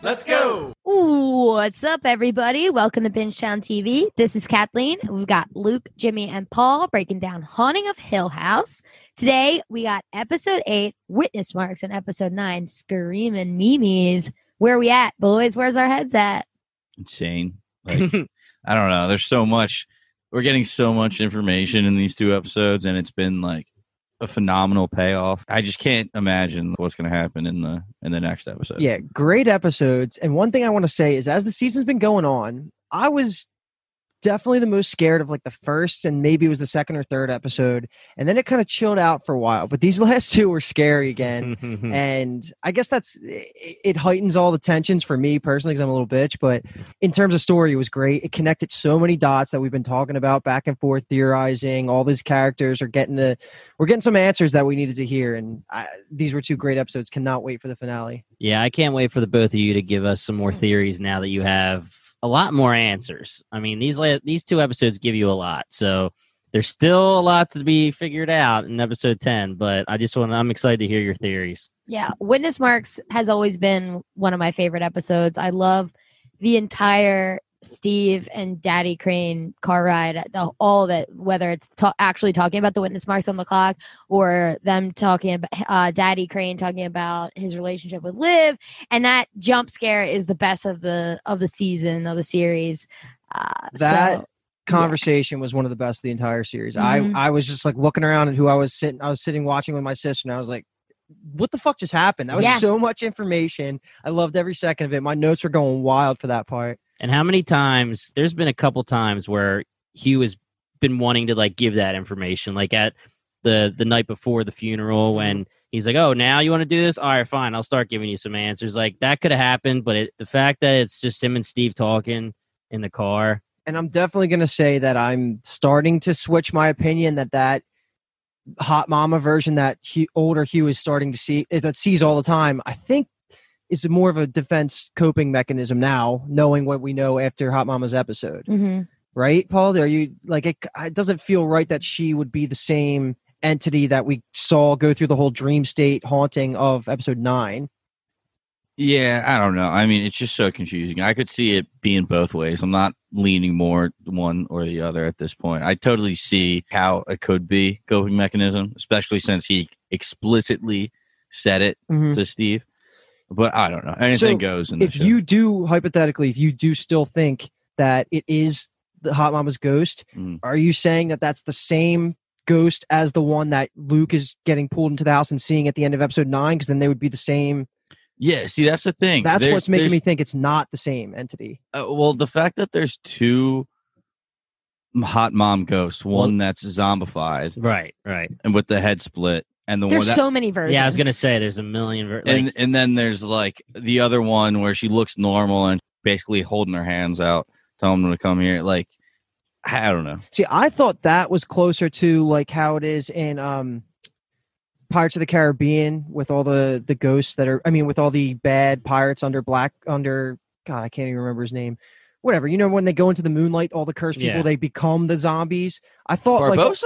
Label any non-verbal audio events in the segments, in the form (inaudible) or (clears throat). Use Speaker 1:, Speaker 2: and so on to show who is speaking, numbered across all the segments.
Speaker 1: Let's go.
Speaker 2: Ooh, what's up, everybody? Welcome to Binge Town TV. This is Kathleen. We've got Luke, Jimmy, and Paul breaking down Haunting of Hill House. Today, we got episode eight, Witness Marks, and episode nine, Screaming Mimi's. Where we at, boys? Where's our heads at?
Speaker 3: insane. Like
Speaker 4: (laughs)
Speaker 5: (laughs)
Speaker 3: I don't know. There's so much. We're getting so much information in these two episodes, and it's been like a phenomenal payoff. I just can't imagine what's going to happen in the in the next episode.
Speaker 4: Yeah, great episodes. And one thing I want to say is as the season's been going on, I was definitely the most scared of like the first and maybe it was the second or third episode. And then it kind of chilled out for a while. But these (laughs) last two were scary again.
Speaker 5: Mm-hmm.
Speaker 4: and I guess that's it, it heightens all the tensions for me personally because I'm a little bitch. But in terms of story, it was great. It connected so many dots that we've been talking about back and forth, theorizing. All these characters are getting to we're getting some answers that we needed to hear. And I, these were two great episodes. Cannot wait for the finale.
Speaker 5: Yeah, I can't wait for the both of you to give us some more theories now that you have a lot more answers. I mean, these la- these two episodes give you a lot. So there's still a lot to be figured out in episode 10, but I just want to I'm excited to hear your theories.
Speaker 2: Yeah, Witness Marks has always been one of my favorite episodes. I love the entire Steve and Daddy Crane car ride, the, all of it, whether it's ta- actually talking about the witness marks on the clock or them talking about uh, Daddy Crane talking about his relationship with Liv. And that jump scare is the best of the of the season of the series. Uh,
Speaker 4: That
Speaker 2: so,
Speaker 4: conversation was one of the best of the entire series.
Speaker 2: Mhm.
Speaker 4: I I was just like looking around at who I was sitting. I was sitting watching with my sister, and I was like, "What the fuck just happened?" That was
Speaker 2: Yeah.
Speaker 4: so much information. I loved every second of it. My notes were going wild for that part.
Speaker 5: And how many times there's been a couple times where Hugh has been wanting to like give that information like at the the night before the funeral when he's like, "Oh, now you want to do this? All right, fine. I'll start giving you some answers." Like that could have happened, but it, the fact that it's just him and Steve talking in the car
Speaker 4: And I'm definitely gonna say that I'm starting to switch my opinion that that hot mama version that he, older Hugh is starting to see eh, that sees all the time. I think. is more of a defense coping mechanism now, knowing what we know after Hot Mama's episode.
Speaker 2: mhm.
Speaker 4: right paul are you like it, it doesn't feel right that she would be the same entity that we saw go through the whole dream state haunting of episode 9
Speaker 3: Yeah, I don't know. I mean, it's just so confusing. I could see it being both ways. I'm not leaning more one or the other at this point. I totally see how it could be coping mechanism, especially since he explicitly said it to Steve. But I don't know. Anything goes in the
Speaker 4: Mm. if
Speaker 3: show.
Speaker 4: you do hypothetically if you do still think that it is the hot mama's ghost
Speaker 3: Mm.
Speaker 4: are you saying that that's the same ghost as the one that luke is getting pulled into the house and seeing at the end of episode 9 because then they would be the same
Speaker 3: yeah, see, that's the thing.
Speaker 4: that's
Speaker 3: There's-
Speaker 4: what's making
Speaker 3: there's-
Speaker 4: me think it's not the same entity
Speaker 3: Uh, well, the fact that there's two m- hot mom ghosts, one that's zombified
Speaker 5: Right, right.
Speaker 3: and with the head split, and the
Speaker 2: There's
Speaker 3: one that,
Speaker 2: so many versions.
Speaker 5: Yeah, I was gonna say there's a million. Ver- like,
Speaker 3: and and then there's like the other one where she looks normal and basically holding her hands out, telling them to come here. Like, I don't know.
Speaker 4: See, I thought that was closer to like how it is in um Pirates of the Caribbean with all the the ghosts that are I mean with all the bad pirates under black under god, I can't even remember his name. Whatever. You know when they go into the moonlight, all the cursed people
Speaker 5: Yeah.
Speaker 4: they become the zombies. I thought like
Speaker 3: Barbosa?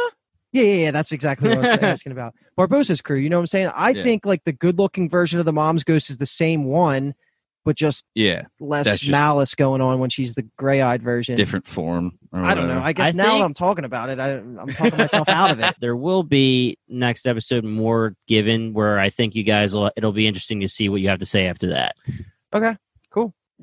Speaker 4: yeah, yeah, yeah, that's exactly what I was asking about. Barbosa's crew, you know what I'm saying? I
Speaker 3: Yeah.
Speaker 4: think like the good-looking version of the mom's ghost is the same one but just
Speaker 3: yeah,
Speaker 4: less
Speaker 3: That's just-
Speaker 4: malice going on when she's the gray-eyed version.
Speaker 3: different form. or
Speaker 4: I don't
Speaker 3: whatever.
Speaker 4: know. I guess
Speaker 5: I
Speaker 4: now
Speaker 5: think-
Speaker 4: that I'm talking about it, I, I'm talking myself out of it.
Speaker 5: there will be next episode more given where I think you guys will. It'll be interesting to see what you have to say after that.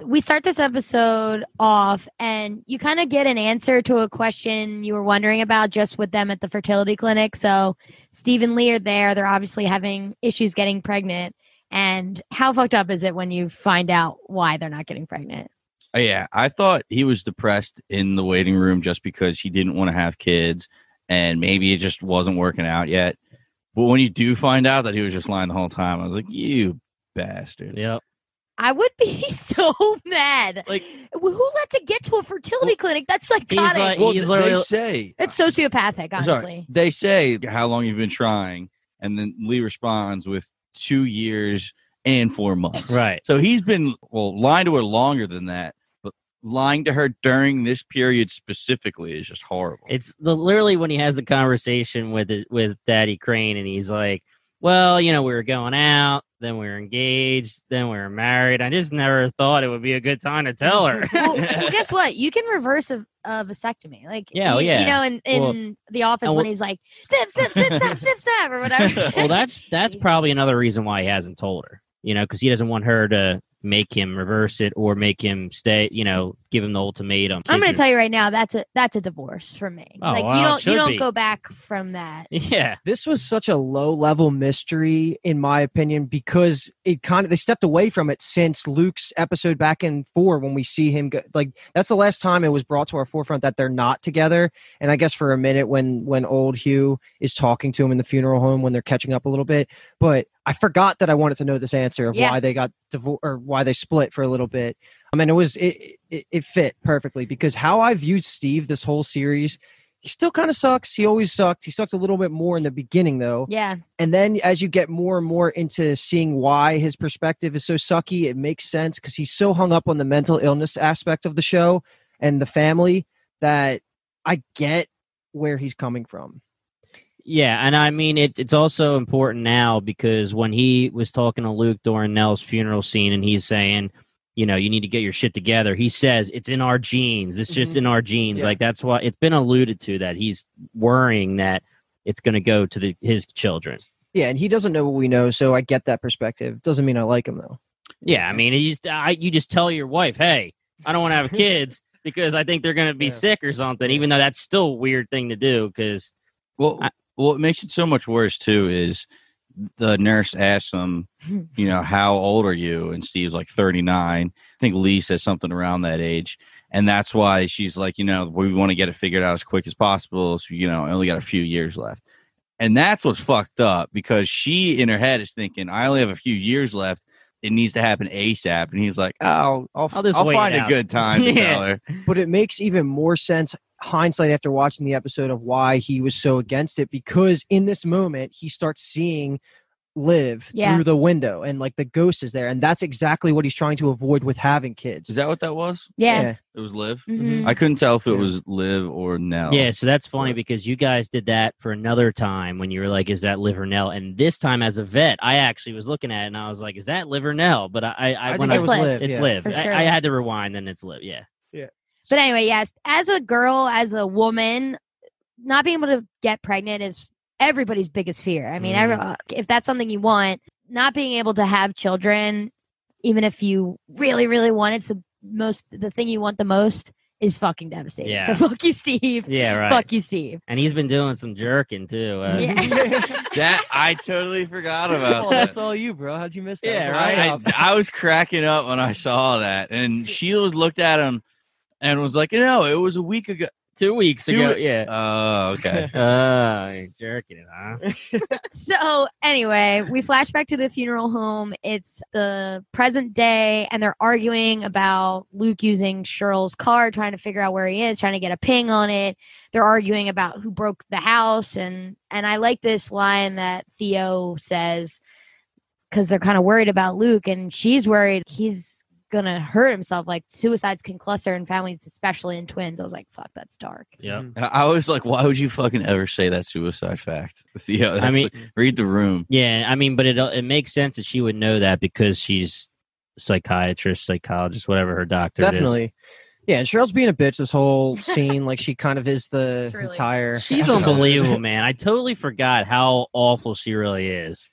Speaker 2: we start this episode off and you kind of get an answer to a question you were wondering about just with them at the fertility clinic. So Steve and Lee are there. They're obviously having issues getting pregnant. And how fucked up is it when you find out why they're not getting pregnant?
Speaker 3: Uh, Yeah, I thought he was depressed in the waiting room just because he didn't want to have kids and maybe it just wasn't working out yet. But when you do find out that he was just lying the whole time, I was like, you bastard.
Speaker 5: Yep.
Speaker 2: I would be (laughs) so mad.
Speaker 5: Like-
Speaker 2: who lets it get to a fertility clinic? That's psychotic.
Speaker 5: like-
Speaker 3: Well,
Speaker 5: He's
Speaker 3: they
Speaker 5: literally-
Speaker 3: say
Speaker 2: That's sociopathic,
Speaker 3: I'm sorry.
Speaker 2: honestly.
Speaker 3: they say how long you've been trying, and then Lee responds with two years and four months.
Speaker 5: Right.
Speaker 3: So he's been well lying to her longer than that, but lying to her during this period specifically is just horrible.
Speaker 5: It's the literally when he has the conversation with his, with Daddy Crane, and he's like, "Well, you know, we were going out, then we were engaged, then we were married. I just never thought it would be a good time to tell
Speaker 2: (laughs)
Speaker 5: her." (laughs)
Speaker 2: well, well, guess what? You can reverse a, a vasectomy. Like,
Speaker 5: Yeah, oh,
Speaker 2: you,
Speaker 5: yeah.
Speaker 2: you know, in, in
Speaker 5: Well,
Speaker 2: the office
Speaker 5: and
Speaker 2: when
Speaker 5: wh-
Speaker 2: he's like, snip, snip, snip,
Speaker 5: (laughs)
Speaker 2: snip, snip, snip, or whatever.
Speaker 5: well, that's that's probably another reason why he hasn't told her. You know, because he doesn't want her to make him reverse it or make him stay. You know, give him the ultimatum.
Speaker 2: (laughs) I'm going to tell you right now, that's a that's a divorce for me.
Speaker 5: Oh,
Speaker 2: like,
Speaker 5: well,
Speaker 2: you
Speaker 5: it
Speaker 2: don't you
Speaker 5: should
Speaker 2: don't
Speaker 5: be.
Speaker 2: go back from that.
Speaker 5: (laughs) Yeah,
Speaker 4: (laughs) This was such a low level mystery, in my opinion, because it kind of they stepped away from it since Luke's episode back in four when we see him go, like that's the last time it was brought to our forefront that they're not together. And I guess for a minute when when old Hugh is talking to him in the funeral home when they're catching up a little bit, but I forgot that I wanted to know this answer of
Speaker 2: Yeah.
Speaker 4: why they got divorced or why they split for a little bit. I mean, it was it, it it fit perfectly because how I viewed Steve this whole series he still kind of sucks. He always sucked. He sucked a little bit more in the beginning, though.
Speaker 2: Yeah.
Speaker 4: And then as you get more and more into seeing why his perspective is so sucky, it makes sense because he's so hung up on the mental illness aspect of the show and the family that I get where he's coming from.
Speaker 5: yeah, and I mean it, it's also important now because when he was talking to Luke during Nell's funeral scene, and he's saying, you know, you need to get your shit together. He says it's in our genes. This shit's
Speaker 4: Mhm.
Speaker 5: in our genes.
Speaker 4: Yeah.
Speaker 5: Like that's why it's been alluded to that he's worrying that it's going to go to the, his children.
Speaker 4: Yeah, and he doesn't know what we know, so I get that perspective. Doesn't mean I like him though.
Speaker 5: Yeah, I mean, you just, I, you just tell your wife, hey, I don't want to
Speaker 4: (laughs)
Speaker 5: have kids because I think they're going to be
Speaker 4: Yeah.
Speaker 5: sick or something, even though that's still a weird thing to do because,
Speaker 3: Well,
Speaker 5: I-
Speaker 3: what makes it so much worse too is the nurse asks
Speaker 5: (laughs)
Speaker 3: him, you know, how old are you? And Steve's like 39. I think Lee says something around that age. And that's why she's like, you know, we want to get it figured out as quick as possible. So, you know, I only got a few years left. And that's what's fucked up because she in her head is thinking, I only have a few years left. It needs to happen ASAP. And he's like, oh, I'll,
Speaker 5: I'll
Speaker 3: I'll,
Speaker 5: just wait it
Speaker 3: find a
Speaker 5: out."
Speaker 3: good time to
Speaker 5: (laughs) Yeah.
Speaker 3: tell her.
Speaker 4: But it makes even more sense hindsight after watching the episode of why he was so against it because in this moment he starts seeing live
Speaker 2: Yeah.
Speaker 4: through the window and like the ghost is there and that's exactly what he's trying to avoid with having kids.
Speaker 3: Is that what that was?
Speaker 2: Yeah.
Speaker 4: (laughs)
Speaker 3: It was Liv?
Speaker 5: Mm-hmm.
Speaker 2: Mhm.
Speaker 3: I couldn't tell if it
Speaker 4: Yeah.
Speaker 3: was Liv or Nell.
Speaker 5: yeah, so that's funny
Speaker 3: Oh. Right.
Speaker 5: because you guys did that for another time when you were like, is that live or Nell? And this time as a vet, I actually was looking at it and I was like, is that live or Nell? But I, I, I, when
Speaker 4: think
Speaker 5: I
Speaker 4: it
Speaker 5: was,
Speaker 2: was Liv.
Speaker 5: it's
Speaker 4: yeah.
Speaker 5: live.
Speaker 2: For
Speaker 5: I,
Speaker 2: sure.
Speaker 5: I had to rewind and it's live. Yeah.
Speaker 2: But anyway, yes, as a girl, as a woman, not being able to get pregnant is everybody's biggest fear. I mean,
Speaker 5: Mm.
Speaker 2: every- uh, if that's something you want, not being able to have children, even if you really, really want it, it's the most, the thing you want the most is fucking devastating.
Speaker 5: Yeah.
Speaker 2: So (laughs) fuck you, Steve.
Speaker 5: Yeah, right.
Speaker 2: Fuck you, Steve.
Speaker 5: And he's been doing some jerking too. Uh,
Speaker 2: Yeah.
Speaker 5: (laughs)
Speaker 3: That I totally forgot
Speaker 4: Oh,
Speaker 3: about. that.
Speaker 4: that's all you, bro. How'd you miss that?
Speaker 5: Yeah,
Speaker 4: That's all
Speaker 5: right.
Speaker 4: I
Speaker 3: I,
Speaker 4: have.
Speaker 3: I was cracking up when I saw that, and Sheila looked at him and was like, "No, it was a week ago."
Speaker 5: Two weeks
Speaker 3: Two
Speaker 5: ago.
Speaker 3: we-
Speaker 5: yeah.
Speaker 3: Oh,
Speaker 5: (laughs)
Speaker 3: okay.
Speaker 5: Uh, you're jerking it, huh?
Speaker 2: so anyway, we flash back to the funeral home. It's the present day, and they're arguing about Luke using Cheryl's car, trying to figure out where he is, trying to get a ping on it. They're arguing about who broke the house, and and I like this line that Theo says because they're kind of worried about Luke, and she's worried he's gonna hurt himself. Like suicides can cluster in families, especially in twins. I was like, fuck, that's dark.
Speaker 5: Yeah.
Speaker 3: I- I was like, "Why would you fucking ever say that suicide fact?" (laughs) Theo, that's
Speaker 5: mean-
Speaker 3: like- read the room.
Speaker 5: Yeah, I mean, but it it makes sense that she would know that because she's psychiatrist, psychologist, whatever her doctor is.
Speaker 4: (laughs) Definitely. Yeah, and Cheryl's being a bitch
Speaker 2: (laughs)
Speaker 4: this whole scene. Like she kind of is the
Speaker 2: Truly.
Speaker 4: entire.
Speaker 5: She's
Speaker 4: episode.
Speaker 5: unbelievable, man. I totally forgot how awful she really is.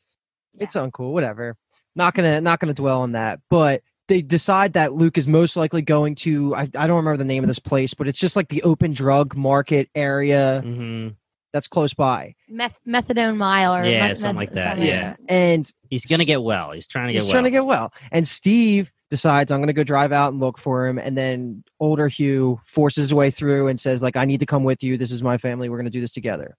Speaker 4: It's uncool. Whatever. Not gonna not gonna dwell on that. But they decide that Luke is most likely going to. I, I don't remember the name of this place, but it's just like the open drug market area
Speaker 5: hmm
Speaker 4: that's close by.
Speaker 2: Meth- methadone mile or
Speaker 5: Yeah,
Speaker 2: meth-
Speaker 5: something like that,
Speaker 2: something
Speaker 5: yeah.
Speaker 4: And
Speaker 5: He's gonna get well. He's trying to get
Speaker 4: he's
Speaker 5: well.
Speaker 4: trying to get well. And Steve decides I'm going to go drive out and look for him. And then older Hugh forces his way through and says, like, I need to come with you. This is my family. We're going to do this together.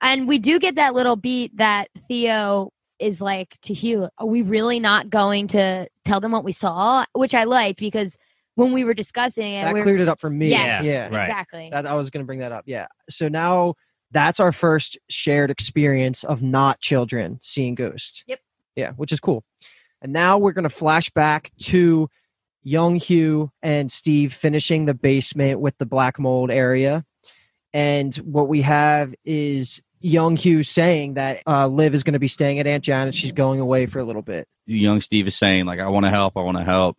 Speaker 2: And we do get that little beat that Theo is like to Hugh, are we really not going to tell them what we saw? Which I liked because when we were discussing it,
Speaker 4: that
Speaker 2: we were,
Speaker 4: cleared it up for me.
Speaker 2: Yes.
Speaker 4: Yeah.
Speaker 5: Right.
Speaker 2: exactly.
Speaker 4: That, I was going to bring that up. Yeah. So now that's our first shared experience of not children seeing ghosts.
Speaker 2: Yep.
Speaker 4: Yeah, which is cool. And now we're going to flash back to young Hugh and Steve finishing the basement with the black mold area. And what we have is young Hugh saying that uh, Liv is going to be staying at Aunt Janet's. She's going away for a little bit.
Speaker 3: young Steve is saying, like, I want to help, I want to help.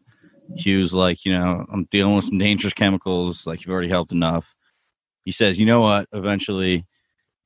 Speaker 3: Hugh's like, you know, I'm dealing with some dangerous chemicals. Like, you've already helped enough. He says, you know what? Eventually,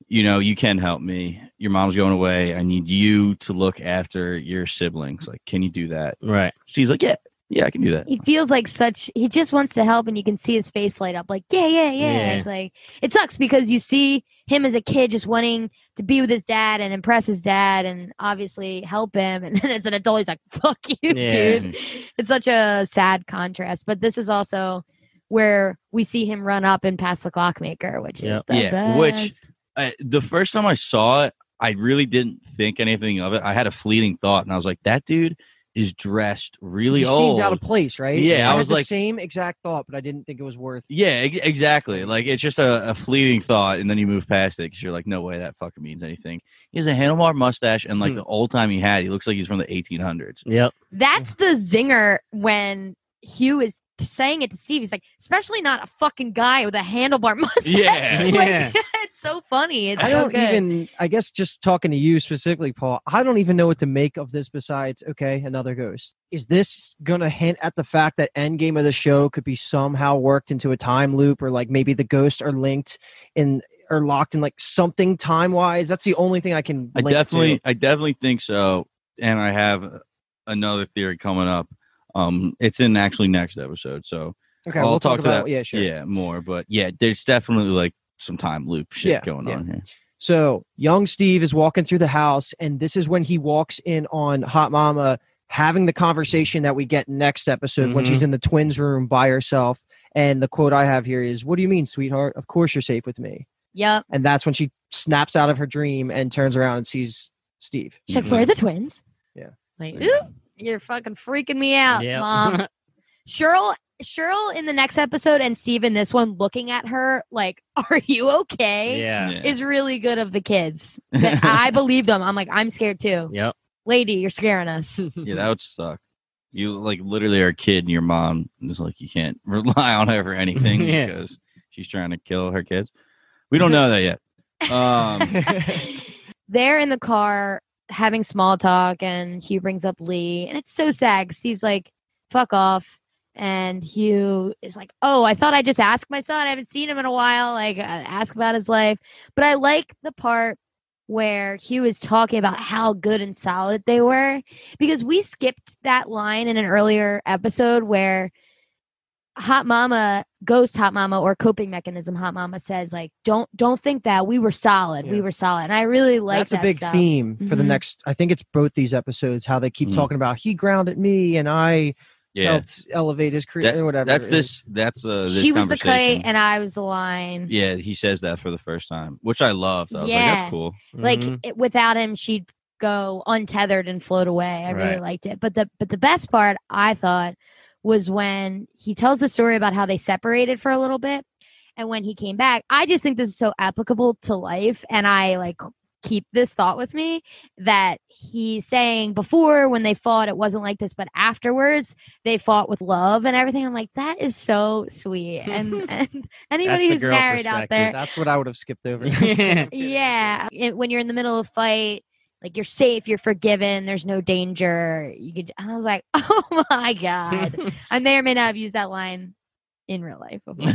Speaker 3: you know, you can help me. Your mom's going away. I need you to look after your siblings. Like, can you do that?
Speaker 5: Right.
Speaker 3: Steve's like, yeah, yeah, I can do that.
Speaker 2: he feels like such he just wants to help and you can see his face light up like yeah yeah yeah,
Speaker 5: Yeah.
Speaker 2: it's like it sucks because you see him as a kid just wanting to be with his dad and impress his dad and obviously help him (laughs) and then as an adult he's like fuck you
Speaker 5: Yeah.
Speaker 2: dude it's such a sad contrast but this is also where we see him run up and pass the clockmaker which is
Speaker 5: Yep.
Speaker 2: the
Speaker 3: Yeah, which-
Speaker 2: best.
Speaker 3: I, the first time I saw it, I really didn't think anything of it. I had a fleeting thought, and I was like, that dude is dressed really
Speaker 4: She
Speaker 3: old.
Speaker 4: seemed out of place, right?
Speaker 3: Yeah, I
Speaker 4: had
Speaker 3: was
Speaker 4: the
Speaker 3: like-
Speaker 4: same exact thought, but I didn't think it was worth.
Speaker 3: Yeah, ex- exactly. Like it's just a, a fleeting thought, and then you move past it because you're like, no way that fucking means anything. He has a handlebar mustache, and like
Speaker 5: Hmm.
Speaker 3: the old time he had, he looks like he's from the 1800s.
Speaker 5: Yep.
Speaker 2: that's the zinger when Hugh is t- saying it to Steve. He's like, especially not a fucking guy with a handlebar (laughs) mustache.
Speaker 3: Yeah.
Speaker 2: Like,
Speaker 5: Yeah.
Speaker 2: (laughs) it's so funny. It's
Speaker 4: I
Speaker 2: so
Speaker 4: don't
Speaker 2: good.
Speaker 4: even. I guess just talking to you specifically, Paul. I don't even know what to make of this. Besides, okay, another ghost. Is this gonna hint at the fact that endgame of the show could be somehow worked into a time loop, or like maybe the ghosts are linked in or locked in like something time wise? That's the only thing I can.
Speaker 3: I
Speaker 4: link to.
Speaker 3: definitely, I definitely think so, and I have uh, another theory coming up. Um, it's in actually next episode, so
Speaker 4: Okay,
Speaker 3: I'll
Speaker 4: we'll talk,
Speaker 3: talk to
Speaker 4: about
Speaker 3: that.
Speaker 4: yeah, sure.
Speaker 3: yeah, more. But yeah, there's definitely like some time loop shit
Speaker 4: Yeah,
Speaker 3: going
Speaker 4: yeah.
Speaker 3: on here.
Speaker 4: So young Steve is walking through the house, and this is when he walks in on Hot Mama having the conversation that we get next episode when
Speaker 5: Mhm.
Speaker 3: Mm-hmm.
Speaker 4: she's in the twins' room by herself. And the quote I have here is, What do you mean, sweetheart? Of course you're safe with me.
Speaker 2: Yep.
Speaker 4: And that's when she snaps out of her dream and turns around and sees
Speaker 2: (laughs)
Speaker 4: Steve.
Speaker 2: She's like,
Speaker 3: Mm-hmm.
Speaker 2: where are the twins?
Speaker 4: Mm-hmm. Yeah. Mm-hmm.
Speaker 2: Like, "Ooh, you're fucking freaking me out,
Speaker 5: Yep. (laughs)
Speaker 2: mom. Cheryl, Cheryl in the next episode and Steve in this one looking at her like, (laughs) are you okay?
Speaker 5: yeah.
Speaker 2: Is really good of the
Speaker 4: (laughs)
Speaker 2: kids. That I believe them. I'm like, I'm scared too.
Speaker 5: Yep.
Speaker 2: Lady, you're scaring us.
Speaker 5: Hmm.
Speaker 3: Yeah,
Speaker 4: Mm-hmm.
Speaker 3: that would suck. You like literally are a kid, and your mom is like, you can't (laughs) rely on her for
Speaker 4: (laughs)
Speaker 3: anything
Speaker 5: Yeah.
Speaker 3: because she's trying to kill her kids. We don't know that yet.
Speaker 4: (laughs)
Speaker 3: Um,
Speaker 2: they're in the car having small talk and Hugh brings up Lee and it's so sad. 'cause Steve's like, fuck off. And Hugh is like, oh, I thought I just asked my son. I haven't seen him in a while. Like, uh, ask about his life. But I like the part where Hugh is talking about how good and solid they were because we skipped that line in an earlier episode where hot mama ghost hot mama or coping mechanism hot mama says like don't don't think that we were solid we
Speaker 4: Yeah.
Speaker 2: were solid and i really like
Speaker 4: that's
Speaker 2: that
Speaker 4: a big
Speaker 2: stuff.
Speaker 4: theme for the
Speaker 2: Mhm.
Speaker 4: next I think it's both these episodes, how they keep
Speaker 3: Mhm.
Speaker 4: talking about he grounded me and I
Speaker 3: yeah,
Speaker 4: helped elevate his career
Speaker 3: That-
Speaker 4: or whatever.
Speaker 3: that's
Speaker 4: it is.
Speaker 3: this. That's uh, this
Speaker 2: she was the clay
Speaker 3: conversation.
Speaker 2: and i was the line
Speaker 3: yeah, he says that for the first time, which I loved. I was like,
Speaker 2: Yeah.
Speaker 3: that's cool.
Speaker 5: (laughs)
Speaker 2: like
Speaker 5: Mhm.
Speaker 2: it, without him she'd go untethered and float away i really
Speaker 5: Right.
Speaker 2: liked it but the but the best part i thought was when he tells the story about how they separated for a little bit and when he came back i just think this is so applicable to life and i like keep this thought with me that he's saying before when they fought it wasn't like this but afterwards they fought with love and everything i'm like that is so sweet
Speaker 5: (laughs)
Speaker 2: and, (laughs) and anybody
Speaker 5: the
Speaker 2: who's
Speaker 5: girl
Speaker 2: married out
Speaker 5: perspective.
Speaker 2: there
Speaker 4: That's what I would have skipped over.
Speaker 3: (laughs)
Speaker 5: Yeah.
Speaker 2: yeah it- when you're in the middle of a fight like you're safe you're forgiven there's no danger you could and i was like (laughs) oh my
Speaker 5: (laughs)
Speaker 2: god i may or may not have used that line in real life before.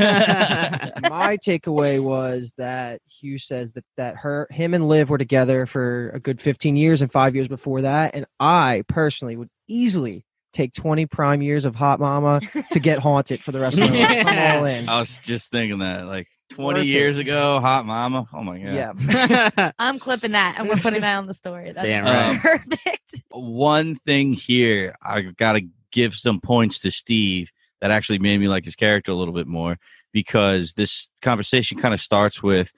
Speaker 4: my takeaway was that Hugh says that that her him and Liv were together for a good 15 years and 5 years before that and I personally would easily take 20 prime years of Hot Mama to get haunted for the rest of my
Speaker 5: (laughs)
Speaker 4: life. I'm
Speaker 3: (laughs)
Speaker 4: all in.
Speaker 3: I was just thinking that, like, 20
Speaker 4: Worth it.
Speaker 3: years ago, Hot Mama. Oh my god.
Speaker 4: Yeah.
Speaker 2: i'm clipping that and we're putting that on the story that's
Speaker 5: Damn right.
Speaker 2: (laughs) perfect
Speaker 5: (laughs)
Speaker 3: one thing here i gotta give some points to steve that actually made me like his character a little bit more because this conversation kind of starts with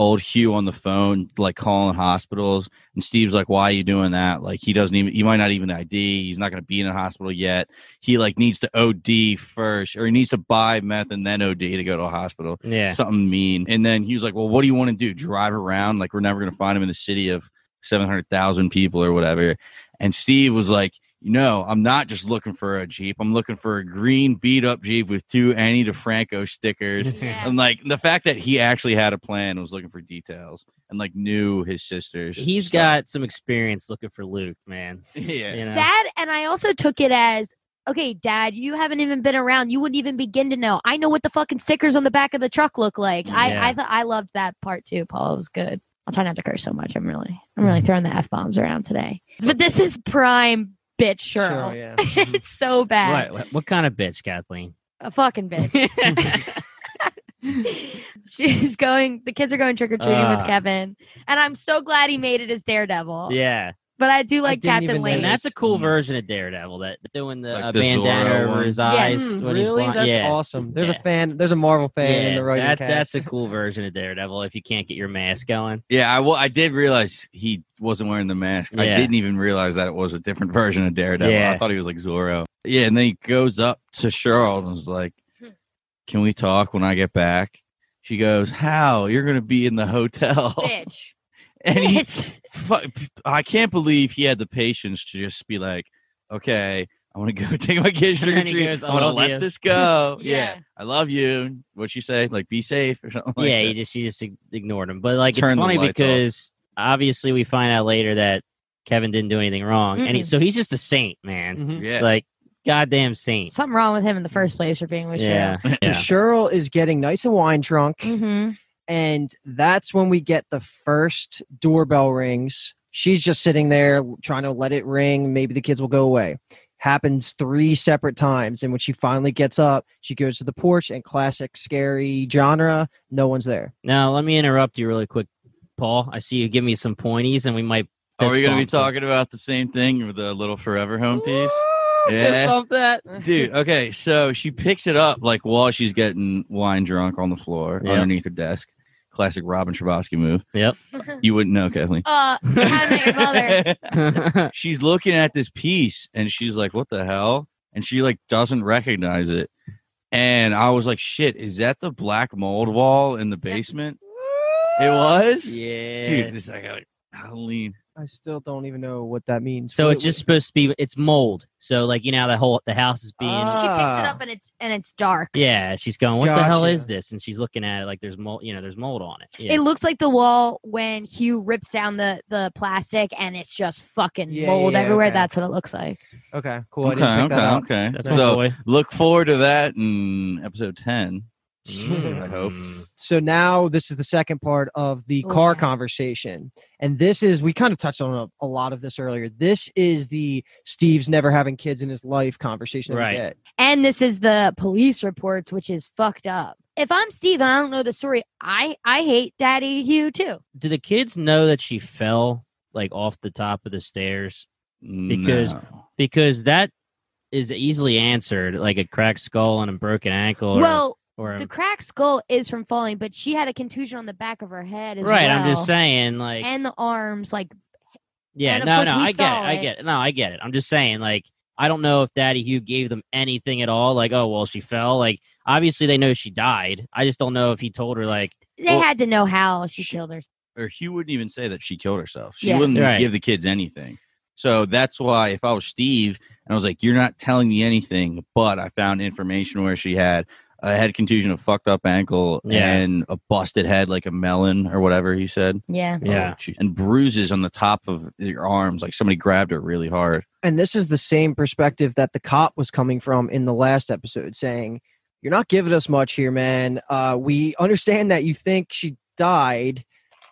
Speaker 3: old Hugh on the phone, like calling hospitals. And Steve's like, "Why are you doing that? Like, he doesn't even. He might not even ID. He's not going to be in a hospital yet. He like needs to OD first, or he needs to buy meth and then OD to go to a hospital.
Speaker 5: (laughs)
Speaker 3: (laughs)
Speaker 5: Yeah.
Speaker 3: Something mean." And then he was like, "Well, what do you want to do? Drive around? Like, we're never going to find him in the city of seven hundred thousand people or whatever." And Steve was like. You know, I'm not just looking for a Jeep. I'm looking for a green beat up Jeep with two Annie DeFranco
Speaker 5: (laughs)
Speaker 3: stickers
Speaker 2: Yeah.
Speaker 3: and like the fact that he actually had a plan and was looking for details and like knew his sisters.
Speaker 5: He's
Speaker 3: stuff.
Speaker 5: got some experience looking for Luke, man.
Speaker 3: (laughs) yeah.
Speaker 5: You know?
Speaker 2: That and I also took it as okay, Dad, you haven't even been around. You wouldn't even begin to know. I know what the fucking stickers on the back of the truck look like.
Speaker 5: Yeah.
Speaker 2: I I, th- I loved that part too, Paul. It was good. I'll try not to curse so much. I'm really I'm really throwing the f bombs around today. But this is prime bitch Cheryl.
Speaker 4: Sure, Oh, (clears throat) yeah.
Speaker 2: it's so bad.
Speaker 5: What, what, what kind of bitch, Kathleen?
Speaker 2: A fucking bitch. (laughs) She's going. The kids are going trick or treating
Speaker 5: Ah.
Speaker 2: with Kevin, and I'm so glad he made it as Daredevil.
Speaker 5: yeah.
Speaker 2: But I do like
Speaker 4: didn't
Speaker 2: Captain
Speaker 4: even
Speaker 2: Lane.
Speaker 5: And that's a cool
Speaker 3: Mm.
Speaker 5: version of Daredevil that doing the
Speaker 3: Like
Speaker 5: uh,
Speaker 3: the Zorro
Speaker 5: bandana over
Speaker 3: one.
Speaker 5: his
Speaker 3: Yeah.
Speaker 5: eyes.
Speaker 4: Mm,
Speaker 5: when he's
Speaker 4: really?
Speaker 5: blind.
Speaker 4: That's
Speaker 5: yeah.
Speaker 4: awesome. There's
Speaker 5: Yeah.
Speaker 4: a fan. There's a Marvel fan in
Speaker 5: Yeah,
Speaker 4: the writing
Speaker 5: that,
Speaker 4: cast.
Speaker 5: that's a cool version of Daredevil if you can't get your mask going.
Speaker 3: Yeah, I well, I did realize he wasn't wearing the mask. I
Speaker 5: Yeah.
Speaker 3: didn't even realize that it was a different (laughs) version of Daredevil.
Speaker 5: Yeah.
Speaker 3: I thought he was like Zorro. Yeah, and then he goes up to Cheryl and was like, "Can we talk when I get back?" She goes, "How? You're going to be in the hotel."
Speaker 2: bitch.
Speaker 3: (laughs) and he
Speaker 2: Bitch.
Speaker 3: Fuck, I can't believe he had the patience to just be like, okay, I want to go (laughs) take my kids
Speaker 5: And
Speaker 3: trick
Speaker 5: then
Speaker 3: or
Speaker 5: he
Speaker 3: treat.
Speaker 5: goes, I
Speaker 3: I want to
Speaker 5: love
Speaker 3: let
Speaker 5: you."
Speaker 3: this go.
Speaker 2: Yeah.
Speaker 3: yeah. I love you. What'd she say? Like, be safe or something. (laughs) Like
Speaker 5: yeah,
Speaker 3: that.
Speaker 5: you just you just ig- ignored him. But like
Speaker 3: Turn
Speaker 5: it's
Speaker 3: the
Speaker 5: funny
Speaker 3: lights off.
Speaker 5: because obviously we find out later that Kevin didn't do anything wrong, and he,
Speaker 2: Mm-mm.
Speaker 5: so he's just a saint, man.
Speaker 4: Mhm.
Speaker 3: yeah.
Speaker 5: Like goddamn saint.
Speaker 2: Something wrong with him in the first place for being with
Speaker 5: Yeah,
Speaker 4: So
Speaker 5: yeah.
Speaker 4: Cheryl is getting nice and wine drunk,
Speaker 2: Cheryl. Mm-hmm. (laughs)
Speaker 4: and that's when we get the first doorbell rings. She's just sitting there trying to let it ring. Maybe the kids will go away. Happens three separate times, and when she finally gets up, she goes to the porch and classic scary genre. No one's there.
Speaker 5: Now let me interrupt you really quick, Paul. I see you give me some pointies, and we might.
Speaker 3: Are Oh, we going
Speaker 5: fist
Speaker 3: to be
Speaker 5: bump some-
Speaker 3: talking about the same thing with the little forever home piece?
Speaker 5: Fist
Speaker 3: Yeah.
Speaker 5: bump that.
Speaker 3: Dude, okay, so she picks it up like while she's getting wine drunk on the floor
Speaker 5: Yep.
Speaker 3: underneath her desk. Classic Robin Schrabowski move.
Speaker 5: Yep.
Speaker 3: You wouldn't know, Kathleen.
Speaker 2: Uh, how I met your mother.
Speaker 3: (laughs) she's looking at this piece and she's like, "What the hell?" And she like doesn't recognize it. And I was like, "Shit, is that the black mold wall in the basement?" It was,
Speaker 5: yeah,
Speaker 3: dude. This I got like, Halloween.
Speaker 4: I still don't even know what that means.
Speaker 5: So
Speaker 4: Wait,
Speaker 5: it's just supposed to be it's mold. So like you know how the whole the house is being
Speaker 4: Ah.
Speaker 2: she picks it up and it's and it's dark.
Speaker 5: yeah she's going what the hell
Speaker 4: Gotcha.
Speaker 5: is this and she's looking at it like there's mold you know there's mold on it. Yeah.
Speaker 2: It looks like the wall when Hugh rips down the the plastic and it's just fucking
Speaker 4: Yeah, yeah,
Speaker 2: mold
Speaker 4: yeah,
Speaker 2: everywhere.
Speaker 4: okay.
Speaker 2: That's what it looks like.
Speaker 4: okay, cool. I
Speaker 3: Okay,
Speaker 4: didn't pick that
Speaker 3: okay,
Speaker 4: up.
Speaker 3: okay.
Speaker 5: That's my
Speaker 3: So
Speaker 5: boy.
Speaker 3: look forward to that in episode ten.
Speaker 4: Mm.
Speaker 3: I hope.
Speaker 4: so now this is the second part of the
Speaker 2: Oh,
Speaker 4: car
Speaker 2: yeah.
Speaker 4: conversation and this is we kind of touched on a, a lot of this earlier this is the steve's never having kids in his life conversation that we
Speaker 5: Right.
Speaker 4: get.
Speaker 2: And this is the police reports, which is fucked up. If I'm Steve and I don't know the story, I I hate Daddy Hugh too.
Speaker 5: Do the kids know that she fell like off the top of the stairs? Because-
Speaker 3: No.
Speaker 5: Because that is easily answered, like a cracked skull and a broken ankle. Or,
Speaker 2: well,
Speaker 5: or
Speaker 2: the cracked skull is from falling, but she had a contusion on the back of her head as
Speaker 5: right.
Speaker 2: well.
Speaker 5: I'm just saying, like,
Speaker 2: And the arms, like
Speaker 5: yeah,
Speaker 2: and of
Speaker 5: no,
Speaker 2: course
Speaker 5: no,
Speaker 2: we
Speaker 5: I get, it,
Speaker 2: saw
Speaker 5: I
Speaker 2: it.
Speaker 5: get, it. no, I get it. I'm just saying, like, I don't know if Daddy Hugh gave them anything at all. Like, oh well, she fell. Like, obviously they know she died. I just don't know if he told her, like,
Speaker 2: they
Speaker 3: Well,
Speaker 2: had to know how she
Speaker 3: she-
Speaker 2: killed her.
Speaker 3: or Hugh wouldn't even say that she killed herself. She
Speaker 2: Yeah.
Speaker 3: wouldn't
Speaker 5: Right.
Speaker 3: give the kids anything. So that's why if I was Steve and I was like, "You're not telling me anything," but I found information where she had a head contusion, a fucked up ankle,
Speaker 5: Yeah.
Speaker 3: and a busted head, like a melon or whatever he said.
Speaker 2: Yeah.
Speaker 5: yeah,
Speaker 3: Oh, geez. and bruises on the top of your arms, like somebody grabbed her really hard.
Speaker 4: and this is the same perspective that the cop was coming from in the last episode saying you're not giving us much here man uh, we understand that you think she died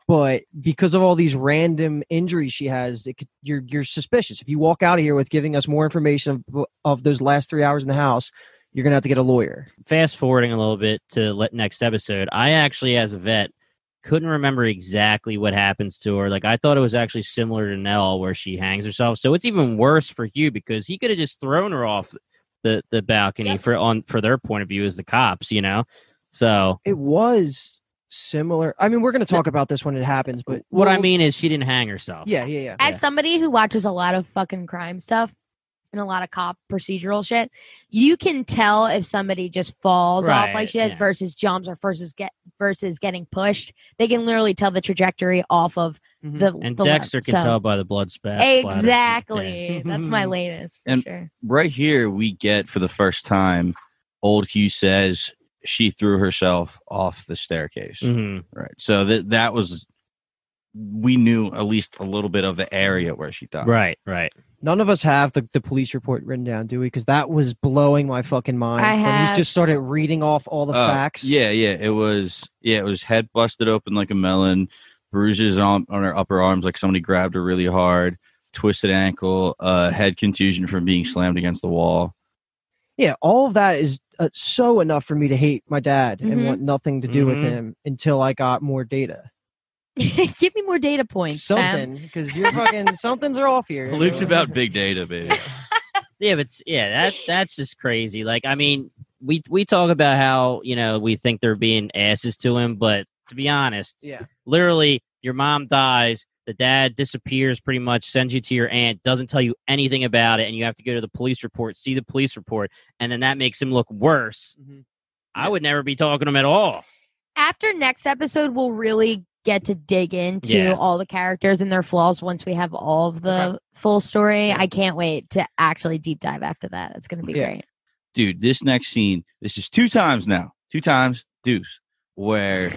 Speaker 4: but because of all these random injuries she has it could, you're, you're suspicious if you walk out of here with giving us more information of, of those last three hours in the house you're gonna have to get a lawyer
Speaker 5: fast forwarding a little bit to le- next episode, I actually, as a vet, couldn't remember exactly what happens to her. Like, I thought it was actually similar to Nell, where she hangs herself. So it's even worse for Hugh because he could have just thrown her off the the balcony
Speaker 2: Yep.
Speaker 5: for on for their point of view as the cops, you know. So
Speaker 4: it was similar. I mean, we're going to talk about this when it happens, but
Speaker 5: What I
Speaker 4: we'll-
Speaker 5: mean is she didn't hang herself.
Speaker 4: yeah, yeah, yeah.
Speaker 2: As
Speaker 5: Yeah.
Speaker 2: somebody who watches a lot of fucking crime stuff and a lot of cop procedural shit, you can tell if somebody just falls off
Speaker 5: Right,
Speaker 2: like shit
Speaker 5: yeah.
Speaker 2: versus jumps or versus get versus getting pushed. They can literally tell the trajectory off of
Speaker 4: Mhm.
Speaker 2: the
Speaker 5: Mm-hmm. And
Speaker 2: the limb.
Speaker 5: Dexter can
Speaker 2: So-
Speaker 5: tell by the blood spat. splatter. Mm-hmm.
Speaker 2: Exactly. That's my
Speaker 4: Yeah.
Speaker 2: latest for
Speaker 3: And-
Speaker 2: sure. (laughs)
Speaker 3: right here we get for the first time old hugh says she threw herself off the staircase
Speaker 5: Yeah. Mhm.
Speaker 3: right so that that was we knew at least a little bit of the area where she died
Speaker 5: Right, right.
Speaker 4: None of us have the, the police report written down, do we? Because that was blowing my fucking mind.
Speaker 2: I
Speaker 4: When
Speaker 2: have-
Speaker 4: he just started reading off all the
Speaker 3: Uh,
Speaker 4: facts.
Speaker 3: yeah yeah it was yeah it was head busted open like a melon bruises on, on her upper arms like somebody grabbed her really hard twisted ankle uh head contusion from being slammed against the wall
Speaker 4: Yeah, all of that is uh, so enough for me to hate my dad and
Speaker 2: Mhm.
Speaker 4: want nothing to do
Speaker 5: Mhm.
Speaker 4: with
Speaker 3: Mm-hmm.
Speaker 4: him until I got more data.
Speaker 2: Give me more data points. fam.
Speaker 4: Something, because you're
Speaker 2: (laughs)
Speaker 4: fucking something's off here.
Speaker 3: luke's about big data baby
Speaker 5: Yeah, but it's- yeah, that that's just crazy. Like, I mean, we we talk about how you know we think they're being asses to him, but to be honest,
Speaker 4: Yeah.
Speaker 5: literally, your mom dies, the dad disappears, pretty much sends you to your aunt, doesn't tell you anything about it, and you have to go to the police report, see the police report, and then that makes him look worse.
Speaker 3: Mm-hmm.
Speaker 4: Mhm.
Speaker 5: I would never be talking to him at all.
Speaker 2: After next episode, we'll really get to dig into
Speaker 5: Yeah.
Speaker 2: all the characters and their flaws once we have all of the full story. I can't wait to actually deep dive after that. It's going to be
Speaker 4: Yeah.
Speaker 2: great.
Speaker 3: dude, this next scene, this is two times now, two times, deuce, where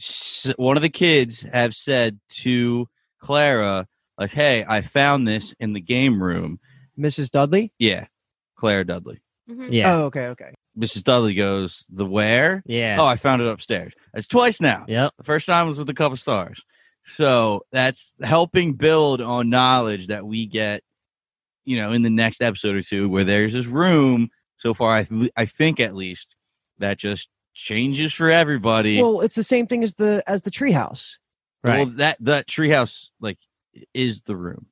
Speaker 3: s- one of the kids have said to Clara, like, hey, I found this in the game room.
Speaker 4: Mrs. Dudley.
Speaker 3: Yeah, Clara Dudley.
Speaker 5: Yeah,
Speaker 4: Oh, okay, okay.
Speaker 3: Mrs. Dudley goes, the where?
Speaker 5: yeah,
Speaker 3: Oh, I found it upstairs. That's twice now.
Speaker 5: yep.
Speaker 3: The first time was with a couple stars. So that's helping build on knowledge that we get, you know, in the next episode or two, where there's this room. So far, I th- I think at least that just changes for everybody.
Speaker 4: Well, it's the same thing as the as the treehouse.
Speaker 5: Right.
Speaker 3: (laughs) Well, that that treehouse like is the room.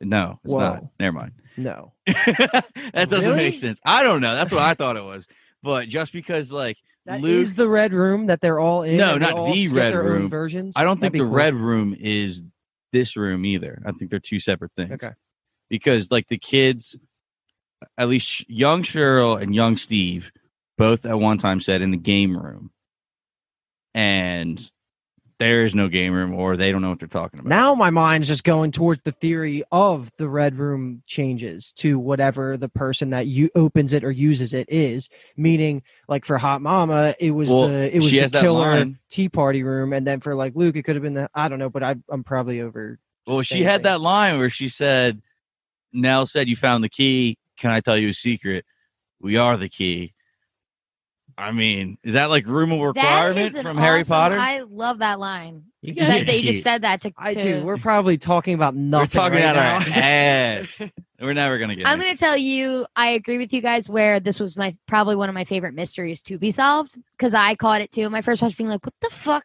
Speaker 3: No, it's not.
Speaker 4: Whoa.
Speaker 3: Never mind. (laughs)
Speaker 4: No.
Speaker 3: that doesn't
Speaker 4: Really?
Speaker 3: make sense. I don't know. That's what I thought it was. But just because like
Speaker 4: that is
Speaker 3: Luke-
Speaker 4: the red room that they're all in.
Speaker 3: No,
Speaker 4: and they
Speaker 3: not
Speaker 4: all
Speaker 3: the
Speaker 4: get
Speaker 3: red
Speaker 4: their own
Speaker 3: room.
Speaker 4: versions.
Speaker 3: I don't think
Speaker 4: That'd be
Speaker 3: the
Speaker 4: cool.
Speaker 3: red room is this room either. I think they're two separate things.
Speaker 4: Okay.
Speaker 3: Because like the kids, at least Sh- young Cheryl and young Steve, both at one time said in the game room, and there is no game room, or they don't know what they're talking about.
Speaker 4: Now my mind's just going towards the theory of the red room changes to whatever the person that you opens it or uses it is. Meaning, like for Hot Mama, it was
Speaker 3: Well,
Speaker 4: the it was
Speaker 3: she
Speaker 4: the
Speaker 3: has that
Speaker 4: killer
Speaker 3: line.
Speaker 4: tea party room, and then for like Luke, it could have been the I don't know, but I, I'm probably over.
Speaker 3: well,
Speaker 4: just
Speaker 3: she
Speaker 4: saying
Speaker 3: had that
Speaker 4: things.
Speaker 3: line where she said, "Nell said you found the key. Can I tell you a secret? We are the key." I mean, is that like room of
Speaker 2: That
Speaker 3: requirement
Speaker 2: is an
Speaker 3: from Harry
Speaker 2: awesome-
Speaker 3: Potter?
Speaker 2: I love that line.
Speaker 5: You
Speaker 3: Yeah.
Speaker 2: That
Speaker 5: guys,
Speaker 3: they
Speaker 2: they just said that to.
Speaker 4: I
Speaker 2: to-
Speaker 4: do. We're probably talking about nothing.
Speaker 3: We're talking out
Speaker 4: right now.
Speaker 3: our (laughs) ass. We're never gonna get.
Speaker 2: I'm
Speaker 3: it.
Speaker 2: going to tell you, I agree with you guys where this was my probably one of my favorite mysteries to be solved because I caught it too. My first watch being like, what the fuck?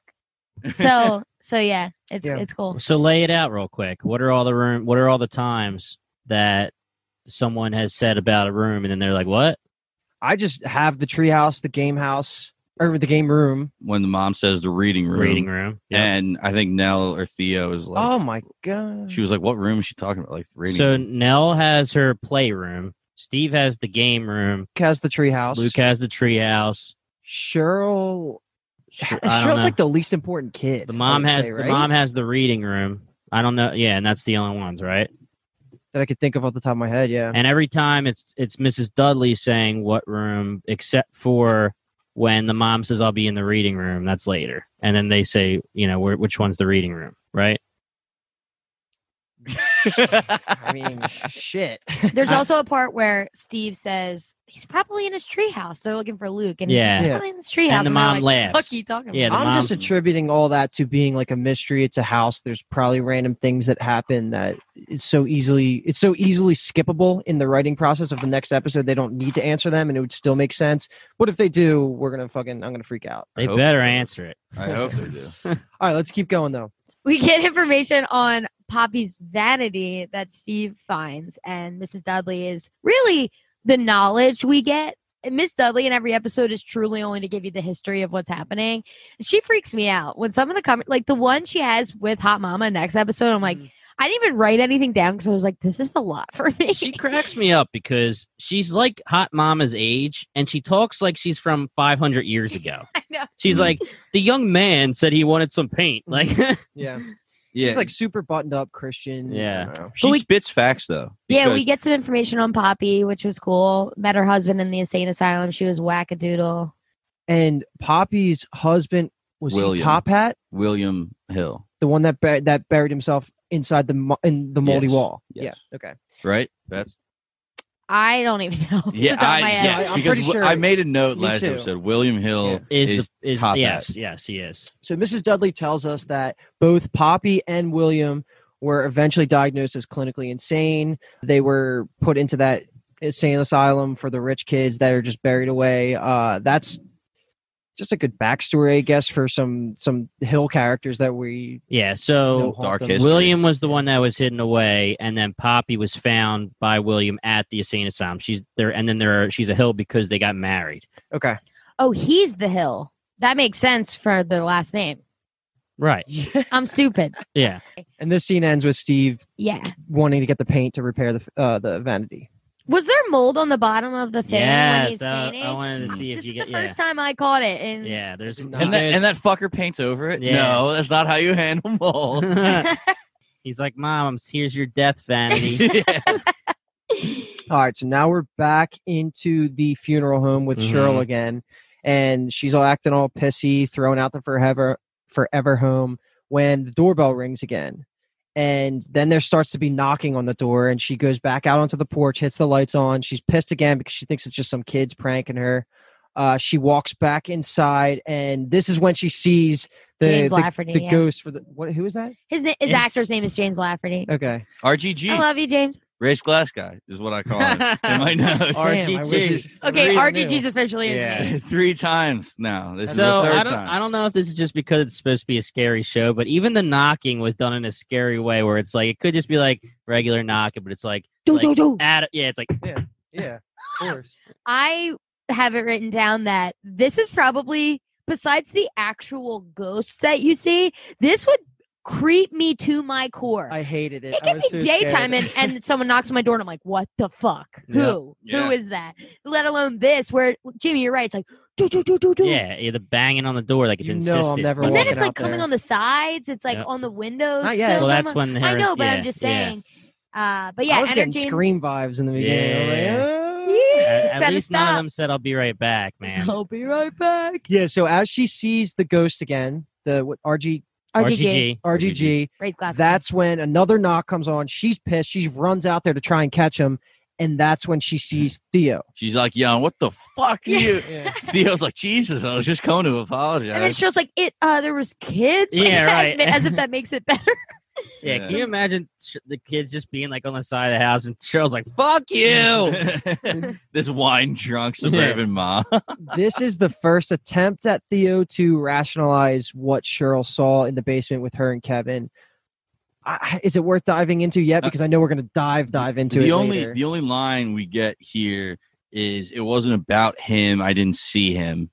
Speaker 2: So, so yeah, it's
Speaker 4: Yeah.
Speaker 2: it's cool.
Speaker 5: So lay it out real quick. What are all the room? What are all the times that someone has said about a room, and then they're like, "What?"
Speaker 4: I just have the treehouse, the game house, or the game room.
Speaker 3: when the mom says the reading room,
Speaker 5: Reading room. Yeah.
Speaker 3: and I think Nell or Theo is like,
Speaker 4: Oh my god!
Speaker 3: she was like, "What room is she talking about?" Like the reading.
Speaker 5: So
Speaker 3: room.
Speaker 5: Nell has her playroom. Steve has the game room.
Speaker 4: Luke has the treehouse.
Speaker 5: Luke has the treehouse.
Speaker 4: (laughs) Cheryl.
Speaker 5: Sh- I don't
Speaker 4: Cheryl's
Speaker 5: know.
Speaker 4: like the least important kid.
Speaker 5: the
Speaker 4: I
Speaker 5: mom
Speaker 4: would
Speaker 5: has
Speaker 4: say,
Speaker 5: the
Speaker 4: right?
Speaker 5: mom has the reading room. I don't know. Yeah, and that's the only ones, right?
Speaker 4: that I could think of off the top of my
Speaker 3: (laughs)
Speaker 4: head. Yeah.
Speaker 5: And every time it's it's Mrs. Dudley saying what room, except for when the mom says I'll be in the reading room. That's later, and then they say, you know, where, which one's the reading room, right?
Speaker 4: I mean,
Speaker 3: (laughs)
Speaker 4: shit.
Speaker 2: There's
Speaker 4: I-
Speaker 2: also a part where Steve says he's probably in his treehouse. They're looking for Luke, and
Speaker 5: Yeah.
Speaker 2: he's, like,
Speaker 4: Yeah.
Speaker 2: "He's probably in his treehouse.
Speaker 5: And the
Speaker 2: they're
Speaker 5: mom
Speaker 2: like,
Speaker 5: laughs.
Speaker 2: Fuck you talking
Speaker 5: Yeah, the
Speaker 2: about?
Speaker 4: (laughs) I'm just
Speaker 5: mom-
Speaker 4: attributing all that to being like a mystery. It's a house. There's probably random things that happen that it's so easily it's so easily skippable in the writing process of the next episode. They don't need to answer them, and it would still make sense. But if they do, we're gonna fucking I'm gonna freak out.
Speaker 5: They
Speaker 3: hope
Speaker 5: better
Speaker 3: so.
Speaker 2: (laughs)
Speaker 5: answer it.
Speaker 3: I hope they do.
Speaker 4: All right, let's keep going though.
Speaker 2: (laughs) We get information on Poppy's vanity that Steve finds, and Mrs. Dudley is really the knowledge we get Miss Dudley in every episode is truly only to give you the history of what's happening. She freaks me out when some of the comments, like the one she has with Hot Mama next episode, I'm like,
Speaker 3: Mm.
Speaker 5: Mhm.
Speaker 2: I didn't even write anything down because I was like, this is a lot for me. (laughs)
Speaker 5: she cracks me up because she's like hot mama's age and she talks like she's from 500
Speaker 2: (laughs)
Speaker 5: years ago
Speaker 2: I know.
Speaker 5: she's
Speaker 3: Mhm.
Speaker 2: (laughs)
Speaker 5: like the young man said he wanted some paint like
Speaker 2: Mm-hmm.
Speaker 5: (laughs)
Speaker 4: Yeah.
Speaker 3: Yeah,
Speaker 4: She's like super buttoned up Christian. I
Speaker 5: Yeah.
Speaker 4: don't know.
Speaker 3: she
Speaker 2: But we-
Speaker 3: spits facts though.
Speaker 2: Yeah, we
Speaker 3: because-
Speaker 2: get some information on Poppy, which was cool. Met her husband in the insane asylum. She was wackadoodle.
Speaker 4: And Poppy's husband was he
Speaker 3: William.
Speaker 4: Top Hat,
Speaker 3: William Hill,
Speaker 4: the one that bur- that buried himself inside the mo- in the moldy
Speaker 3: Yes.
Speaker 4: wall.
Speaker 3: Yes.
Speaker 4: Yeah. Okay.
Speaker 3: right?
Speaker 2: (laughs)
Speaker 3: That's
Speaker 2: I don't even (laughs) know. off the
Speaker 3: yeah,
Speaker 2: top of
Speaker 3: I,
Speaker 2: my head.
Speaker 3: yes,
Speaker 4: I- I'm
Speaker 3: because
Speaker 4: pretty
Speaker 3: w-
Speaker 4: sure-
Speaker 3: I made a note
Speaker 4: Me
Speaker 3: last
Speaker 4: too.
Speaker 3: episode. William Hill
Speaker 4: Yeah.
Speaker 5: is,
Speaker 3: is
Speaker 5: the is
Speaker 3: top
Speaker 5: yes
Speaker 3: hat.
Speaker 5: yes he is
Speaker 4: So Mrs. Dudley tells us that both Poppy and William were eventually diagnosed as clinically insane. They were put into that insane asylum for the rich kids that are just buried away. Uh, that's just a good backstory, I guess, for some some Hill characters that we
Speaker 5: yeah
Speaker 4: know
Speaker 5: so
Speaker 4: haunt
Speaker 3: Dark
Speaker 4: them.
Speaker 3: history.
Speaker 5: William was the one that was hidden away, and then Poppy was found by William at the insane asylum. She's there, and then there she's a hill because they got married.
Speaker 4: Okay.
Speaker 2: Oh, he's the hill. That makes sense for the last name. (laughs)
Speaker 5: Right?
Speaker 2: I'm stupid.
Speaker 5: Yeah.
Speaker 4: And this scene ends with Steve
Speaker 2: Yeah.
Speaker 4: wanting to get the paint to repair the uh, the vanity.
Speaker 2: Was there mold on the bottom of the thing when
Speaker 5: Yes. uh,
Speaker 2: he's
Speaker 5: I,
Speaker 2: painting?
Speaker 5: I wanted to
Speaker 3: Mm.
Speaker 5: see if
Speaker 2: this
Speaker 5: you
Speaker 2: is
Speaker 5: get
Speaker 2: the
Speaker 5: yeah.
Speaker 2: first time I caught it. And
Speaker 5: yeah. There's
Speaker 4: And
Speaker 3: and that, and that
Speaker 5: there's-
Speaker 3: fucker paints over it.
Speaker 5: Yeah.
Speaker 3: No, that's not how you handle
Speaker 5: (laughs)
Speaker 3: mold.
Speaker 2: (laughs)
Speaker 5: he's like, "Mom, I'm- here's your
Speaker 3: (laughs)
Speaker 5: death vanity."
Speaker 3: (laughs) Yeah.
Speaker 4: All right, so now we're back into the funeral home with Cheryl
Speaker 5: Mhm.
Speaker 4: again, and she's all acting all pissy, throwing out the forever forever home when the doorbell rings again. And then there starts to be knocking on the door, and she goes back out onto the porch, hits the lights on. She's pissed again because she thinks it's just some kids pranking her. Uh, she walks back inside, and this is when she sees the
Speaker 2: James
Speaker 4: the,
Speaker 2: Lafferty.
Speaker 4: the
Speaker 2: yeah.
Speaker 4: ghost for the what? Who is that?
Speaker 2: His, na- his
Speaker 5: It's-
Speaker 2: actor's name is James Lafferty.
Speaker 4: Okay,
Speaker 2: I
Speaker 3: RGG,
Speaker 2: love you, James.
Speaker 3: race glass guy, is what I call him in my notes.
Speaker 4: Damn, I
Speaker 5: RGG.
Speaker 4: wish it's- I
Speaker 2: Okay,
Speaker 4: really knew.
Speaker 2: RGG's officially his
Speaker 5: Yeah.
Speaker 2: name.
Speaker 3: (laughs) Three times now. This is
Speaker 5: So
Speaker 3: the
Speaker 5: I
Speaker 3: third
Speaker 5: don't,
Speaker 3: time.
Speaker 5: I don't know if this is just because it's supposed to be a scary show, but even the knocking was done in a scary way, where it's like it could just be like regular knocking, but it's like
Speaker 2: Do,
Speaker 5: like,
Speaker 2: do, do.
Speaker 5: Ad- yeah, it's like
Speaker 4: Yeah, of course.
Speaker 2: I have it written down that this is probably, besides the actual ghosts that you see, this would creep me to my core.
Speaker 4: I hated it.
Speaker 2: it
Speaker 4: I
Speaker 2: could
Speaker 4: was
Speaker 2: be
Speaker 4: so scared.
Speaker 2: daytime and, and someone knocks on my door and I'm like, what the fuck?
Speaker 5: Yeah.
Speaker 2: Who?
Speaker 3: Yeah.
Speaker 2: Who is that? Let alone this, where Jimmy, you're right. It's like, do, do, do, do, do.
Speaker 5: yeah, yeah, the banging on the door, like it's
Speaker 4: You know I'm
Speaker 5: insistent.
Speaker 4: never
Speaker 2: And then
Speaker 4: walking
Speaker 2: it's like
Speaker 4: out
Speaker 2: coming
Speaker 4: there.
Speaker 2: on the sides. It's like
Speaker 5: Yeah.
Speaker 2: on the windows.
Speaker 4: Not yet.
Speaker 5: well,
Speaker 2: sills. I'm
Speaker 5: that's
Speaker 2: like-
Speaker 5: when
Speaker 2: I
Speaker 5: her-
Speaker 2: know, but
Speaker 5: yeah,
Speaker 2: I'm just
Speaker 5: yeah.
Speaker 2: saying. Uh, but yeah,
Speaker 4: I was
Speaker 2: Enter
Speaker 4: getting
Speaker 2: Jane's-
Speaker 4: scream vibes in the beginning. I was like, "Ah."
Speaker 2: (laughs) Yeah,
Speaker 5: (laughs) At, at
Speaker 2: better
Speaker 5: least none
Speaker 2: stop.
Speaker 5: of them said, "I'll be right back,
Speaker 2: (laughs)
Speaker 5: man."
Speaker 2: I'll be right back.
Speaker 4: Yeah. So as she sees the ghost again, the what, RG,
Speaker 2: RGG,
Speaker 5: RGG.
Speaker 4: RGG,
Speaker 2: raise glass.
Speaker 4: that's when another knock comes on. She's pissed. She runs out there to try and catch him, and that's when she sees Theo.
Speaker 3: She's like, "Yo, what the fuck, are
Speaker 2: Yeah.
Speaker 5: (laughs)
Speaker 3: you?"
Speaker 4: Yeah.
Speaker 3: Theo's like, "Jesus, I was just coming to apologize."
Speaker 2: And then Cheryl's like, "It, uh, there was kids." Like,
Speaker 5: Yeah,
Speaker 2: as
Speaker 5: right.
Speaker 2: ma- as, if that makes it better.
Speaker 5: Yeah,
Speaker 3: Yeah.
Speaker 5: can you imagine sh- the kids just being like on the side of the house and Cheryl's like, "Fuck
Speaker 3: (laughs)
Speaker 5: you."
Speaker 3: this wine drunk suburban mom.
Speaker 4: this is the first attempt at Theo to rationalize what Cheryl saw in the basement with her and Kevin. I, is it worth diving into yet?
Speaker 3: Uh,
Speaker 4: Because I know we're going to dive dive into
Speaker 3: the
Speaker 4: it
Speaker 3: only
Speaker 4: later.
Speaker 3: the only line we get here is it wasn't about him. I didn't see him.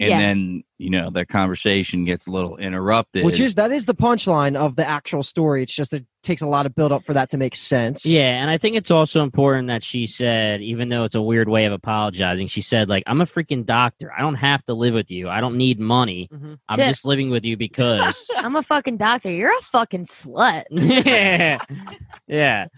Speaker 3: And
Speaker 2: Yeah.
Speaker 3: then you know that conversation gets a little interrupted.
Speaker 4: Which is that is the punchline of the actual story. It's just it takes a lot of build up for that to make sense.
Speaker 5: Yeah, and I think it's also important that she said, even though it's a weird way of apologizing, she said, like, I'm a freaking doctor. I don't have to live with you. I don't need money.
Speaker 4: Mhm.
Speaker 5: I'm
Speaker 2: Tip.
Speaker 5: just living with
Speaker 2: (laughs)
Speaker 5: you because (laughs)
Speaker 2: I'm a fucking doctor. You're a fucking slut.
Speaker 5: Yeah. Yeah.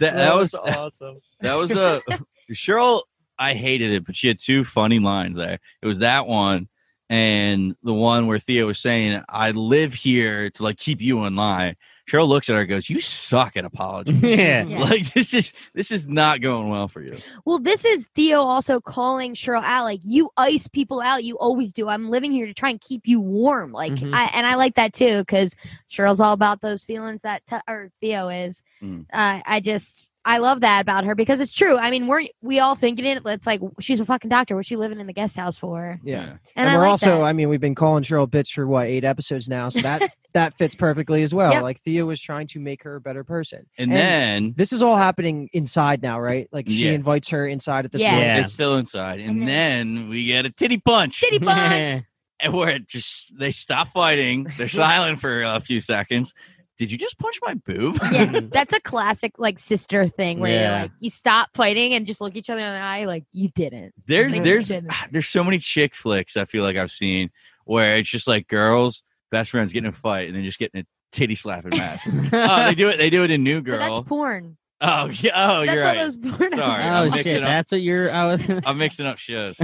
Speaker 3: that, that was
Speaker 4: awesome.
Speaker 3: that was a (laughs) Cheryl. I hated it, but she had two funny lines there. It was that one and the one where Theo was saying, "I live here to like keep you in line." Cheryl looks at her, and goes, "You suck at apologies."
Speaker 5: (laughs) Yeah.
Speaker 2: Yeah.
Speaker 3: (laughs) Like this is this is not going well for you.
Speaker 2: Well, this is Theo also calling Cheryl out. Like, you ice people out. You always do. I'm living here to try and keep you warm. Like,
Speaker 5: Mhm.
Speaker 2: I and I like that too because Cheryl's all about those feelings that t- or Theo is.
Speaker 3: Mm.
Speaker 2: Uh, I just I love that about her because it's true. I mean, we're we all thinking it. It's like she's a fucking doctor. What's she living in the guest house for?
Speaker 4: (laughs) Yeah.
Speaker 2: And,
Speaker 4: And,
Speaker 2: I
Speaker 4: we're
Speaker 2: like
Speaker 4: also,
Speaker 2: that. (laughs)
Speaker 4: I mean, we've been calling Cheryl a bitch for what eight episodes now, so that that fits perfectly as well.
Speaker 2: Yep.
Speaker 4: Like Thea was trying to make her a better person.
Speaker 3: and then
Speaker 4: this is all happening inside now, right? Like she
Speaker 3: Yeah.
Speaker 4: invites her inside at this
Speaker 2: Yeah.
Speaker 4: point.
Speaker 5: Yeah.
Speaker 3: it's still inside, and
Speaker 2: Mhm.
Speaker 3: then we get a titty punch,
Speaker 2: Titty punch.
Speaker 3: (laughs)
Speaker 5: (laughs)
Speaker 3: and where it just they stop fighting, they're silent for a few seconds. Did you just punch my boob?
Speaker 2: yeah, that's a classic like sister thing where
Speaker 5: Yeah.
Speaker 2: you're like you stop fighting and just look each other in the eye like you didn't.
Speaker 3: there's
Speaker 2: Like, you
Speaker 3: there's ah,
Speaker 2: didn't.
Speaker 3: there's so many chick flicks I feel like I've seen where it's just like girls best friends getting in a fight and then just getting a titty slapping
Speaker 2: (laughs)
Speaker 3: match. oh, they do it. They do it in New
Speaker 2: But
Speaker 3: Girl.
Speaker 2: that's porn.
Speaker 3: oh yeah. Oh,
Speaker 2: that's
Speaker 3: you're
Speaker 2: all
Speaker 3: right.
Speaker 2: those porn.
Speaker 3: Sorry.
Speaker 2: episodes.
Speaker 3: I'm
Speaker 5: oh
Speaker 3: mixing
Speaker 5: shit!
Speaker 3: up.
Speaker 5: That's what you're. I was. (laughs)
Speaker 3: I'm mixing
Speaker 2: (laughs)
Speaker 3: up shows.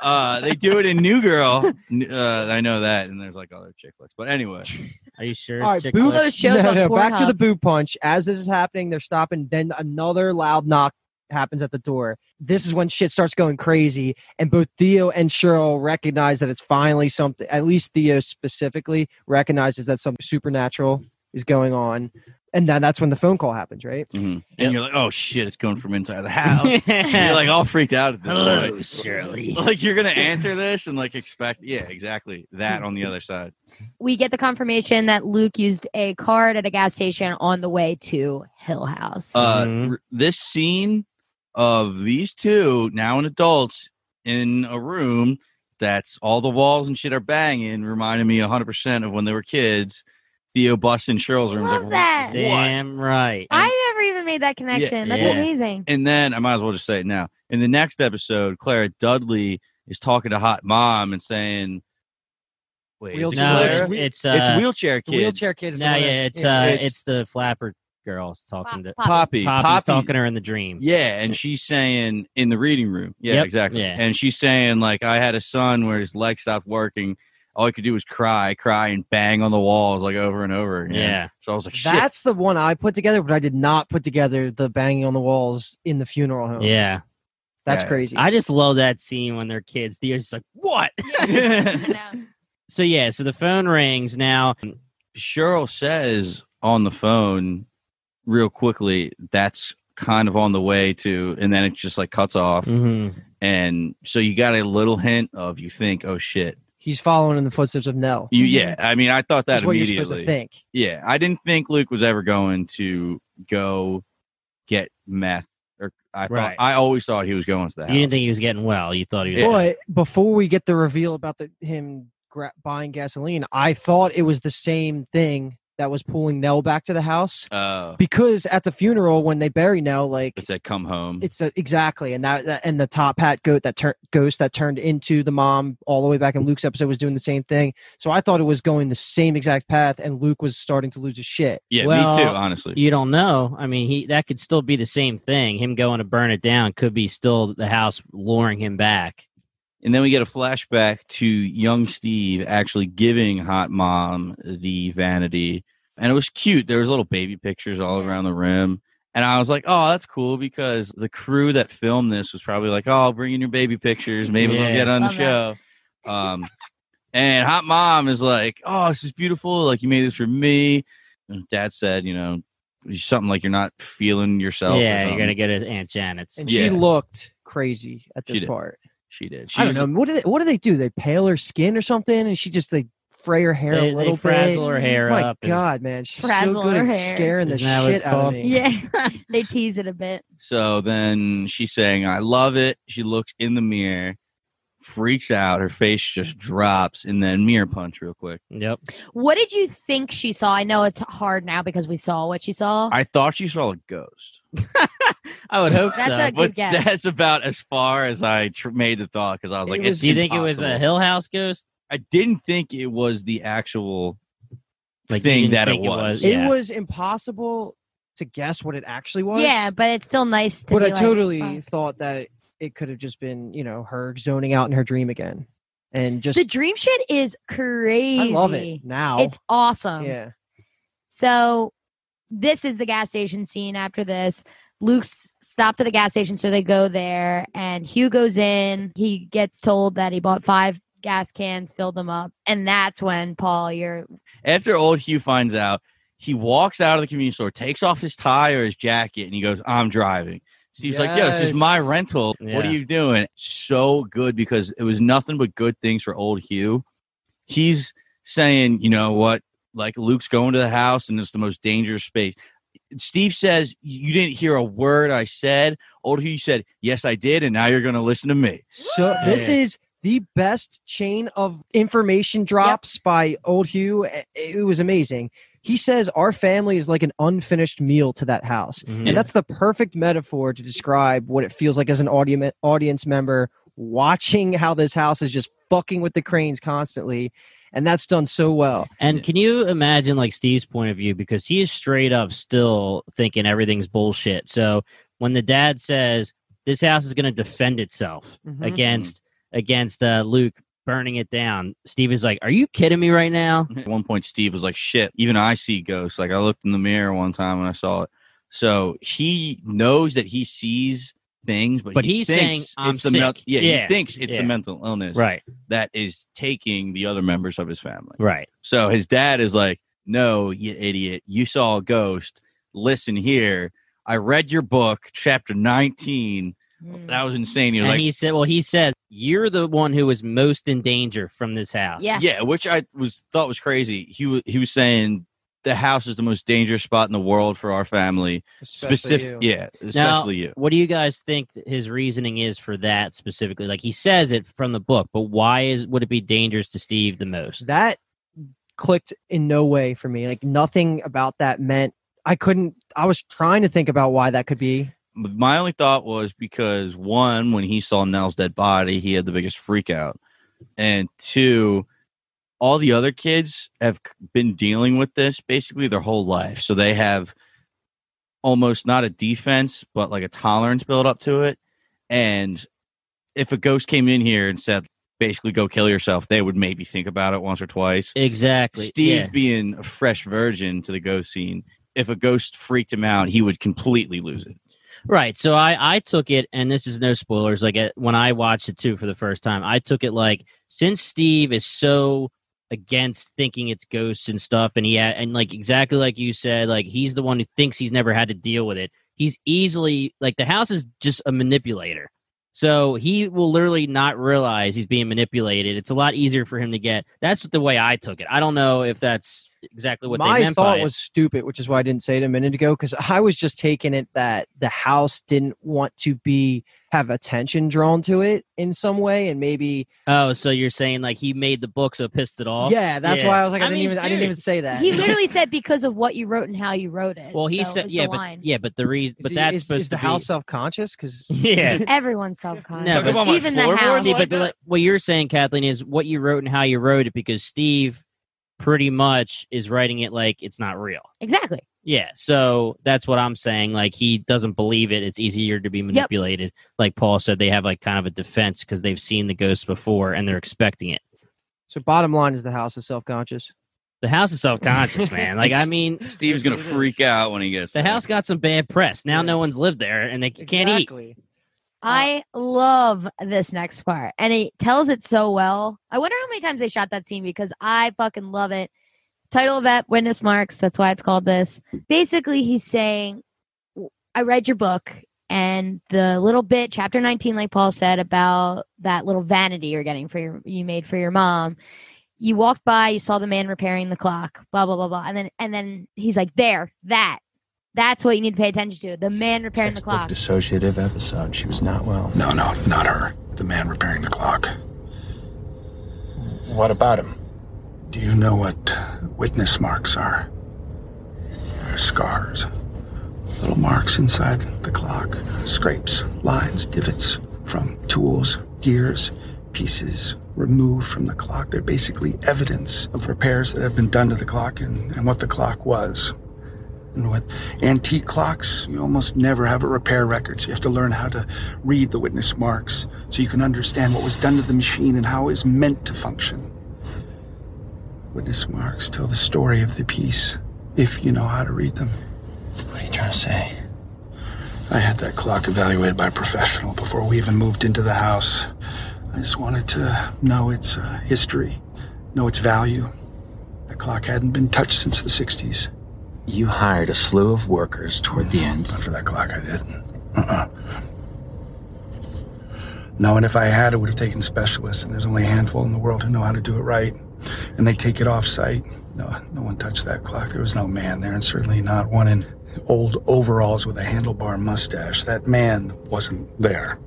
Speaker 3: Uh, they do it in New Girl. N- Uh, I know that, and there's like other chick flicks. But anyway,
Speaker 5: Are you sure?
Speaker 4: All
Speaker 5: it's
Speaker 4: right,
Speaker 5: chick
Speaker 4: boob-
Speaker 2: All
Speaker 5: flick?
Speaker 2: those shows
Speaker 4: no,
Speaker 2: on
Speaker 4: no, back to the
Speaker 2: Pornhub.
Speaker 4: boot punch. As this is happening, they're stopping. Then another loud knock happens at the door. This is when shit starts going crazy, and both Theo and Cheryl recognize that it's finally something. At least Theo specifically recognizes that something supernatural is going on, and then that's when the phone call happens, right?
Speaker 3: and
Speaker 5: Yep.
Speaker 3: you're like, oh shit, it's going from inside the
Speaker 2: (laughs)
Speaker 3: house.
Speaker 5: (laughs) Yeah.
Speaker 3: you're like all freaked out at this
Speaker 5: hello,
Speaker 3: point. (laughs)
Speaker 5: Oh, Shirley.
Speaker 3: Like
Speaker 2: (laughs)
Speaker 3: you're gonna answer this and like expect, yeah, exactly that
Speaker 2: Hmm.
Speaker 3: on the other side.
Speaker 2: we get the confirmation that Luke used a card at a gas station on the way to Hill House.
Speaker 3: Uh,
Speaker 5: Mhm.
Speaker 3: r- this scene of these two now in adults in a room that's all the walls and shit are banging reminded me 100% of when they were kids. Theo Bust in Cheryl's room.
Speaker 2: Love
Speaker 3: like,
Speaker 2: that.
Speaker 5: Damn right.
Speaker 2: I never even made that connection. That's
Speaker 5: Yeah.
Speaker 2: amazing.
Speaker 3: And then I might as well just say it now. In the next episode, Clara Dudley is talking to Hot Mom and saying, "Wait, is it
Speaker 4: Wheelchair-
Speaker 5: no,
Speaker 3: Clara?
Speaker 4: It's
Speaker 5: it's
Speaker 4: wheel-
Speaker 5: it's, uh,
Speaker 3: It's wheelchair
Speaker 4: The
Speaker 3: kid,
Speaker 4: wheelchair kid. Is the
Speaker 5: no,
Speaker 4: one
Speaker 5: yeah,
Speaker 4: that-
Speaker 5: it's uh,
Speaker 3: it's-
Speaker 5: it's, the flapper girls talking to
Speaker 2: Pop-
Speaker 3: Poppy.
Speaker 5: Poppy's
Speaker 3: Poppy-
Speaker 5: talking to her in the dream.
Speaker 3: Yeah, and she's saying in the reading room. Yeah,
Speaker 5: Yep,
Speaker 3: exactly.
Speaker 5: yeah.
Speaker 3: And she's saying like I had a son where his leg stopped working. All he could do was cry, cry, and bang on the walls like over and over again.
Speaker 5: Yeah.
Speaker 3: So I was like, shit.
Speaker 4: That's the one I put together, but I did not put together the banging on the walls in the funeral home.
Speaker 5: Yeah.
Speaker 4: that's
Speaker 3: Yeah.
Speaker 4: crazy.
Speaker 5: I just love that scene when they're kids. They're just like, what?
Speaker 2: I know.
Speaker 5: So yeah, so the phone rings now.
Speaker 3: Cheryl says on the phone real quickly. That's kind of on the way to, and then it just like cuts off.
Speaker 4: Mm.
Speaker 5: Mhm.
Speaker 3: And so you got a little hint of you think, oh shit.
Speaker 4: He's following in the footsteps of Nell.
Speaker 3: You yeah. I mean, I thought that
Speaker 4: That's Mm-hmm. what you're supposed
Speaker 3: immediately.
Speaker 4: to think.
Speaker 3: Yeah, I didn't think Luke was ever going to go get meth. Or I
Speaker 5: Right.
Speaker 3: thought I always thought he was going to that.
Speaker 5: You didn't think he was getting well. You thought he was.
Speaker 4: But before we get the reveal about the, him gra- buying gasoline, I thought it was the same thing that was pulling Nell back to the house
Speaker 3: uh,
Speaker 4: because at the funeral when they bury Nell, like
Speaker 3: it said come home.
Speaker 4: it's a, exactly and that, that- and the top hat goat that tur- ghost that turned into the mom all the way back in Luke's episode was doing the same thing. So I thought it was going the same exact path, and Luke was starting to lose his shit.
Speaker 3: yeah,
Speaker 5: well,
Speaker 3: me too. Honestly,
Speaker 5: You don't know. I mean, he that could still be the same thing. Him going to burn it down could be still the house luring him back.
Speaker 3: and then we get a flashback to young Steve actually giving Hot Mom the vanity, and it was cute. There was little baby pictures all around the room. And I was like, "Oh, that's cool," because the crew that filmed this was probably like, "Oh, bring in your baby pictures. Maybe they'll
Speaker 5: Yeah.
Speaker 3: get on the
Speaker 2: Love that.
Speaker 3: show." Um, and hot mom is like, "Oh, this is beautiful. Like you made this for me." And dad said, "You know, something like you're not feeling yourself." or
Speaker 5: yeah, you're
Speaker 3: something.
Speaker 5: gonna get it, Aunt Janet's.
Speaker 4: And
Speaker 3: Yeah.
Speaker 4: she looked crazy at
Speaker 3: She
Speaker 4: this
Speaker 3: did.
Speaker 4: part.
Speaker 3: She did. She
Speaker 4: I don't
Speaker 3: was-
Speaker 4: know what do they what do they do? They pale her skin or something, and she just like fray her hair
Speaker 5: They,
Speaker 4: a
Speaker 5: they
Speaker 4: little bit.
Speaker 5: frazzle her hair
Speaker 4: My
Speaker 5: up. and-
Speaker 4: God, man, she's
Speaker 2: Frazzle
Speaker 4: so good
Speaker 2: her
Speaker 4: at
Speaker 2: hair.
Speaker 4: scaring the
Speaker 5: Isn't that what it's
Speaker 4: shit out of
Speaker 5: called?
Speaker 4: me.
Speaker 2: Yeah, (laughs) they tease it a bit.
Speaker 3: So then she's saying, "I love it." She looks in the mirror, freaks out. Her face just drops, and then mirror punch real quick.
Speaker 5: yep.
Speaker 2: What did you think she saw? I know it's hard now because we saw what she saw.
Speaker 3: I thought she saw a ghost,
Speaker 5: I would hope
Speaker 2: That's
Speaker 5: so.
Speaker 2: a- Good
Speaker 3: but
Speaker 2: guess.
Speaker 3: that's about as far as I tr- made the thought because I was
Speaker 4: It
Speaker 3: like,
Speaker 4: was-
Speaker 3: it's
Speaker 5: Do you think it was a
Speaker 3: impossible.
Speaker 5: Hill House ghost?
Speaker 3: I didn't think it was the actual
Speaker 5: Like, you
Speaker 3: thing
Speaker 5: didn't
Speaker 3: that it
Speaker 5: think it
Speaker 3: was.
Speaker 5: was-
Speaker 4: It
Speaker 5: Yeah.
Speaker 4: was impossible to guess what it actually was.
Speaker 2: yeah, but it's still nice to.
Speaker 4: but
Speaker 2: be
Speaker 4: I
Speaker 2: like, oh.
Speaker 4: totally
Speaker 2: fuck.
Speaker 4: thought that it, it could have just been you know her zoning out in her dream again, and just
Speaker 2: the dream shit is crazy.
Speaker 4: I love it now.
Speaker 2: It's um, awesome.
Speaker 4: yeah,
Speaker 2: So this is the gas station scene after this. Luke's stopped at a gas station, so they go there, and Hugh goes in. He gets told that he bought five gas cans, filled them up, and that's when Paul, you're
Speaker 3: After old Hugh finds out, he walks out of the convenience store, takes off his tie or his jacket, and he goes, I'm driving. Steve's like, Yo, this is my
Speaker 4: Yes.
Speaker 3: rental. What
Speaker 5: Yeah.
Speaker 3: are you doing? So good because it was nothing but good things for old Hugh. He's saying, You know what? like Luke's going to the house and it's the most dangerous space. Steve says, You didn't hear a word I said. Old Hugh said, Yes, I did. And now you're going to listen to me.
Speaker 4: So this
Speaker 3: Yeah.
Speaker 4: is the best chain of information drops by Old Hugh. I- It was amazing. He says our family is like an unfinished meal to that house.
Speaker 5: Mhm.
Speaker 4: And that's the perfect metaphor to describe what it feels like as an audience audience member watching how this house is just fucking with the cranes constantly. And that's done so well.
Speaker 5: And can you imagine like Steve's point of view because he is straight up still thinking everything's bullshit. So when the dad says this house is going to defend itself
Speaker 3: Mm-hmm.
Speaker 5: against against uh, Luke burning it down, Steve is like, "Are you kidding me right now?"
Speaker 3: At one point, Steve was like, Shit, even I see ghosts. Like, I looked in the mirror one time and I saw it. So he knows that he sees things, but,
Speaker 5: But
Speaker 3: he
Speaker 5: he's saying,
Speaker 3: thinks
Speaker 5: "I'm
Speaker 3: it's the men-
Speaker 5: sick."
Speaker 3: yeah,
Speaker 5: Yeah.
Speaker 3: he thinks it's
Speaker 5: Yeah.
Speaker 3: the mental illness
Speaker 5: Right,
Speaker 3: that is taking the other members of his family.
Speaker 5: right.
Speaker 3: So his dad is like, No, you idiot. You saw a ghost. Listen here. I read your book, chapter 19.
Speaker 2: Mm.
Speaker 3: That was insane. He was
Speaker 5: and
Speaker 3: like,
Speaker 5: he said, "Well, he says you're the one who is most in danger from this house."
Speaker 2: Yeah.
Speaker 3: yeah, which I was thought was crazy. He was he was saying the house is the most dangerous spot in the world for our family. Specific, yeah, especially you.
Speaker 5: What do you guys think th- his reasoning is for that specifically? Like he says it from the book, but why is would it be dangerous to Steve the most?
Speaker 4: That clicked in no way for me. Like nothing about that meant I couldn't I was trying to think about why that could be.
Speaker 3: My only thought was because one, when he saw Nell's dead body, he had the biggest freak out, and two, all the other kids have c- been dealing with this basically their whole life, so they have almost not a defense, but like a tolerance built up to it, and if a ghost came in here and said basically go kill yourself they would maybe think about it once or twice
Speaker 5: Exactly.
Speaker 3: Steve
Speaker 5: yeah.
Speaker 3: being a fresh virgin to the ghost scene, if a ghost freaked him out, he would completely lose it.
Speaker 5: Right. So I I took it, and this is no spoilers. Like uh, when I watched it too for the first time, I took it like since Steve is so against thinking it's ghosts and stuff, and he ha- and like exactly like you said, like he's the one who thinks he's never had to deal with it. He's easily like the house is just a manipulator. So he will literally not realize he's being manipulated. It's a lot easier for him to get. That's the way I took it. I don't know if that's exactly what they
Speaker 4: my
Speaker 5: meant by
Speaker 4: thought
Speaker 5: it.
Speaker 4: was stupid, which is why I didn't say it a minute ago because I was just taking it that the house didn't want to be have attention drawn to it in some way, and maybe
Speaker 5: Oh, so you're saying like he made the book, so pissed it off.
Speaker 4: yeah, that's
Speaker 5: yeah.
Speaker 4: why I was like, I,
Speaker 5: I
Speaker 4: didn't
Speaker 5: mean,
Speaker 4: even, I didn't
Speaker 5: dude,
Speaker 4: even say that. (laughs)
Speaker 2: He
Speaker 5: (laughs)
Speaker 2: literally said because of what you wrote and how you wrote it.
Speaker 5: Well, he
Speaker 2: so
Speaker 5: said,
Speaker 2: is
Speaker 5: yeah,
Speaker 2: the
Speaker 5: but
Speaker 2: line.
Speaker 5: yeah, but the reason,
Speaker 4: Is
Speaker 5: but
Speaker 4: he-
Speaker 5: that's
Speaker 4: is-
Speaker 5: supposed
Speaker 4: is
Speaker 5: to
Speaker 4: the
Speaker 5: be
Speaker 4: house self conscious because
Speaker 5: (laughs) Yeah.
Speaker 2: Everyone's self-conscious.
Speaker 5: No, but-
Speaker 3: Come on, my
Speaker 2: even the
Speaker 3: floorboard
Speaker 2: house.
Speaker 5: See,
Speaker 3: like
Speaker 5: but the-
Speaker 3: that?
Speaker 5: what you're saying, Kathleen, is what you wrote and how you wrote it, because Steve pretty much is writing it like it's not real.
Speaker 2: Exactly.
Speaker 5: Yeah, so that's what I'm saying. Like he doesn't believe it. It's easier to be manipulated. Like Paul said, they have like kind of a defense because they've seen the ghosts before and they're expecting it.
Speaker 4: so. Bottom line is the house is self conscious.
Speaker 5: The house is self conscious, man.
Speaker 4: (laughs)
Speaker 5: Like I mean,
Speaker 3: Steve's gonna
Speaker 4: It is.
Speaker 3: freak out when he gets
Speaker 5: the
Speaker 3: there.
Speaker 5: house got some bad press. Now
Speaker 4: Yeah.
Speaker 5: no one's lived there and they can't eat.
Speaker 2: I love this next part. And he tells it so well. I wonder how many times they shot that scene because I fucking love it. Title of that witness marks. That's why it's called this. Basically, he's saying, w- I read your book and the little bit, chapter 19, like Paul said, about that little vanity you're getting for your, you made for your mom. You walked by, you saw the man repairing the clock, blah, blah, blah, blah. And then, and then he's like, there, that. That's what you need to pay attention to. The man repairing the clock.
Speaker 1: Dissociative episode. She was not well.
Speaker 6: No, no, not her. The man repairing the clock.
Speaker 1: What about him?
Speaker 6: Do you know what witness marks are? They're scars. Little marks inside the clock. Scrapes, lines, divots from tools, gears, pieces removed from the clock. They're basically evidence of repairs that have been done to the clock and, and what the clock was. And with antique clocks, you almost never have a repair record, so you have to learn how to read the witness marks so you can understand what was done to the machine and how it was meant to function. Witness marks tell the story of the piece, if you know how to read them.
Speaker 1: What are you trying to say?
Speaker 6: I had that clock evaluated by a professional before we even moved into the house. I just wanted to know its uh, history, know its value. The clock hadn't been touched since the 60s.
Speaker 1: You hired a slew of workers toward the end.
Speaker 6: Not for that clock, I did. Uh-uh. No, and if I had, it would have taken specialists, and there's only a handful in the world who know how to do it right. And they take it off site, No, no one touched that clock. There was no man there, and certainly not one in old overalls with a handlebar mustache. That man wasn't there.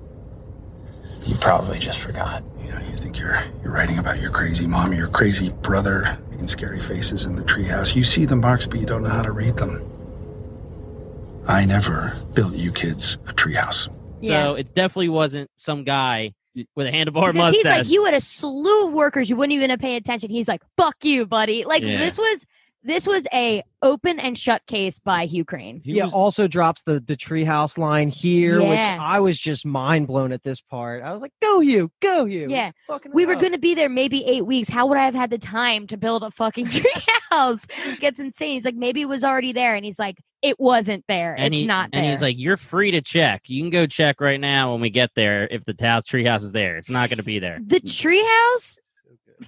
Speaker 1: You probably just forgot.
Speaker 6: You know, you think you're you're writing about your crazy mom, your crazy brother, and scary faces in the treehouse. You see the marks, but you don't know how to read them. I never built you kids a treehouse.
Speaker 2: yeah.
Speaker 5: So it definitely wasn't some guy with a handlebar
Speaker 2: Because he's
Speaker 5: mustache.
Speaker 2: like, you had a slew of workers. You wouldn't even have paid attention. He's like, fuck you, buddy. Like
Speaker 5: Yeah.
Speaker 2: this was this was a open and shut case by Hugh Crane.
Speaker 5: He
Speaker 4: yeah,
Speaker 5: was-
Speaker 4: also drops the the treehouse line here, which
Speaker 2: Yeah.
Speaker 4: I was just mind blown at this part. I was like, "Go you, go you!"
Speaker 2: Yeah.
Speaker 4: He's fucking
Speaker 2: We
Speaker 4: it
Speaker 2: were
Speaker 4: up.
Speaker 2: going to be there maybe eight weeks. How would I have had the time to build a fucking (laughs) treehouse? Gets insane. He's like, maybe it was already there, and he's like, it wasn't there.
Speaker 5: and
Speaker 2: it's
Speaker 5: he,
Speaker 2: not there.
Speaker 5: And he's like, "You're free to check. You can go check right now when we get there. If the ta- treehouse is there, it's not going to be there."
Speaker 2: the treehouse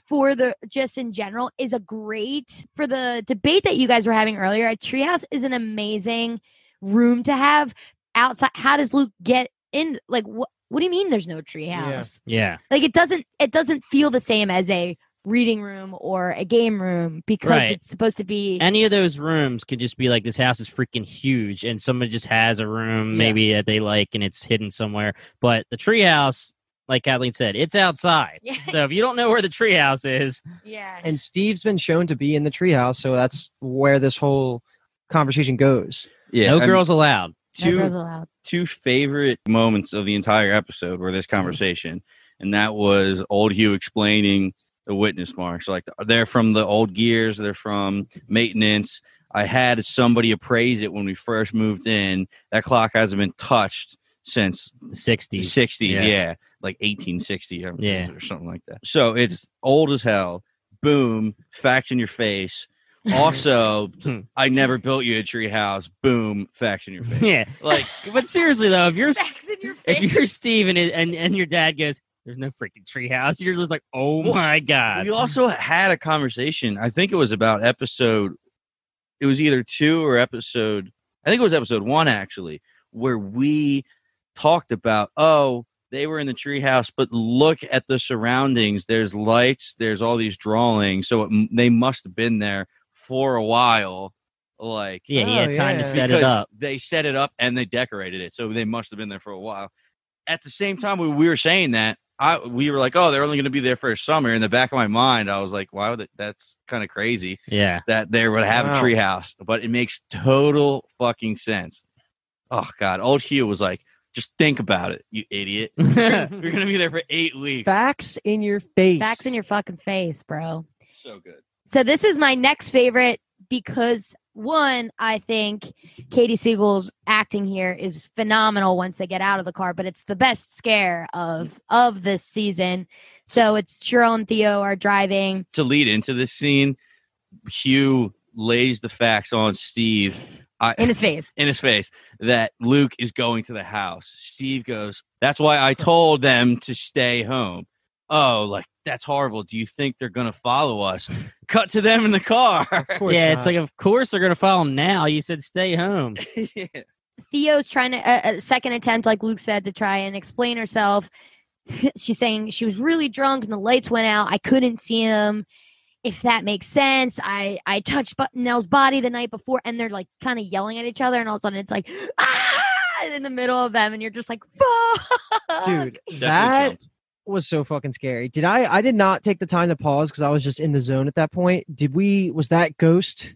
Speaker 2: for the just in general is a great for the debate that you guys were having earlier. A treehouse is an amazing room to have outside. How does Luke get in? Like, what what do you mean? There's no treehouse? (laughs)
Speaker 5: Yeah,
Speaker 2: Like, it doesn't it doesn't feel the same as a reading room or a game room because
Speaker 5: Right.
Speaker 2: it's supposed to be.
Speaker 5: any of those rooms could just be like, "This house is freaking huge," and somebody just has a room
Speaker 4: Yeah.
Speaker 5: maybe that they like, and it's hidden somewhere. But the treehouse, like Kathleen said, it's outside.
Speaker 2: Yeah.
Speaker 5: So if you don't know where the treehouse is,
Speaker 2: yeah.
Speaker 4: And Steve's been shown to be in the treehouse, so that's where this whole conversation goes.
Speaker 3: Yeah,
Speaker 5: no
Speaker 3: I mean,
Speaker 5: girls allowed.
Speaker 2: That
Speaker 3: two
Speaker 2: girl's allowed.
Speaker 3: two favorite moments of the entire episode were this conversation, and that was old Hugh explaining the witness marks. Like they're from the old gears, they're from maintenance. I had somebody appraise it when we first moved in. That clock hasn't been touched since
Speaker 5: The Sixties.
Speaker 3: the 60s
Speaker 5: Yeah.
Speaker 3: yeah, like 1860 or,
Speaker 5: Yeah.
Speaker 3: or something like that so it's old as hell boom facts in your
Speaker 5: (laughs)
Speaker 3: face also
Speaker 5: Hmm.
Speaker 3: i never built you a tree house boom facts in your face
Speaker 5: (laughs) yeah.
Speaker 3: like
Speaker 5: But seriously though, if you're
Speaker 2: Facts in your face.
Speaker 5: if you're Steve and, it- and and your dad goes, "There's no freaking treehouse," you're just like, "Oh my god!"
Speaker 3: we also had a conversation i think it was about episode it was either two or episode i think it was episode one actually where we talked about oh they were in the treehouse but look at the surroundings there's lights there's all these drawings so it, they must have been there for a while like
Speaker 5: Yeah, he
Speaker 4: Oh,
Speaker 5: had time to
Speaker 4: yeah.
Speaker 5: set it
Speaker 3: because
Speaker 5: up.
Speaker 3: They set it up and they decorated it, so they must have been there for a while. At the same time, we, we were saying that I we were like, oh, they're only going to be there for a summer. In the back of my mind, I was like, wow, that, that's kind of crazy
Speaker 4: (laughs)
Speaker 5: Yeah.
Speaker 3: that they would have
Speaker 4: Wow.
Speaker 3: a treehouse, but it makes total fucking sense. Oh God, old Hugh was like, just think about it, you
Speaker 5: (laughs)
Speaker 3: idiot. You're going to be there for eight weeks.
Speaker 4: Facts in your face.
Speaker 2: Facts in your fucking face, bro.
Speaker 3: so good.
Speaker 2: So this is my next favorite because one, I think Katie Siegel's acting here is phenomenal once they get out of the car, but it's the best scare of of this season. So it's Cheryl and Theo are driving.
Speaker 3: to lead into this scene, Hugh lays the facts on Steve. I,
Speaker 2: In his face.
Speaker 3: In his face that Luke is going to the house. Steve goes, That's why I told them to stay home. Oh, like that's horrible. Do you think they're gonna follow us? Cut to them in the car.
Speaker 4: Of
Speaker 3: (laughs)
Speaker 4: course
Speaker 5: yeah, it's
Speaker 4: not.
Speaker 5: like, of course they're gonna follow him now. You said stay home.
Speaker 3: yeah.
Speaker 2: Theo's trying to a, a second attempt, like Luke said, to try and explain herself. (laughs) She's saying she was really drunk and the lights went out. I couldn't see him. If that makes sense, I I touched Buttonell's body the night before, and they're like kind of yelling at each other, and all of a sudden it's like (laughs) ah in the middle of them, and you're just like, (laughs) fuck,
Speaker 4: dude,
Speaker 3: Definitely
Speaker 4: that
Speaker 3: jumped.
Speaker 4: was so fucking scary. Did I? I did not take the time to pause because I was just in the zone at that point. Did we? Was that ghost?
Speaker 2: It was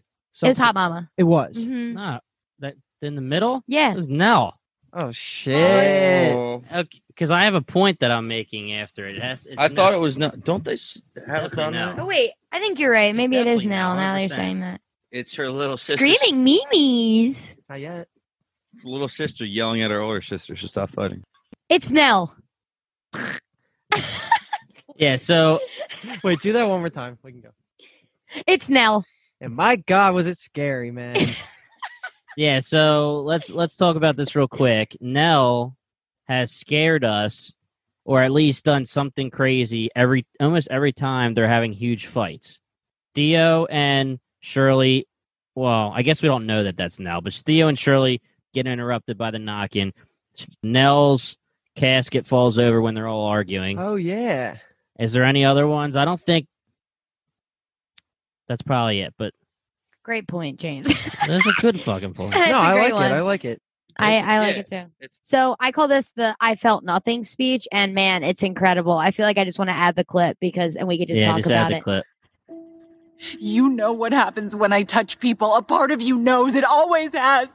Speaker 4: something?
Speaker 2: hot, mama.
Speaker 4: It was.
Speaker 2: Mhm.
Speaker 5: no, that in the middle. It
Speaker 2: Yeah,
Speaker 5: was no,
Speaker 4: Oh shit!
Speaker 5: Oh. because I have a point that I'm making after it. Has,
Speaker 3: I thought it was not don't they s- have
Speaker 5: Definitely
Speaker 3: a comment?
Speaker 5: no.
Speaker 2: but wait, I think you're right. Maybe it is
Speaker 5: definitely
Speaker 2: now.
Speaker 5: now,
Speaker 2: Now they're
Speaker 5: 100%.
Speaker 2: saying that
Speaker 3: It's her little sister
Speaker 2: screaming memes.
Speaker 4: Not yet.
Speaker 3: little sister yelling at her older sister to stop fighting.
Speaker 2: It's Nell.
Speaker 5: yeah. So
Speaker 4: Wait, do that one more time. We can go.
Speaker 2: It's Nell.
Speaker 4: And my God, was it
Speaker 2: (coughs)
Speaker 4: scary, man!
Speaker 5: yeah, so let's let's talk about this real quick. Nell has scared us, or at least done something crazy every almost every time they're having huge fights. Theo and Shirley. Well, I guess we don't know that that's Nell, but Theo and Shirley get interrupted by the knocking. Nell's casket falls over when they're all arguing.
Speaker 4: oh yeah.
Speaker 5: Is there any other ones? I don't think. That's probably it. But
Speaker 2: Great point, (laughs) James.
Speaker 5: that's a good fucking point.
Speaker 2: That's
Speaker 4: no,
Speaker 2: a
Speaker 4: I
Speaker 2: great
Speaker 4: like
Speaker 2: one.
Speaker 4: it. I like it.
Speaker 2: I,
Speaker 3: It's-
Speaker 2: I like
Speaker 3: yeah,
Speaker 2: it too.
Speaker 3: it's-
Speaker 2: So I call this the I felt nothing speech, and man, it's incredible. I feel like I just want to add the clip because, and we could (laughs) just
Speaker 5: yeah,
Speaker 2: talk
Speaker 5: just
Speaker 2: about
Speaker 5: add the
Speaker 2: it.
Speaker 5: clip.
Speaker 7: You know what happens when I touch people. A part of you knows it always has.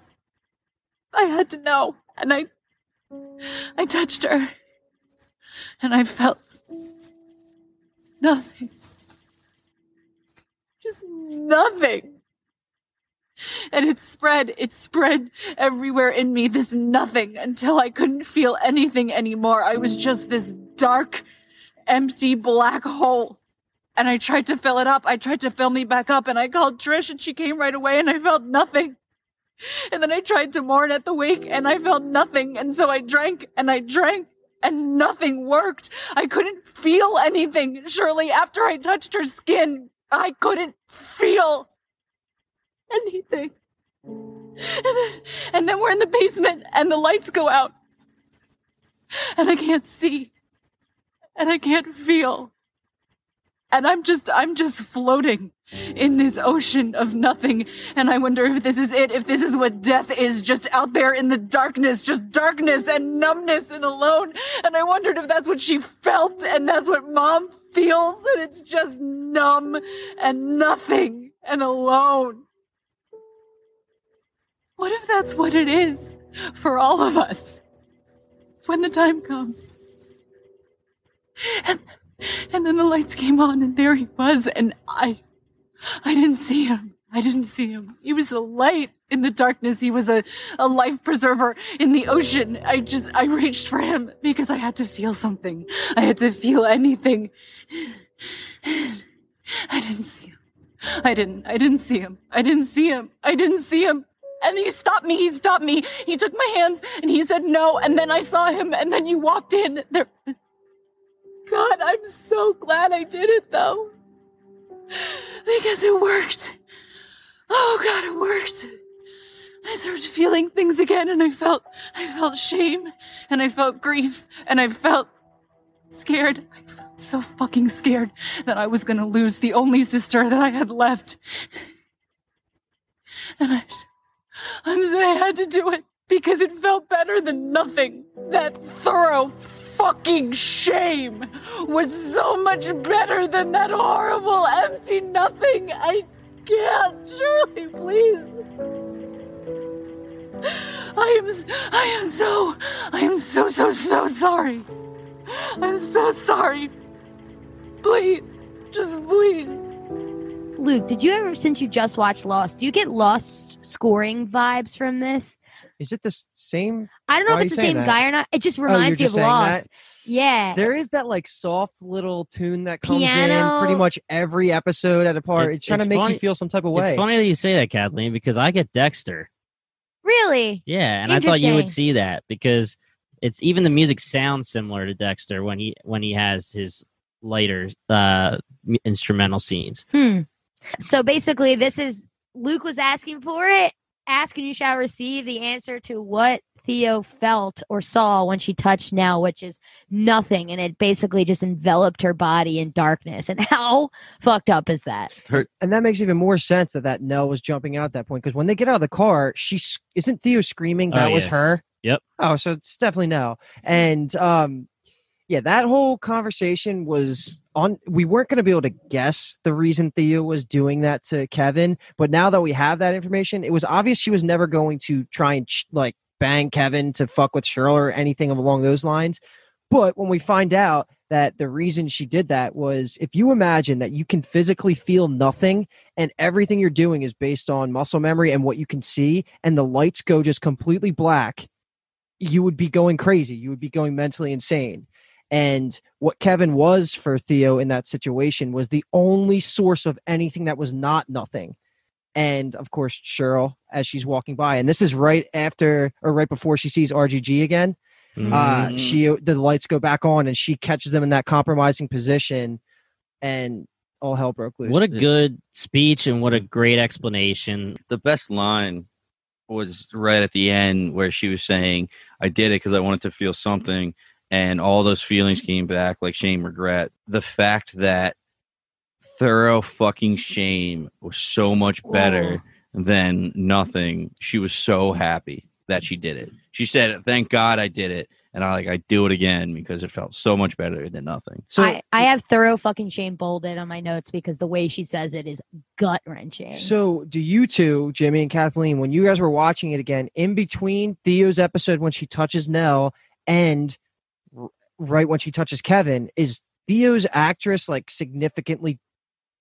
Speaker 7: I had to know, and I I touched her. And I felt nothing. Just nothing. And it spread, it spread everywhere in me, this nothing, until I couldn't feel anything anymore. I was just this dark, empty black hole and I tried to fill it up. I tried to fill me back up and I called Trish and she came right away and I felt nothing. And then I tried to mourn at the wake and I felt nothing. And so I drank and I drank and nothing worked. I couldn't feel anything. Surely after I touched her skin, I couldn't feel anything. And then, and then we're in the basement and the lights go out and I can't see and I can't feel and I'm just I'm just floating in this ocean of nothing and I wonder if this is it if this is what death is just out there in the darkness just darkness and numbness and alone and I wondered if that's what she felt and that's what mom feels and it's just numb and nothing and alone What if that's what it is for all of us when the time comes and then the lights came on, and there he was, and I, I didn't see him. I didn't see him. He was a light in the darkness. He was a, a life preserver in the ocean. I just, I reached for him because I had to feel something. I had to feel anything. I didn't see him. I didn't, I didn't see him. I didn't see him. I didn't see him. And he stopped me. He stopped me. He took my hands and he said no. And then I saw him. And then you walked in. There, God, I'm so glad I did it though. Because it worked. Oh God, it worked. I started feeling things again and I felt I felt shame and I felt grief and I felt scared. I felt so fucking scared that I was gonna lose the only sister that I had left. And I I'm I had to do it because it felt better than nothing. That thorough fucking shame was so much better than that horrible empty nothing. I can't, surely, please. I am, s- I am so, I am so, so, so sorry. I'm so sorry. Please, just please.
Speaker 2: Luke, did you ever, since you just watched Lost, do you get Lost scoring vibes from this?
Speaker 4: Is it the s- same?
Speaker 2: I don't know
Speaker 4: Why are
Speaker 2: if it's
Speaker 4: you
Speaker 2: the
Speaker 4: saying
Speaker 2: same
Speaker 4: that?
Speaker 2: guy or not. It just
Speaker 4: you're
Speaker 2: reminds
Speaker 4: just
Speaker 2: you of
Speaker 4: saying that?
Speaker 2: Lost. Yeah.
Speaker 4: There is that like soft little tune that comes in
Speaker 2: Piano.
Speaker 4: pretty much every episode at a part.
Speaker 5: It's-
Speaker 4: It's, trying
Speaker 5: it's
Speaker 4: to make
Speaker 5: funny-
Speaker 4: you feel some type of way.
Speaker 5: It's funny that you say that, Kathleen, because I get Dexter.
Speaker 2: really?
Speaker 5: Yeah, and I thought you
Speaker 2: Interesting.
Speaker 5: would see that because it's even the music sounds similar to Dexter when he when he has his later uh m- instrumental scenes.
Speaker 2: Hmm. So basically, this is Luke was asking for it. Ask and you shall receive the answer to what Theo felt or saw when she touched Nell, which is nothing. And it basically just enveloped her body in darkness. And (laughs) how fucked up is that?
Speaker 4: and that makes even more sense that that Nell was jumping out at that point because when they get out of the car, she s- isn't Theo screaming
Speaker 5: Oh,
Speaker 4: that was
Speaker 5: yeah.
Speaker 4: her.
Speaker 5: Yep. Mm-hmm.
Speaker 4: Oh, so it's definitely Nell. And um, yeah, that whole conversation was on. We weren't going to be able to guess the reason Theo was doing that to Kevin, but now that we have that information, it was obvious she was never going to try and ch- like bang Kevin to fuck with Cheryl or anything along those lines. But when we find out that the reason she did that was if you imagine that you can physically feel nothing and everything you're doing is based on muscle memory and what you can see, and the lights go just completely black, you would be going crazy. You would be going mentally insane. And what Kevin was for Theo in that situation was the only source of anything that was not nothing. And of course, Cheryl, as she's walking by, and this is right after or right before she sees RGG again uh,
Speaker 2: Hmm.
Speaker 5: Mm.
Speaker 3: Mhm.
Speaker 4: she the lights go back on and she catches them in that compromising position and all hell broke loose
Speaker 5: What a good speech and what a great explanation.
Speaker 3: the best line was right at the end where she was saying, "I did it because I wanted to feel something," and all those feelings came back, like shame, regret. The fact that thorough fucking shame was so much better than nothing. She was so happy that she did it. She said, "Thank God I did it." And I like I do it again because it felt so much better than nothing.
Speaker 4: So
Speaker 2: I, I have thorough fucking shame bolded on my notes because the way she says it is gut wrenching.
Speaker 4: So, do you two, Jimmy and Kathleen, when you guys were watching it again, in between Theo's episode when she touches Nell and r- right when she touches Kevin, is Theo's actress like significantly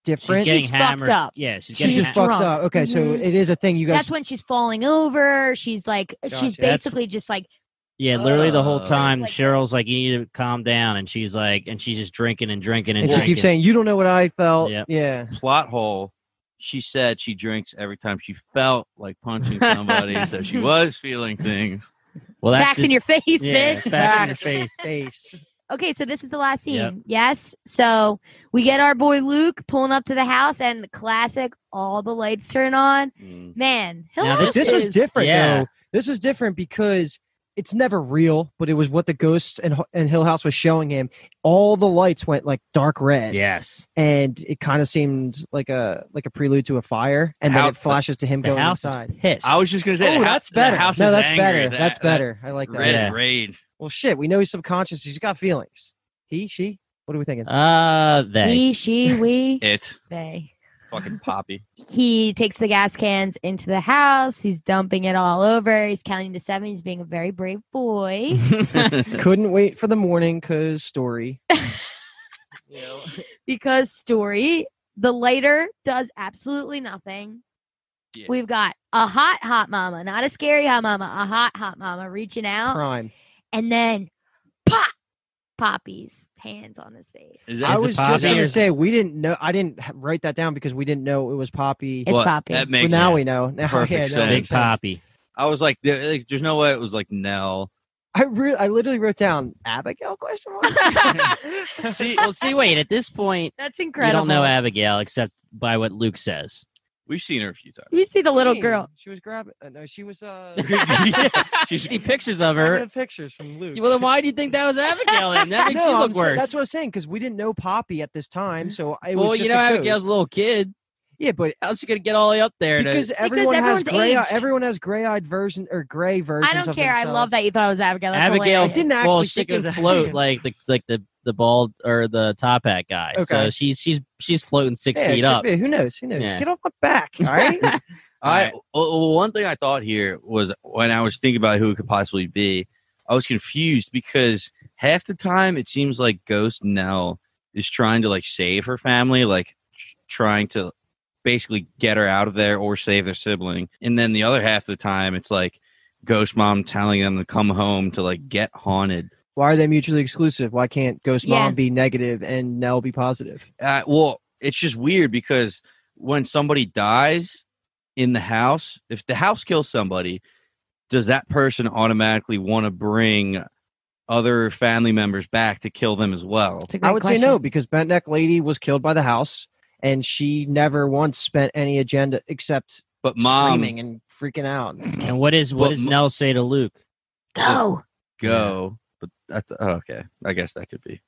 Speaker 4: different?
Speaker 5: She's getting
Speaker 2: She's fucked
Speaker 5: hammered.
Speaker 2: up.
Speaker 5: Yeah, she's
Speaker 4: She's
Speaker 5: getting
Speaker 4: just
Speaker 5: ha-
Speaker 4: fucked
Speaker 2: drunk.
Speaker 4: up. Okay, so
Speaker 2: Mhm.
Speaker 4: it is a thing you guys.
Speaker 2: That's when she's falling over. She's like, she's
Speaker 4: Gotcha. That's-
Speaker 2: basically just like,
Speaker 5: Yeah, literally the whole
Speaker 3: Oh.
Speaker 5: time
Speaker 2: Like-
Speaker 5: Cheryl's like, "You need to calm down," and she's like, and she's just drinking and drinking and,
Speaker 4: and she
Speaker 5: drinking.
Speaker 4: keeps saying, "You don't know what I felt."
Speaker 5: Yep.
Speaker 4: Yeah.
Speaker 3: Plot hole. She said she drinks every time she felt like punching somebody, so
Speaker 4: (laughs)
Speaker 3: she was feeling things.
Speaker 5: "Well, that's
Speaker 2: facts in
Speaker 5: just-
Speaker 2: your face,
Speaker 5: yeah,
Speaker 2: bitch.
Speaker 5: facts in your
Speaker 4: Facts.
Speaker 5: face."
Speaker 4: Face.
Speaker 2: Okay, so this is the last scene.
Speaker 5: Yep.
Speaker 2: Yes. So we get our boy Luke pulling up to the house and the classic, all the lights turn on.
Speaker 3: Mm.
Speaker 2: Man,
Speaker 5: Now,
Speaker 2: Hillary's
Speaker 4: This was
Speaker 2: is-
Speaker 4: different
Speaker 5: Yeah.
Speaker 4: though. This was different because it's never real, but it was what the ghost and, and Hill House was showing him. All the lights went like dark red.
Speaker 5: Yes,
Speaker 4: and it kind of seemed like a like a prelude to a fire, and
Speaker 3: How-
Speaker 4: then it flashes to him
Speaker 5: the
Speaker 4: going
Speaker 5: house
Speaker 4: inside.
Speaker 5: is pissed.
Speaker 3: I was just gonna say,
Speaker 4: Oh,
Speaker 3: the hou-
Speaker 4: that's
Speaker 3: the
Speaker 4: better.
Speaker 3: house
Speaker 4: no,
Speaker 3: is
Speaker 4: that's
Speaker 3: angry.
Speaker 4: better.
Speaker 3: That-
Speaker 4: that's
Speaker 3: that
Speaker 4: better. I like that.
Speaker 3: Red
Speaker 5: Yeah.
Speaker 3: is rage.
Speaker 4: Well, shit, we know he's subconscious. He's got feelings. He, she. What are we thinking?
Speaker 5: uh, they.
Speaker 2: He, she,
Speaker 3: (laughs)
Speaker 2: we,
Speaker 3: It
Speaker 2: they.
Speaker 3: fucking (laughs) poppy.
Speaker 2: He takes the gas cans into the house. He's dumping it all over. He's counting to seven. He's being a very brave
Speaker 5: Mm-hmm.
Speaker 2: boy.
Speaker 5: (laughs)
Speaker 4: Couldn't wait for the morning because story.
Speaker 2: because story the lighter does absolutely nothing
Speaker 3: Yeah.
Speaker 2: we've got a hot hot mama not a scary hot mama a hot hot mama reaching out
Speaker 4: Crime.
Speaker 2: and then pop poppy's hands on his face
Speaker 3: Is
Speaker 4: I
Speaker 3: that,
Speaker 5: it
Speaker 4: was
Speaker 5: Poppy
Speaker 4: just
Speaker 5: or
Speaker 4: gonna
Speaker 5: is it-
Speaker 4: say we didn't know. I didn't h- write that down because we didn't know it was Poppy.
Speaker 2: It's
Speaker 3: Well,
Speaker 2: Poppy.
Speaker 3: That
Speaker 4: But
Speaker 3: makes
Speaker 4: now
Speaker 3: sense.
Speaker 4: we know. Now,
Speaker 3: perfect
Speaker 4: yeah, now it
Speaker 3: sense.
Speaker 5: Big
Speaker 4: makes sense.
Speaker 5: Poppy.
Speaker 3: I was like, there, like, there's no way it was like Nell.
Speaker 4: I re- I literally wrote down Abigail question mark.
Speaker 5: see, well, see, wait. At this point,
Speaker 2: that's
Speaker 5: you
Speaker 2: incredible
Speaker 5: don't know Abigail except by what Luke says.
Speaker 3: We've seen her a few times.
Speaker 2: you see the little girl
Speaker 4: She was grabbing. Uh, no, she
Speaker 5: (laughs)
Speaker 4: was. Uh,
Speaker 5: She's
Speaker 3: She's-
Speaker 5: pictures of
Speaker 4: grabbing
Speaker 5: her.
Speaker 4: the pictures from Luke.
Speaker 5: Well, then why do you think that was Abigail? Then
Speaker 4: (laughs)
Speaker 5: that makes
Speaker 4: no,
Speaker 5: you
Speaker 4: I'm
Speaker 5: look
Speaker 4: saying-
Speaker 5: worse.
Speaker 4: that's what I'm saying because we didn't know Poppy at this time, so it
Speaker 5: well,
Speaker 4: was just
Speaker 5: you know,
Speaker 4: a
Speaker 5: Abigail's
Speaker 4: ghost.
Speaker 5: a little kid.
Speaker 4: yeah, but
Speaker 5: How's she gonna get all the way up there? To,
Speaker 4: because everyone has
Speaker 2: everyone's
Speaker 4: gray,
Speaker 2: aged.
Speaker 4: everyone has gray-eyed version or gray versions.
Speaker 2: i don't
Speaker 4: of
Speaker 2: care i love
Speaker 4: themselves.
Speaker 2: that you thought it was abigail that's
Speaker 5: Abigail,
Speaker 2: hilarious.
Speaker 4: didn't
Speaker 5: well,
Speaker 4: actually
Speaker 5: she
Speaker 4: think
Speaker 5: can
Speaker 4: of that. (laughs)
Speaker 5: float like the like the the bald or the top hat guy. So
Speaker 4: Okay.
Speaker 5: she's she's she's floating six
Speaker 4: Yeah, it
Speaker 5: feet
Speaker 4: could
Speaker 5: up.
Speaker 4: be. Who knows? Who knows?
Speaker 5: Yeah.
Speaker 4: Get off my back, all right?
Speaker 5: (laughs)
Speaker 3: I well, one thing I thought here was when I was thinking about who it could possibly be, I was confused because half the time it seems like Ghost Nell is trying to like save her family, like tr- trying to basically get her out of there or save their sibling, and then the other half of the time it's like Ghost Mom telling them to come home to like get haunted.
Speaker 4: Why are they mutually exclusive? Why can't Ghost
Speaker 2: Yeah.
Speaker 4: Mom be negative and Nell be positive?
Speaker 3: uh, well, it's just weird because when somebody dies in the house, if the house kills somebody, does that person automatically want to bring other family members back to kill them as well?
Speaker 2: That's a great
Speaker 4: I would
Speaker 2: question.
Speaker 4: say no because bent neck lady was killed by the house, and she never once spent any agenda except
Speaker 3: But mom,
Speaker 4: screaming and freaking out.
Speaker 5: And what is what
Speaker 3: Well,
Speaker 5: does
Speaker 3: m-
Speaker 5: Nell say to Luke?
Speaker 2: go
Speaker 3: go. But that's oh, okay. I guess that could be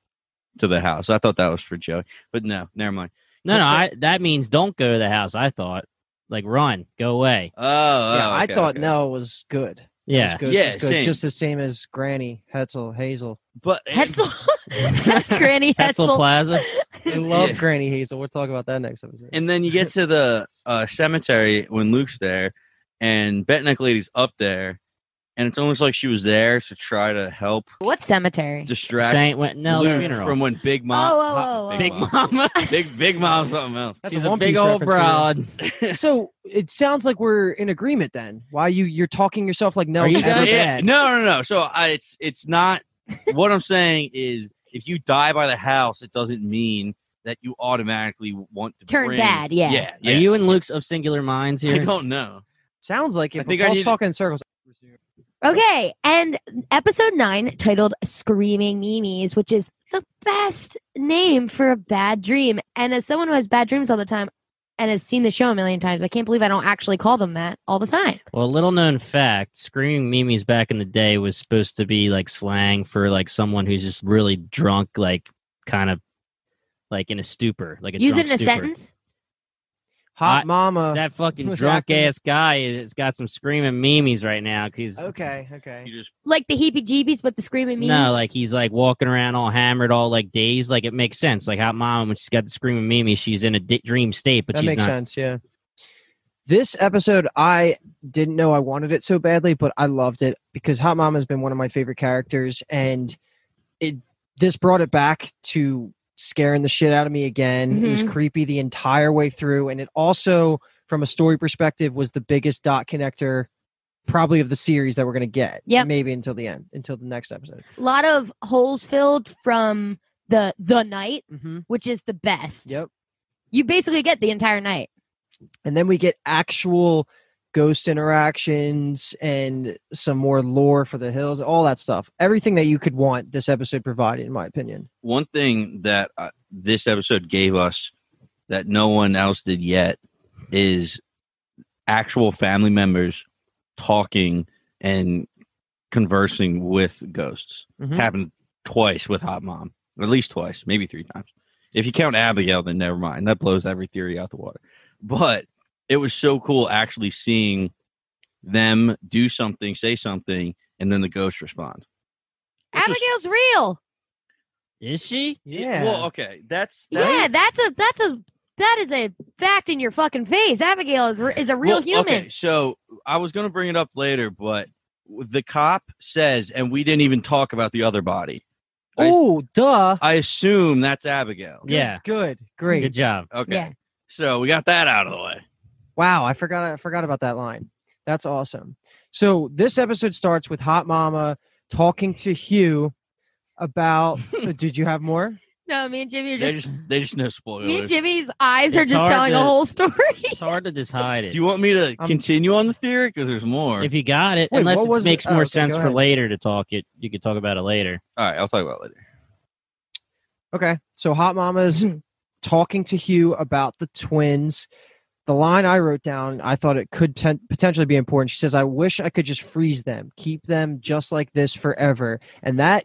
Speaker 3: to the house. I thought that was for Joey, but no, never mind.
Speaker 5: No, no,
Speaker 3: But
Speaker 5: I, that means don't go to the house. I thought, like, run, go away.
Speaker 3: Oh, (laughs) oh,
Speaker 4: yeah, I
Speaker 3: okay,
Speaker 4: thought
Speaker 3: okay.
Speaker 4: Nell was good.
Speaker 5: Yeah,
Speaker 4: Goes-
Speaker 3: Yeah,
Speaker 4: just goes
Speaker 3: same.
Speaker 4: just the same as Granny, Hetzel,
Speaker 3: (laughs)
Speaker 4: Hazel.
Speaker 3: but
Speaker 2: hetzel (laughs)
Speaker 5: (laughs)
Speaker 2: granny
Speaker 5: Hetzel
Speaker 2: hetzel
Speaker 5: Plaza.
Speaker 4: (laughs) I love
Speaker 3: (laughs) Yeah.
Speaker 4: Granny Hazel. We'll talk about that next episode.
Speaker 3: And then you get to the uh, cemetery when Luke's there, and Betneck Lady's up there, and it's almost like she was there to try to help
Speaker 2: what cemetery
Speaker 3: distract
Speaker 5: Saint went Nell's
Speaker 3: Luke
Speaker 5: funeral.
Speaker 3: from when Big Mom.
Speaker 2: Oh, oh, oh, oh.
Speaker 5: Big Mama.
Speaker 3: Big Big Mom, something else.
Speaker 4: That's
Speaker 5: She's
Speaker 4: a
Speaker 5: a,
Speaker 4: One
Speaker 5: big
Speaker 4: Piece
Speaker 5: old
Speaker 4: reference
Speaker 5: broad.
Speaker 4: so it sounds like we're in agreement then. Why you you're talking yourself like Nell?
Speaker 5: Are you
Speaker 3: Yeah,
Speaker 5: guys-
Speaker 3: yeah. No, no, no. So I, it's it's not. what I'm saying is, if you die by the house, it doesn't mean that you automatically want to
Speaker 2: Turn
Speaker 3: bring-
Speaker 2: bad, yeah.
Speaker 3: yeah.
Speaker 5: Are
Speaker 3: yeah.
Speaker 5: you and Luke's of singular minds
Speaker 3: I
Speaker 5: here?
Speaker 3: don't know.
Speaker 4: Sounds like if
Speaker 3: I think I
Speaker 4: we're
Speaker 3: need-
Speaker 4: talking in circles.
Speaker 2: Okay, and episode nine, titled "Screaming Mimes," which is the best name for a bad dream. And as someone who has bad dreams all the time and has seen the show a million times, I can't believe I don't actually call them that all the time.
Speaker 5: Well, little known fact: screaming memes back in the day was supposed to be like slang for like someone who's just really drunk, like kind of like in a stupor, like a
Speaker 2: Use it
Speaker 5: drunk
Speaker 2: in a
Speaker 5: stupor.
Speaker 2: sentence.
Speaker 4: Hot
Speaker 5: I-
Speaker 4: mama.
Speaker 5: That fucking
Speaker 4: was
Speaker 5: drunk
Speaker 4: acting-
Speaker 5: ass guy has got some screaming memes right now because
Speaker 4: okay, okay.
Speaker 3: You just
Speaker 2: Like the heebie jeebies, but the Oh, screaming memes.
Speaker 5: No, like he's like walking around all hammered, all like dazed. Like it makes sense. Like how mom, when she's got the screaming Mimi, she's in a di- dream state, but
Speaker 4: that
Speaker 5: she's
Speaker 4: makes
Speaker 5: not.
Speaker 4: sense. Yeah. This episode, I didn't know I wanted it so badly, but I loved it because Hot Mama has been one of my favorite characters, and it this brought it back to scaring the shit out of me again. It was creepy the entire way through, and it also, from a story perspective, was the biggest dot connector, probably of the series that we're gonna get.
Speaker 2: Yep.
Speaker 4: maybe until the end, until the next episode.
Speaker 2: a lot of holes filled from the the night,
Speaker 4: Mm-hmm.
Speaker 2: which is the best.
Speaker 4: Yep.
Speaker 2: You basically get the entire night.
Speaker 4: and then we get actual ghost interactions and some more lore for the hills all that stuff everything that you could want this episode provided in my opinion
Speaker 3: one thing that uh, this episode gave us that no one else did yet is actual family members talking and conversing with ghosts.
Speaker 4: Mhm.
Speaker 3: Happened twice with Hot Mom, at least twice, maybe three times. If you count Abigail, then never mind. That blows every theory out the water. But it was so cool actually seeing them do something, say something, and then the ghost respond. Which was-
Speaker 2: Abigail's real.
Speaker 5: Is she?
Speaker 4: yeah
Speaker 3: Well, okay. That's, that's
Speaker 2: yeah, that's a that's a that is a fact in your fucking face. Abigail is re- is a real
Speaker 3: Well,
Speaker 2: human.
Speaker 3: Okay, so I was going to bring it up later, but the cop says, and we didn't even talk about the other body. I-
Speaker 4: oh duh
Speaker 3: I assume that's Abigail.
Speaker 4: Good-
Speaker 5: Yeah.
Speaker 4: good great
Speaker 5: Good job.
Speaker 3: Okay.
Speaker 2: Yeah.
Speaker 3: So we got that out of the way.
Speaker 4: Wow, I forgot I forgot about that line. That's awesome. So this episode starts with Hot Mama talking to Hugh about uh, did you have more?
Speaker 2: No, me and Jimmy are
Speaker 3: They
Speaker 2: just,
Speaker 3: just they just know
Speaker 2: me and
Speaker 3: spoilers.
Speaker 2: Jimmy's eyes are
Speaker 5: It's
Speaker 2: just
Speaker 5: hard
Speaker 2: telling a
Speaker 5: to-
Speaker 2: whole (laughs) story.
Speaker 5: It's hard to decide
Speaker 3: Do
Speaker 5: it.
Speaker 3: you want me to
Speaker 4: Um,
Speaker 3: continue on the theory? Because there's more.
Speaker 5: if you got it,
Speaker 4: Wait,
Speaker 5: unless
Speaker 4: what
Speaker 5: it
Speaker 4: was it?
Speaker 5: makes
Speaker 4: Oh,
Speaker 5: more
Speaker 4: okay,
Speaker 5: sense
Speaker 4: go
Speaker 5: for
Speaker 4: ahead.
Speaker 5: later to talk it, you could talk about it later.
Speaker 3: All right, I'll talk about it later.
Speaker 4: Okay. So Hot Mama's talking to Hugh about the twins. The line I wrote down, I thought it could ten- potentially be important. She says, "I wish I could just freeze them, keep them just like this forever." And that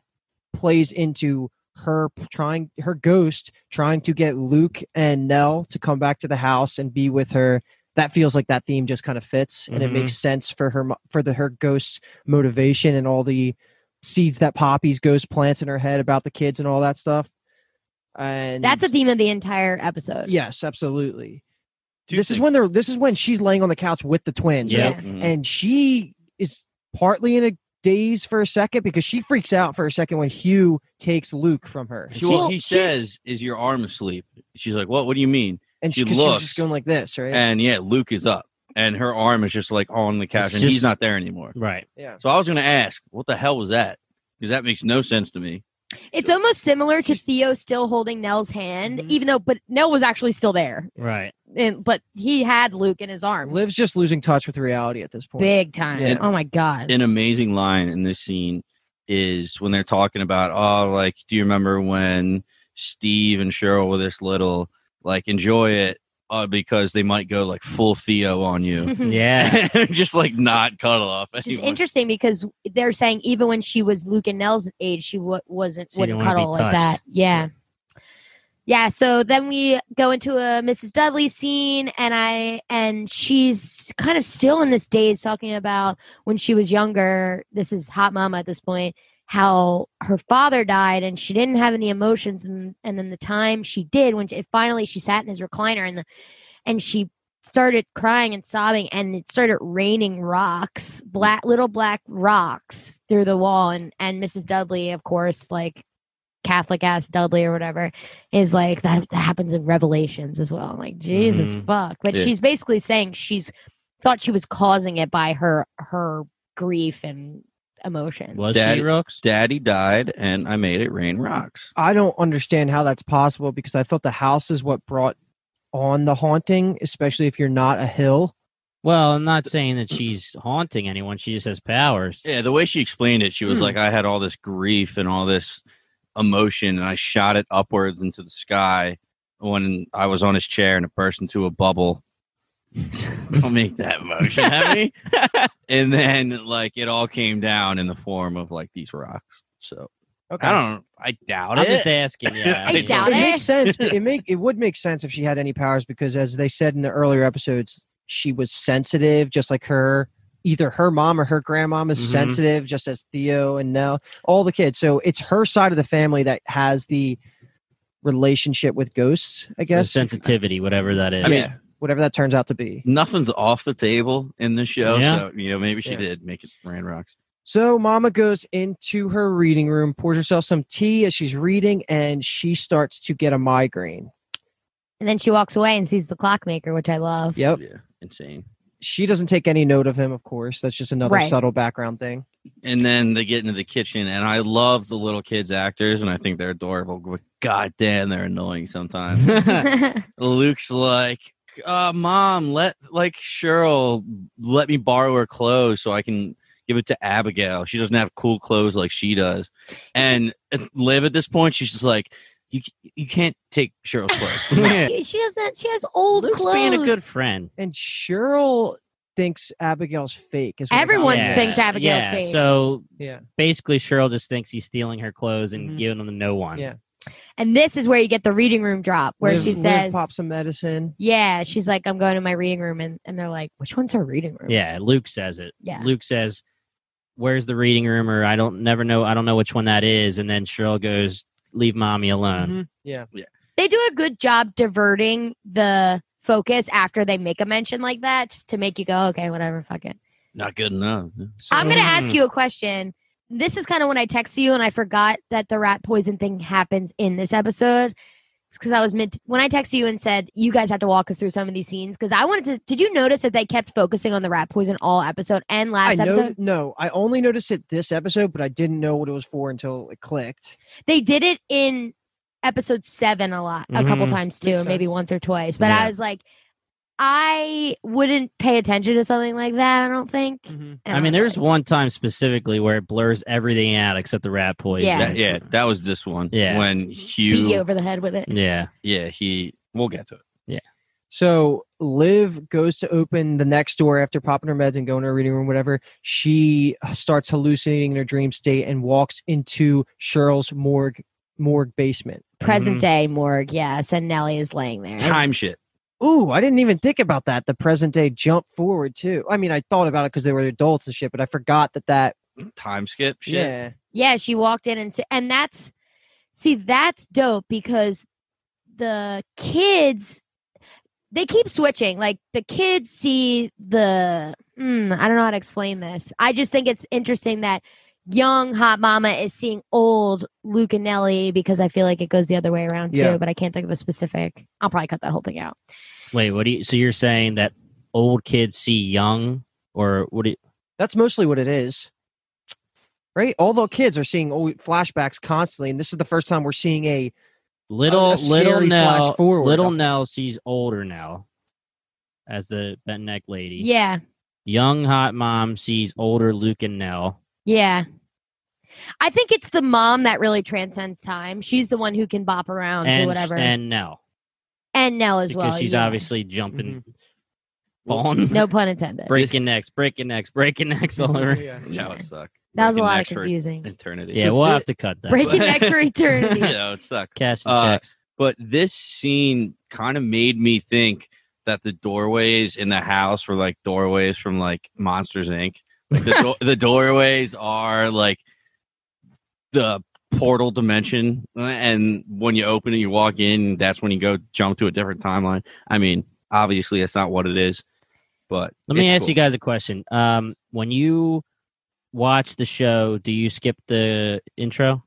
Speaker 4: plays into her p- trying her ghost trying to get Luke and Nell to come back to the house and be with her. That feels like that theme just kind of fits and it
Speaker 5: Mhm.
Speaker 4: makes sense for her mo- for the her ghost's motivation and all the seeds that Poppy's ghost plants in her head about the kids and all that stuff. And
Speaker 2: That's a theme of the entire episode.
Speaker 4: Yes, absolutely.
Speaker 3: Two
Speaker 4: this is
Speaker 3: things.
Speaker 4: when they're this is when she's laying on the couch with the twins,
Speaker 5: Yeah.
Speaker 4: right?
Speaker 3: Mhm.
Speaker 4: And she is partly in a daze for a second because she freaks out for a second when Hugh takes Luke from her.
Speaker 3: She- well,
Speaker 2: Well,
Speaker 3: he
Speaker 2: she-
Speaker 3: says, "Is your arm asleep?" She's like, "What? What do you mean?"
Speaker 4: And she,
Speaker 3: she
Speaker 4: 'cause she was
Speaker 3: looks
Speaker 4: just going like this, right?
Speaker 3: And yeah, Luke is up, and her arm is just like on the couch,
Speaker 5: It's
Speaker 3: and
Speaker 5: just-
Speaker 3: he's not there anymore.
Speaker 5: Right.
Speaker 4: yeah.
Speaker 3: So I was going to ask, what the hell was that? Because that makes no sense to me.
Speaker 2: It's almost similar to Theo still holding Nell's hand,
Speaker 4: Mhm.
Speaker 2: even though but Nell was actually still there.
Speaker 4: (laughs)
Speaker 5: Right.
Speaker 2: And but he had Luke in his arms.
Speaker 4: Liv's just losing touch with reality at this point.
Speaker 2: big time.
Speaker 4: Yeah.
Speaker 2: Oh my god.
Speaker 3: an amazing line in this scene is when they're talking about oh like do you remember when steve and cheryl were this little like enjoy it uh, because they might go like full theo on
Speaker 2: (laughs)
Speaker 3: you (laughs)
Speaker 4: Hmm.
Speaker 5: Yeah.
Speaker 3: just like not cuddle off
Speaker 5: (laughs)
Speaker 2: Which is
Speaker 3: anyone.
Speaker 2: interesting because they're saying even when she was Luke and Nell's age, she w- wasn't
Speaker 5: She
Speaker 2: wouldn't
Speaker 5: didn't wanna be
Speaker 2: cuddle like
Speaker 5: touched.
Speaker 2: that. Yeah. Yeah, so then we go into a Mrs. Dudley scene and I and she's kind of still in this daze talking about when she was younger, this is hot mama at this point, how her father died and she didn't have any emotions and and then the time she did when it finally she sat in his recliner and the and she started crying and sobbing and it started raining rocks black little black rocks through the wall and and mrs dudley of course like catholic ass dudley or whatever is like that, that happens in revelations as well i'm like jesus
Speaker 5: Mhm.
Speaker 2: fuck but
Speaker 3: Yeah.
Speaker 2: she's basically saying she's thought she was causing it by her her grief and emotions
Speaker 5: Was
Speaker 3: Dad-
Speaker 5: she Rooks?
Speaker 3: daddy died and i made it rain rocks
Speaker 4: I don't understand how that's possible because I thought the house is what brought on the haunting, especially if you're not a hill.
Speaker 5: Well, I'm not saying that she's haunting anyone. She just has powers.
Speaker 3: yeah the way she explained it she was
Speaker 4: Hmm.
Speaker 3: like i had all this grief and all this emotion and i shot it upwards into the sky when i was on his chair and it burst into a bubble (laughs) don't make that motion at me and then like it all came down in the form of like these rocks. So
Speaker 4: Okay.
Speaker 3: I don't. I doubt
Speaker 5: I'm
Speaker 3: it.
Speaker 5: just asking. Yeah,
Speaker 3: (laughs) I
Speaker 5: mean,
Speaker 2: doubt
Speaker 4: it
Speaker 2: it.
Speaker 4: makes sense. It make it would make sense if she had any powers because, as they said in the earlier episodes, she was sensitive, just like her. Either her mom or her grandmom is
Speaker 5: Mhm.
Speaker 4: sensitive, just as Theo and Nell, all the kids. So it's her side of the family that has the relationship with ghosts. I
Speaker 5: the
Speaker 4: guess
Speaker 5: sensitivity, whatever that is.
Speaker 3: I mean,
Speaker 4: Yeah. whatever that turns out to be.
Speaker 3: nothing's off the table in this show.
Speaker 5: Yeah.
Speaker 3: So you know, maybe she
Speaker 4: Yeah.
Speaker 3: did make it ran rocks.
Speaker 4: So Mama goes into her reading room, pours herself some tea as she's reading, and she starts to get a migraine.
Speaker 2: And then she walks away and sees the clockmaker, which I (laughs) love.
Speaker 4: Yep.
Speaker 3: Yeah, insane.
Speaker 4: She doesn't take any note of him, of course. That's just another
Speaker 2: Right.
Speaker 4: subtle background thing.
Speaker 3: And then they get into the kitchen, and I love the little kids actors, and I think they're adorable. But god damn, they're
Speaker 2: (laughs)
Speaker 3: annoying sometimes. Luke's like, uh, "Mom, let like Cheryl let me borrow her clothes so I can give it to Abigail. She doesn't have cool clothes like she does." And Liv, at this point, she's just like, "You you can't take Cheryl's
Speaker 2: (laughs)
Speaker 3: clothes."
Speaker 5: (laughs) Yeah.
Speaker 2: she doesn't. She has old
Speaker 5: Luke's
Speaker 2: clothes.
Speaker 5: being a good friend.
Speaker 4: And Cheryl thinks Abigail's fake. Is what it
Speaker 2: Everyone
Speaker 4: is.
Speaker 2: thinks Abigail's
Speaker 5: yeah.
Speaker 2: fake.
Speaker 5: So
Speaker 4: Yeah.
Speaker 5: basically, Cheryl just thinks he's stealing her clothes and
Speaker 4: Mhm.
Speaker 5: giving them to no one.
Speaker 4: Yeah.
Speaker 2: and this is where you get the reading room drop, where
Speaker 4: Liv-
Speaker 2: she
Speaker 4: Liv
Speaker 2: says,
Speaker 4: "Pop some medicine."
Speaker 2: "Yeah." She's like, "I'm going to my reading room," and, and they're like, "Which one's her reading room?"
Speaker 5: Yeah, Luke says it.
Speaker 2: Yeah.
Speaker 5: Luke says, "Where's the reading room?" Or I don't never know. I don't know which one that is. And then Cheryl goes, "Leave mommy
Speaker 2: Mm-hmm.
Speaker 5: alone."
Speaker 4: Mhm. Yeah,
Speaker 2: They do a good job diverting the focus after they make a mention like that to make you go, "Okay, whatever, fuck it."
Speaker 3: Not good enough.
Speaker 2: I'm going to ask
Speaker 4: Hmm.
Speaker 5: Mm.
Speaker 2: you a question. This is kind of when I texted you, and I forgot that the rat poison thing happens in this episode. It's because I was meant when I texted you and said you guys have to walk us through some of these scenes because I wanted to. Did you notice that they kept focusing on the rat poison all episode and
Speaker 4: I
Speaker 2: last
Speaker 4: know.
Speaker 2: episode?
Speaker 4: No, I only noticed it this episode, but I didn't know what it was for until it clicked.
Speaker 2: They did it in episode seven a lot, a couple
Speaker 5: Mhm.
Speaker 2: times too,
Speaker 4: Makes
Speaker 2: maybe
Speaker 4: sense.
Speaker 2: once or twice. But I
Speaker 5: Yeah.
Speaker 2: was like, I wouldn't pay attention to something like that. I don't think. And
Speaker 5: I mean,
Speaker 2: was
Speaker 5: there's
Speaker 2: like-
Speaker 5: one time specifically where it blurs everything out except the rat poison.
Speaker 2: Yeah.
Speaker 3: That- yeah, that was this one.
Speaker 5: Yeah.
Speaker 3: when
Speaker 2: beat you
Speaker 3: Hugh.
Speaker 2: over the head with it.
Speaker 5: Yeah.
Speaker 3: Yeah, he. We'll get to it.
Speaker 4: So Liv goes to open the next door after popping her meds and going to her reading room, whatever. She starts hallucinating in her dream state and walks into Cheryl's morgue morgue basement.
Speaker 2: Present
Speaker 5: Mhm.
Speaker 2: day morgue, yes, and Nellie is laying there.
Speaker 3: Time shit.
Speaker 4: Ooh, I didn't even think about that. The present day jump forward too. I mean, I thought about it because they were adults and shit, but I forgot that that.
Speaker 3: Time skip. Shit.
Speaker 4: Yeah.
Speaker 2: Yeah, she walked in and s- and that's see that's dope because the kids they keep switching. Like the kids see the mm, I don't know how to explain this. I just think it's interesting that young hot mama is seeing old Luke and Nelly because I feel like it goes the other way around too.
Speaker 4: Yeah.
Speaker 2: But I can't think of a specific. I'll probably cut that whole thing out.
Speaker 5: Wait, what do you? So you're saying that old kids see young, or what? Do you,
Speaker 4: That's mostly what it is. Right? All the kids are seeing old flashbacks constantly, and this is the first time we're seeing a
Speaker 5: little
Speaker 4: a
Speaker 5: little
Speaker 4: scary flash
Speaker 5: Nell,
Speaker 4: forward.
Speaker 5: little Nell sees older Nell as the bent neck lady.
Speaker 2: Yeah,
Speaker 5: Young hot mom sees older Luke and Nell.
Speaker 2: yeah. I think it's the mom that really transcends time. She's the one who can bop around
Speaker 5: and
Speaker 2: to whatever.
Speaker 5: and Nell
Speaker 2: and Nell as
Speaker 5: because
Speaker 2: well.
Speaker 5: she's
Speaker 2: yeah.
Speaker 5: obviously jumping, (laughs) falling,
Speaker 2: no pun intended.
Speaker 5: breaking necks, breaking necks, breaking necks all over. Yeah,
Speaker 3: That would suck.
Speaker 2: that was a
Speaker 3: Breaking
Speaker 2: lot of
Speaker 3: necks for
Speaker 2: confusing.
Speaker 3: Eternity.
Speaker 5: we'll have to cut
Speaker 2: (laughs)
Speaker 5: that.
Speaker 2: Breaking (laughs) necks
Speaker 5: (laughs)
Speaker 2: for eternity.
Speaker 3: (laughs) yeah, it would suck.
Speaker 5: Cash the
Speaker 3: Uh,
Speaker 5: checks.
Speaker 3: but this scene kind of made me think that the doorways in the house were like doorways from like Monsters Inc. Like the,
Speaker 5: (laughs)
Speaker 3: do- the doorways are like the portal dimension, uh, and when you open it, you walk in. That's when you go jump to a different timeline. I mean, obviously, that's not what it is. But
Speaker 5: Let me
Speaker 3: it's
Speaker 5: ask
Speaker 3: cool.
Speaker 5: you guys a question. Um, when you watch the show, do you skip the intro?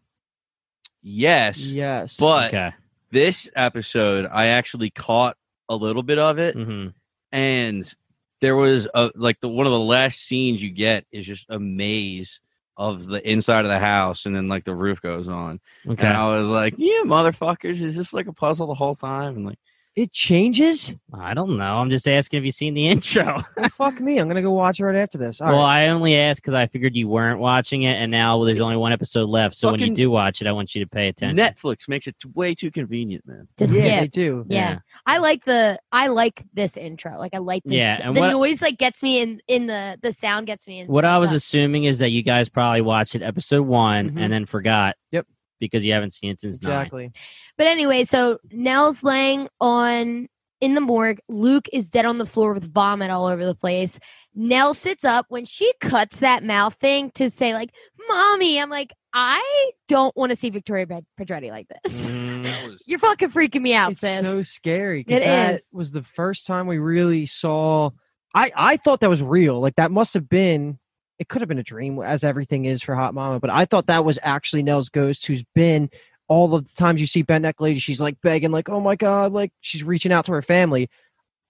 Speaker 3: Yes,
Speaker 4: Yes.
Speaker 3: but
Speaker 5: okay.
Speaker 3: this episode, I actually caught a little bit of it.
Speaker 5: hmm
Speaker 3: and there was a like the one of the last scenes you get is just a maze of the inside of the house and then like the roof goes on
Speaker 5: Okay.
Speaker 3: and i was like yeah motherfuckers is this like a puzzle the whole time and like
Speaker 4: It changes?
Speaker 5: I don't know. I'm just asking if you've seen the (laughs) intro.
Speaker 4: Well, fuck me. I'm going to go watch it right after this. All right.
Speaker 5: (laughs) well, I only asked because I figured you weren't watching it, and now there's only one episode left. So when you
Speaker 8: fucking-
Speaker 5: do watch it, I want you to pay attention.
Speaker 8: Netflix makes it t- way too convenient, man.
Speaker 2: To
Speaker 4: yeah,
Speaker 2: skip.
Speaker 4: they do.
Speaker 2: Yeah. I like the I like this intro. Like I like the,
Speaker 5: Yeah, and
Speaker 2: the
Speaker 5: what-
Speaker 2: noise like gets me in in the the sound gets me in.
Speaker 5: What I was
Speaker 2: Yeah.
Speaker 5: assuming is that you guys probably watched it episode one
Speaker 4: Mhm.
Speaker 5: and then forgot.
Speaker 4: Yep.
Speaker 5: Because you haven't seen it since nine.
Speaker 4: Exactly.
Speaker 2: But anyway, so Nell's laying on in the morgue. Luke is dead on the floor with vomit all over the place. Nell sits up when she cuts that mouth thing to say like, "Mommy," I'm like, I don't want to see Victoria Ped- Pedretti like this.
Speaker 5: Mm,
Speaker 3: That was
Speaker 2: (laughs) You're fucking freaking me out,
Speaker 4: It's
Speaker 2: sis.
Speaker 4: so scary. 'cause
Speaker 2: It
Speaker 4: that
Speaker 2: is.
Speaker 4: was the first time we really saw. I I thought that was real. Like that must have been. It could have been a dream, as everything is for Hot Mama. But I thought that was actually Nell's ghost, who's been all of the times you see bent neck lady. She's like begging, like, "Oh my god!" Like she's reaching out to her family.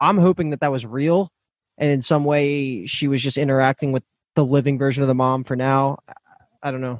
Speaker 4: I'm hoping that that was real, and in some way she was just interacting with the living version of the mom for now. I, I don't know.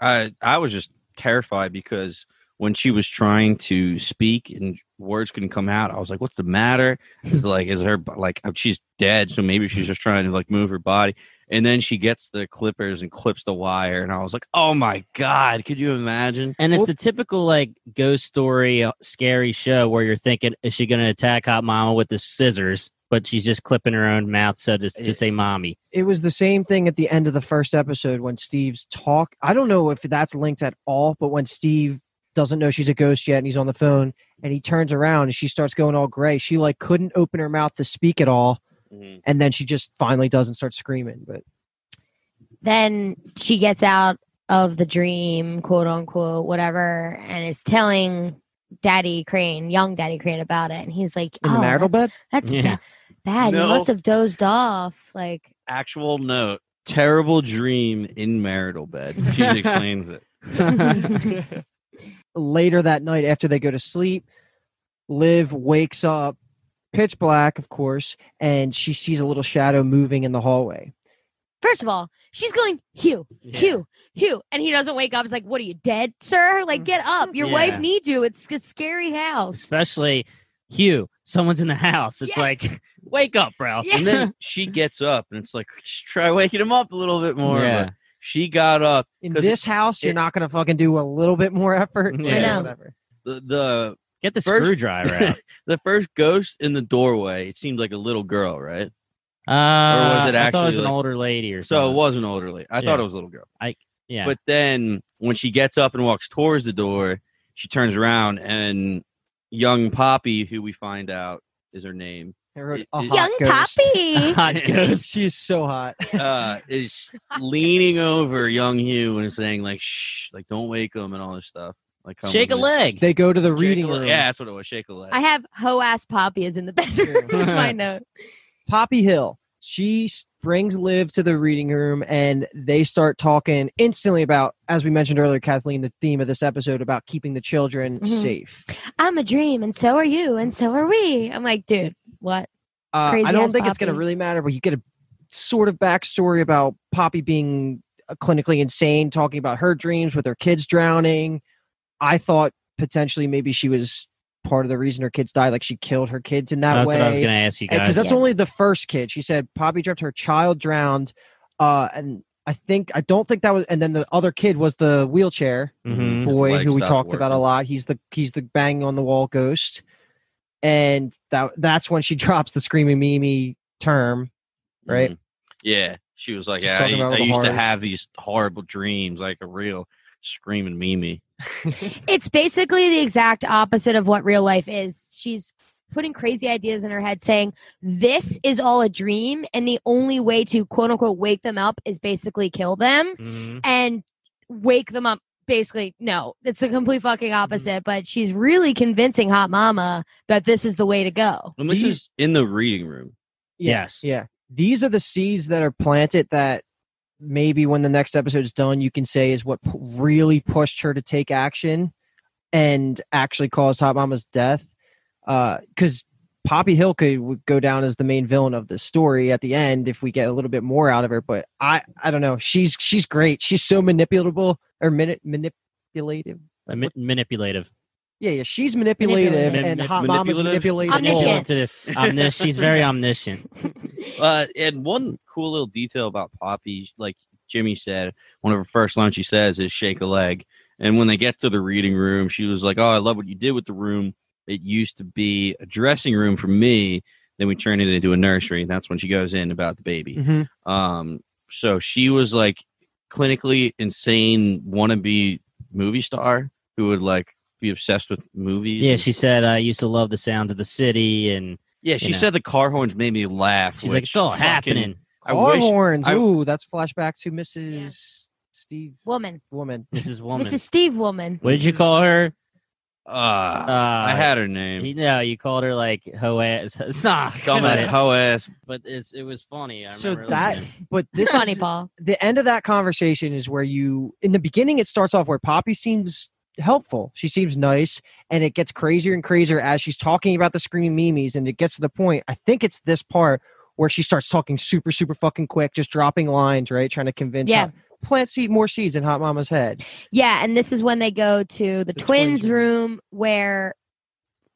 Speaker 3: I I was just terrified because when she was trying to speak and words couldn't come out, I was like, "What's the matter?" It's like, "Is her bo- like oh, she's dead?" So maybe she's just trying to like move her body. And then she gets the clippers and clips the wire, and I was like, "Oh my god, could you imagine?"
Speaker 5: And it's
Speaker 4: Well-
Speaker 5: the typical like ghost story, uh, scary show where you're thinking, is she going to attack Hot Mama with the scissors? But she's just clipping her own mouth so to, to
Speaker 4: It-
Speaker 5: say "mommy." (laughs)
Speaker 4: it was the same thing at the end of the first episode when Steve's talk. I don't know if that's linked at all, but when Steve doesn't know she's a ghost yet and he's on the phone and he turns around and she starts going all gray. She like couldn't open her mouth to speak at all.
Speaker 8: Mm-hmm.
Speaker 4: And then she just finally does and starts screaming. But
Speaker 2: then she gets out of the dream, quote unquote, whatever, and is telling Daddy Crane, young Daddy Crane, about it. And he's like,
Speaker 4: in the
Speaker 2: "Oh,
Speaker 4: marital
Speaker 2: that's,
Speaker 4: bed,
Speaker 2: that's
Speaker 5: Yeah.
Speaker 2: ba- bad.
Speaker 8: No.
Speaker 2: You must have dozed off."
Speaker 4: (laughs)
Speaker 2: Like, (laughs)
Speaker 8: Actual note: terrible dream in marital bed. She explains it.
Speaker 4: later that night after they go to sleep, Liv wakes up, pitch black, of course, and she sees a little shadow moving in the hallway.
Speaker 2: first of all, she's going, "Hugh, Hugh, Hugh," and he doesn't wake up. It's like, "What are you dead, sir? Like, get up. Your
Speaker 5: Yeah.
Speaker 2: wife needs you. It's a scary house."
Speaker 5: Especially Hugh, someone's in the house. It's
Speaker 2: Yeah.
Speaker 5: like, (laughs) wake up, bro.
Speaker 2: Yeah.
Speaker 8: And
Speaker 3: (laughs)
Speaker 5: (laughs)
Speaker 8: then she gets up, and it's like, just try waking him up a little bit more. but
Speaker 5: Yeah.
Speaker 8: she got up.
Speaker 4: In
Speaker 8: 'Cause
Speaker 4: this house, you're
Speaker 8: it-
Speaker 4: not gonna fucking do a little bit more
Speaker 8: (laughs)
Speaker 4: effort.
Speaker 5: I
Speaker 4: Yeah,
Speaker 2: know.
Speaker 4: Whatever.
Speaker 8: The, the
Speaker 5: Get the
Speaker 8: First-
Speaker 5: screwdriver out.
Speaker 8: the first ghost in the doorway. It seemed like a little girl, right?
Speaker 5: Uh,
Speaker 8: was it
Speaker 5: I thought it was
Speaker 8: actually,
Speaker 5: an
Speaker 8: like-
Speaker 5: older lady or
Speaker 8: So
Speaker 5: something.
Speaker 8: it was an older lady. I thought
Speaker 5: Yeah.
Speaker 8: it was a little girl.
Speaker 5: yeah.
Speaker 8: But then when she gets up and walks towards the door, she turns around and young Poppy, who we find out is her name,
Speaker 4: I wrote
Speaker 8: i-
Speaker 4: a
Speaker 8: is-
Speaker 4: hot
Speaker 2: Young
Speaker 8: (laughs)
Speaker 4: ghost.
Speaker 2: Poppy.
Speaker 5: (laughs)
Speaker 2: (laughs)
Speaker 5: hot ghost.
Speaker 4: She's so hot.
Speaker 8: uh, is leaning over young Hugh and saying like, "Shh, like don't wake him" and all this stuff. Like, come
Speaker 5: Shake a
Speaker 8: with me.
Speaker 5: leg.
Speaker 4: (laughs) They go to the
Speaker 8: Shake a
Speaker 4: reading
Speaker 8: leg.
Speaker 4: room.
Speaker 8: Yeah, that's what it was. Shake a leg.
Speaker 2: I have ho ass Poppy is in the bedroom. is my
Speaker 4: (laughs)
Speaker 2: note.
Speaker 4: Poppy Hill. She s- brings Liv to the reading room and they start talking instantly about, as we mentioned earlier, Kathleen, the theme of this episode about keeping the children
Speaker 2: Mhm.
Speaker 4: safe. Uh,
Speaker 2: I'm a dream, and so are you, and so are we. I'm like, dude, what?
Speaker 4: Uh,
Speaker 2: Crazy
Speaker 4: I don't
Speaker 2: ass
Speaker 4: think it's going to
Speaker 2: Poppy.
Speaker 4: really matter, but you get a sort of backstory about Poppy being uh, clinically insane, talking about her dreams with her kids drowning. I thought potentially maybe she was part of the reason her kids died, like she killed her kids in that
Speaker 5: That's
Speaker 4: way.
Speaker 5: what I was going to ask you guys.
Speaker 4: because that's
Speaker 2: Yeah.
Speaker 4: only the first kid. She said Poppy dreamt her child drowned, uh, and I think I don't think that was. And then the other kid was the wheelchair
Speaker 5: Mhm.
Speaker 8: His
Speaker 4: boy
Speaker 8: leg
Speaker 4: who we
Speaker 8: stopped
Speaker 4: talked about a
Speaker 8: working.
Speaker 4: lot. He's the he's the banging on the wall ghost, and that that's when she (laughs) drops the screaming Mimi term, right?
Speaker 8: Mhm. Yeah, she was like,
Speaker 4: She's
Speaker 8: "Yeah, I,
Speaker 4: talking about all
Speaker 8: I
Speaker 4: the
Speaker 8: used to
Speaker 4: horrors."
Speaker 8: have these horrible dreams, like a real screaming Mimi."
Speaker 2: It's basically the exact opposite of what real life is. She's putting crazy ideas in her head, saying, This is all a dream, and the only way to quote unquote wake them up is basically kill them
Speaker 3: Mm-hmm.
Speaker 5: Mhm.
Speaker 4: Mm-hmm.
Speaker 2: and wake them up. Basically, no, it's the complete fucking
Speaker 4: Mm-hmm.
Speaker 2: opposite, but she's really convincing Hot Mama that this is the way to go.
Speaker 8: And this
Speaker 4: These-
Speaker 8: is in the reading room.
Speaker 5: Yes.
Speaker 4: Yeah. These are the seeds that are planted that maybe when the next episode's done, you can say is what p- really pushed her to take action and actually caused Hot Mama's death. Because Poppy Hill could w- go down as the main villain of this story at the end if we get a little bit more out of her. But I, I don't know. She's she's great. She's so manipulatable or mani- manipulative.
Speaker 5: Ma- manipulative.
Speaker 4: Yeah, yeah. She's manipulative,
Speaker 2: Manipulative.
Speaker 4: and Hot Mom is
Speaker 5: Manipulative?
Speaker 4: manipulating.
Speaker 2: Omniscient.
Speaker 4: (laughs)
Speaker 5: Manipulative. Omnis- she's very omniscient.
Speaker 3: Uh, and one cool little detail about Poppy, like Jimmy said, one of her first lines she says is "shake a leg." And when they get to the reading room, she was like, "Oh, I love what you did with the room. It used to be a dressing room for me. Then we turned it into a nursery." And that's when she goes in about the baby.
Speaker 4: Mhm.
Speaker 5: Mm.
Speaker 3: Um, so she was like clinically insane wannabe movie star who would like be obsessed with movies.
Speaker 5: Yeah,
Speaker 3: and-
Speaker 5: she said I used to love the sounds of the city, and
Speaker 3: yeah. She
Speaker 5: you know.
Speaker 3: said the car horns made me laugh.
Speaker 5: she's like,
Speaker 3: which
Speaker 5: "It's all
Speaker 3: fucking-
Speaker 5: happening."
Speaker 3: I
Speaker 4: Car
Speaker 3: wish-
Speaker 4: horns.
Speaker 3: I-
Speaker 4: Ooh, that's flashback to Mrs. Steve
Speaker 2: Woman.
Speaker 4: Woman.
Speaker 5: Mrs.
Speaker 4: (laughs)
Speaker 5: Woman.
Speaker 2: Mrs. Steve Woman.
Speaker 5: What did you call her?
Speaker 3: Ah,
Speaker 5: Uh,
Speaker 3: I had her name. (laughs)
Speaker 5: You know, you called her like hoe ass. (laughs) It's not
Speaker 3: Come at
Speaker 5: it.
Speaker 3: hoe ass.
Speaker 5: But it's, it was funny. I
Speaker 4: So
Speaker 5: remember
Speaker 4: that,
Speaker 5: listening.
Speaker 4: but this
Speaker 2: Funny,
Speaker 4: is,
Speaker 2: Paul.
Speaker 4: the end of that conversation is where you in the beginning it starts off where poppy seems helpful she seems nice and it gets crazier and crazier as she's talking about the screaming mimes and it gets to the point i think it's this part where she starts talking super super fucking quick just dropping lines right trying to convince
Speaker 2: Yeah.
Speaker 4: Hot- plant seed more seeds in hot mama's head
Speaker 2: Yeah, and this is when they go to the, twins,
Speaker 4: twins'
Speaker 2: room where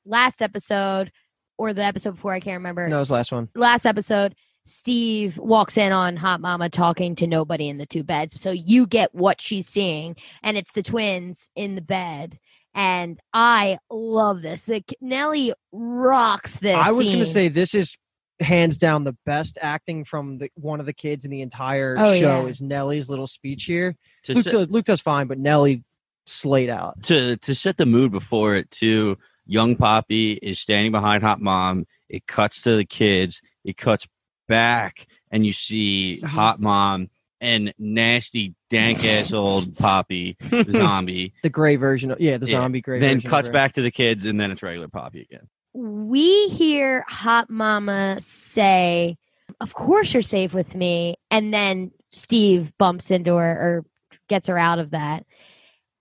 Speaker 2: last episode or the episode before I can't remember.
Speaker 4: no it's the last one
Speaker 2: last episode, Steve walks in on Hot Mama talking to nobody in the two beds. So you get what she's seeing, and it's the twins in the bed. And I love this. The Nelly rocks this.
Speaker 4: i was going to
Speaker 2: scene.
Speaker 4: say this is hands down the best acting from the, one of the kids in the entire
Speaker 2: Oh,
Speaker 4: show
Speaker 2: yeah.
Speaker 4: is nelly's little speech here
Speaker 3: To
Speaker 4: luke,
Speaker 3: set,
Speaker 4: does, luke does fine but nelly slayed out
Speaker 3: to, to set the mood before it, too, young Poppy is standing behind Hot Mom. It cuts to the kids. It cuts back, and you see
Speaker 4: Mhm.
Speaker 3: Hot Mom and nasty, dank
Speaker 4: (laughs)
Speaker 3: ass old Poppy zombie.
Speaker 4: the gray version of yeah the
Speaker 3: Yeah.
Speaker 4: zombie gray
Speaker 3: then
Speaker 4: version of
Speaker 3: cuts
Speaker 4: gray.
Speaker 3: back to the kids, and then it's regular Poppy again.
Speaker 2: we hear Hot Mama say, Of course you're safe with me. And then Steve bumps into her or gets her out of that.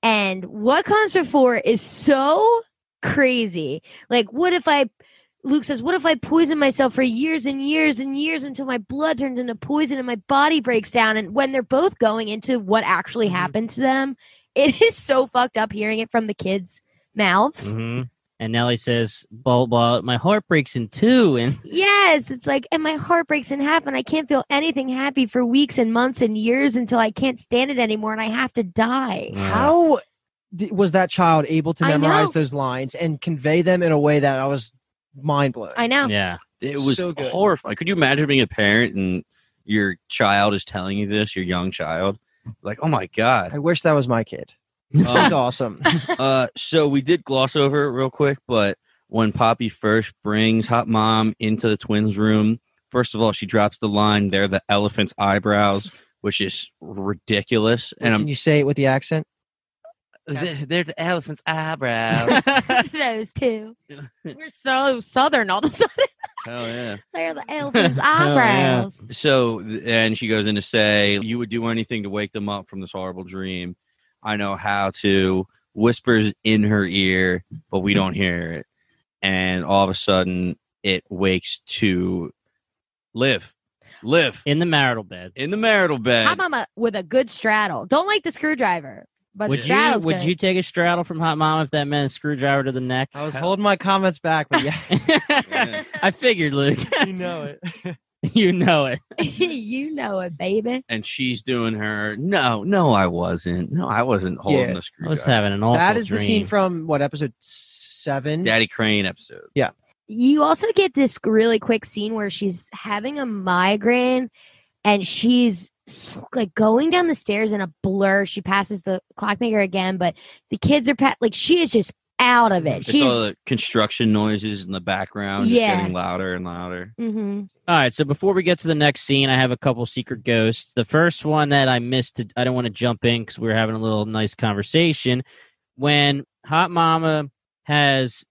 Speaker 2: And what comes before is so crazy. Like, what if I, Luke says, what if I poison myself for years and years and years until my blood turns into poison and my body breaks down? And when they're both going into what actually
Speaker 4: Mhm.
Speaker 2: happened to them, (laughs) it is so fucked up hearing it from the kids' mouths.
Speaker 5: Mhm. And Nelly says, "Blah blah." My heart breaks in two, and
Speaker 2: Yes, it's like, and my heart breaks in half, and I can't feel anything happy for weeks and months and years until I can't stand it anymore and I have to die.
Speaker 5: Mm.
Speaker 4: how di- was that child able to
Speaker 2: I
Speaker 4: memorize
Speaker 2: know.
Speaker 4: those lines and convey them in a way that i was mind blowing
Speaker 2: I know.
Speaker 4: (laughs)
Speaker 5: yeah,
Speaker 3: It was
Speaker 4: So good.
Speaker 3: horrifying. Could you imagine being a parent and your child is telling you this, your young child? Like, oh my God.
Speaker 4: i wish that was my kid
Speaker 2: (laughs)
Speaker 3: Um,
Speaker 4: he's awesome
Speaker 3: uh, so we did gloss over it real quick, but when Poppy first brings Hot Mom into the twins' room, first of all, she drops the line, they're the elephant's eyebrows, which is ridiculous. And
Speaker 4: (laughs) can
Speaker 3: I'm,
Speaker 4: you say it with the accent
Speaker 3: (laughs) "They're- they're the elephant's
Speaker 5: (laughs)
Speaker 3: eyebrows.
Speaker 2: (laughs) Those two. We're so southern all of a sudden.
Speaker 3: Hell yeah.
Speaker 2: (laughs) They're the elephant's
Speaker 5: (laughs) Oh, yeah.
Speaker 2: eyebrows.
Speaker 3: So, th- and she goes in to say, You would do anything to wake them up from this horrible dream. I know how to. Whispers in her ear, but we don't hear it. And all of a sudden, it wakes to live. Live
Speaker 5: in the marital bed.
Speaker 3: in the marital
Speaker 2: Hot
Speaker 3: bed.
Speaker 2: mama with a good straddle. Don't like the screwdriver, but
Speaker 5: Would
Speaker 2: the
Speaker 5: you
Speaker 2: straddle's
Speaker 5: would
Speaker 2: good.
Speaker 5: you take a straddle from Hot Mom if that meant a screwdriver to the neck?
Speaker 4: i was
Speaker 3: Hell-
Speaker 4: holding my comments back but yeah
Speaker 3: Yeah.
Speaker 5: (laughs) I figured, Luke.
Speaker 4: you know it
Speaker 5: (laughs) you know it.
Speaker 2: (laughs) you know it, baby.
Speaker 3: And she's doing her, No, no, I wasn't. No, I wasn't holding
Speaker 4: Yeah.
Speaker 3: the
Speaker 5: I was
Speaker 3: screwdriver.
Speaker 5: having an awful
Speaker 4: that is
Speaker 5: dream.
Speaker 4: the scene from what episode seven
Speaker 3: Daddy Crane episode.
Speaker 2: you also get this really quick scene where she's having a migraine and she's s- like going down the stairs in a blur she passes the clockmaker again but the kids are pa- like she is just out of it
Speaker 3: It's
Speaker 2: she's
Speaker 3: all the construction noises in the background, just
Speaker 2: Yeah.
Speaker 3: getting louder and louder.
Speaker 2: Mhm.
Speaker 5: All right, so before we get to the next scene, I have a couple secret ghosts. The first one that I missed, I don't want to jump in because we were having a little nice conversation. When Hot Mama has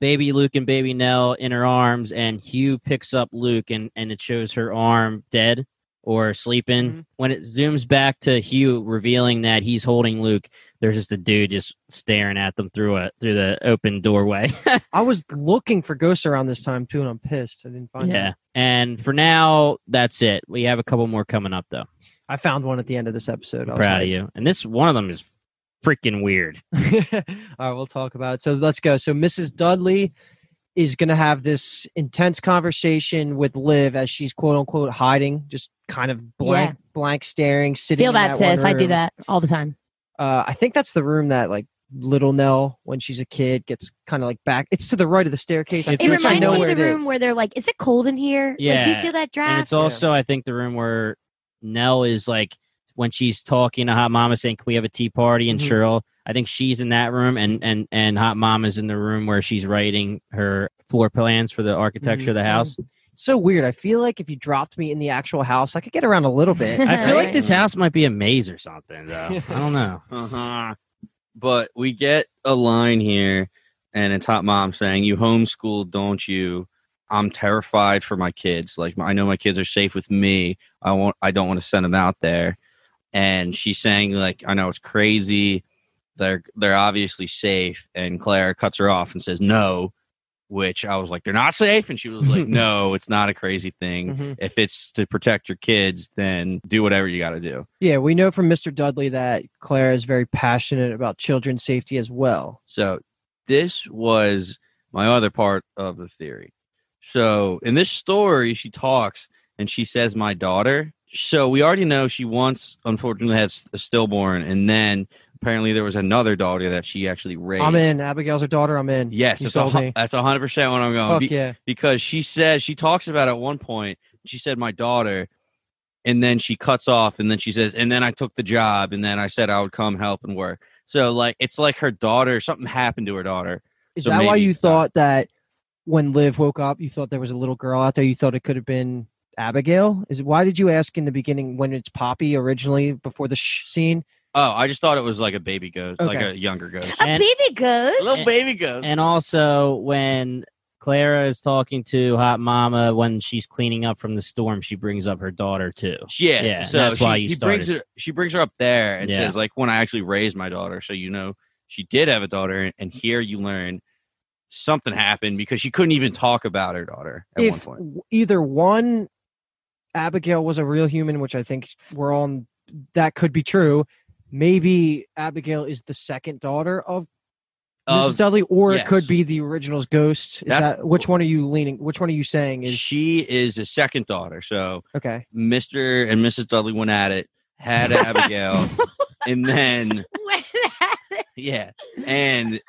Speaker 5: baby Luke and baby Nell in her arms, and Hugh picks up Luke and, and it shows her arm dead or sleeping, when it zooms back to Hugh revealing that he's holding Luke, there's just a dude just staring at them through a through the open doorway. (laughs)
Speaker 4: i was looking for ghosts around this time too and i'm pissed i didn't find
Speaker 5: yeah.
Speaker 4: them.
Speaker 5: And for now, that's it. We have a couple more coming up, though.
Speaker 4: i found one at the end of this episode I was
Speaker 5: Proud
Speaker 4: like,
Speaker 5: of you. And this one of them is freaking weird.
Speaker 4: (laughs) All right, we'll talk about it. So let's go. So Mrs. Dudley is going to have this intense conversation with Liv as she's quote unquote hiding, just kind of blank, blank staring, sitting.
Speaker 2: Feel
Speaker 4: in
Speaker 2: that,
Speaker 4: one
Speaker 2: sis. I do
Speaker 4: room.
Speaker 2: that all the time.
Speaker 4: Uh, I think that's the room that like little Nell, when she's a kid, gets kind of like back. It's to the right of the staircase.
Speaker 5: It
Speaker 4: I
Speaker 2: It
Speaker 4: think I
Speaker 2: reminds
Speaker 4: know
Speaker 2: me
Speaker 4: where
Speaker 2: of
Speaker 4: it
Speaker 2: the room
Speaker 4: is.
Speaker 2: where they're like, "Is it cold in here? Like, do you
Speaker 5: Yeah.
Speaker 2: feel that
Speaker 5: And it's
Speaker 2: draft?"
Speaker 5: also, I think, the room where Nell is like when she's talking to Hot Mama saying, "Can we have a tea party?" And
Speaker 4: Mhm.
Speaker 5: Cheryl, I think she's in that room, and and and Hot Mama's in the room where she's writing her floor plans for the architecture of the
Speaker 4: Mhm. (laughs)
Speaker 5: house.
Speaker 4: so weird. I feel like if you dropped me in the actual house, I could get around a little
Speaker 2: (laughs)
Speaker 4: bit.
Speaker 5: I feel like this
Speaker 3: Right.
Speaker 5: house might be a maze or something, though. I
Speaker 4: (laughs)
Speaker 5: don't know.
Speaker 3: Uh-huh. But we get a line here, and it's Hot Mom saying, "You homeschool, don't you?" I'm terrified for my kids. Like I know my kids are safe with me. I won't. I don't want to send them out there. And she's saying, like, I know it's crazy. They're they're obviously safe. And Claire cuts her off and says, "No," which I was like, "They're not safe." And she was like, "No, it's not a crazy
Speaker 4: (laughs)
Speaker 3: thing.
Speaker 4: Mhm.
Speaker 3: If it's to protect your kids, then do whatever you got to do."
Speaker 4: Yeah, we know from Mr. Dudley that Claire is very passionate about children's safety as well.
Speaker 3: So this was my other part of the theory. So in this story, she talks and she says, "My daughter." So we already know she once, unfortunately, had s- a stillborn, and then apparently there was another daughter that she actually raised.
Speaker 4: I'm in. Abigail's her daughter. I'm in.
Speaker 3: Yes,
Speaker 4: you
Speaker 3: that's a,
Speaker 4: sold
Speaker 3: hu-
Speaker 4: me. Oh,
Speaker 3: that's hundred percent what I'm going
Speaker 4: Fuck
Speaker 3: be-
Speaker 4: yeah.
Speaker 3: because she says she talks about it at one point. She said, "My daughter," and then she cuts off, and then she says, "And then I took the job, and then I said I would come help and work." So like it's like her daughter, something happened to her daughter.
Speaker 4: Is
Speaker 3: So
Speaker 4: that why
Speaker 3: maybe
Speaker 4: you
Speaker 3: it's not.
Speaker 4: thought that when Liv woke up, you thought there was a little girl out there? You thought it could have been Abigail? Is why did you ask in the beginning when it's Poppy originally before the sh- scene?
Speaker 3: Oh, I just thought it was like a baby ghost, like
Speaker 4: Okay.
Speaker 3: a younger ghost.
Speaker 2: a
Speaker 5: and-
Speaker 2: baby goes. (laughs)
Speaker 3: A little
Speaker 5: And-
Speaker 3: baby ghost.
Speaker 5: And also when Clara is talking to Hot Mama when she's cleaning up from the storm, she brings up her daughter too.
Speaker 3: (laughs) yeah,
Speaker 5: Yeah,
Speaker 3: so
Speaker 5: that's
Speaker 3: she,
Speaker 5: why you
Speaker 3: he brings her. She brings her up there and
Speaker 5: Yeah.
Speaker 3: says, like, when I actually raised my daughter, so you know she did have a daughter, and here you learn something happened because she couldn't even talk about her daughter at one
Speaker 4: If
Speaker 3: point.
Speaker 4: w- either one, Abigail was a real human, which I think we're on, that could be true. Maybe Abigail is the second daughter of Mrs.
Speaker 3: Of,
Speaker 4: Dudley, or it could
Speaker 3: yes.
Speaker 4: be the original's ghost. Is
Speaker 3: That-
Speaker 4: that, which one are you leaning? Which one are you saying is
Speaker 3: she is a second daughter, so
Speaker 4: okay?
Speaker 3: Mister and Mrs. Dudley went at it, had
Speaker 4: (laughs)
Speaker 3: Abigail, and then yeah, and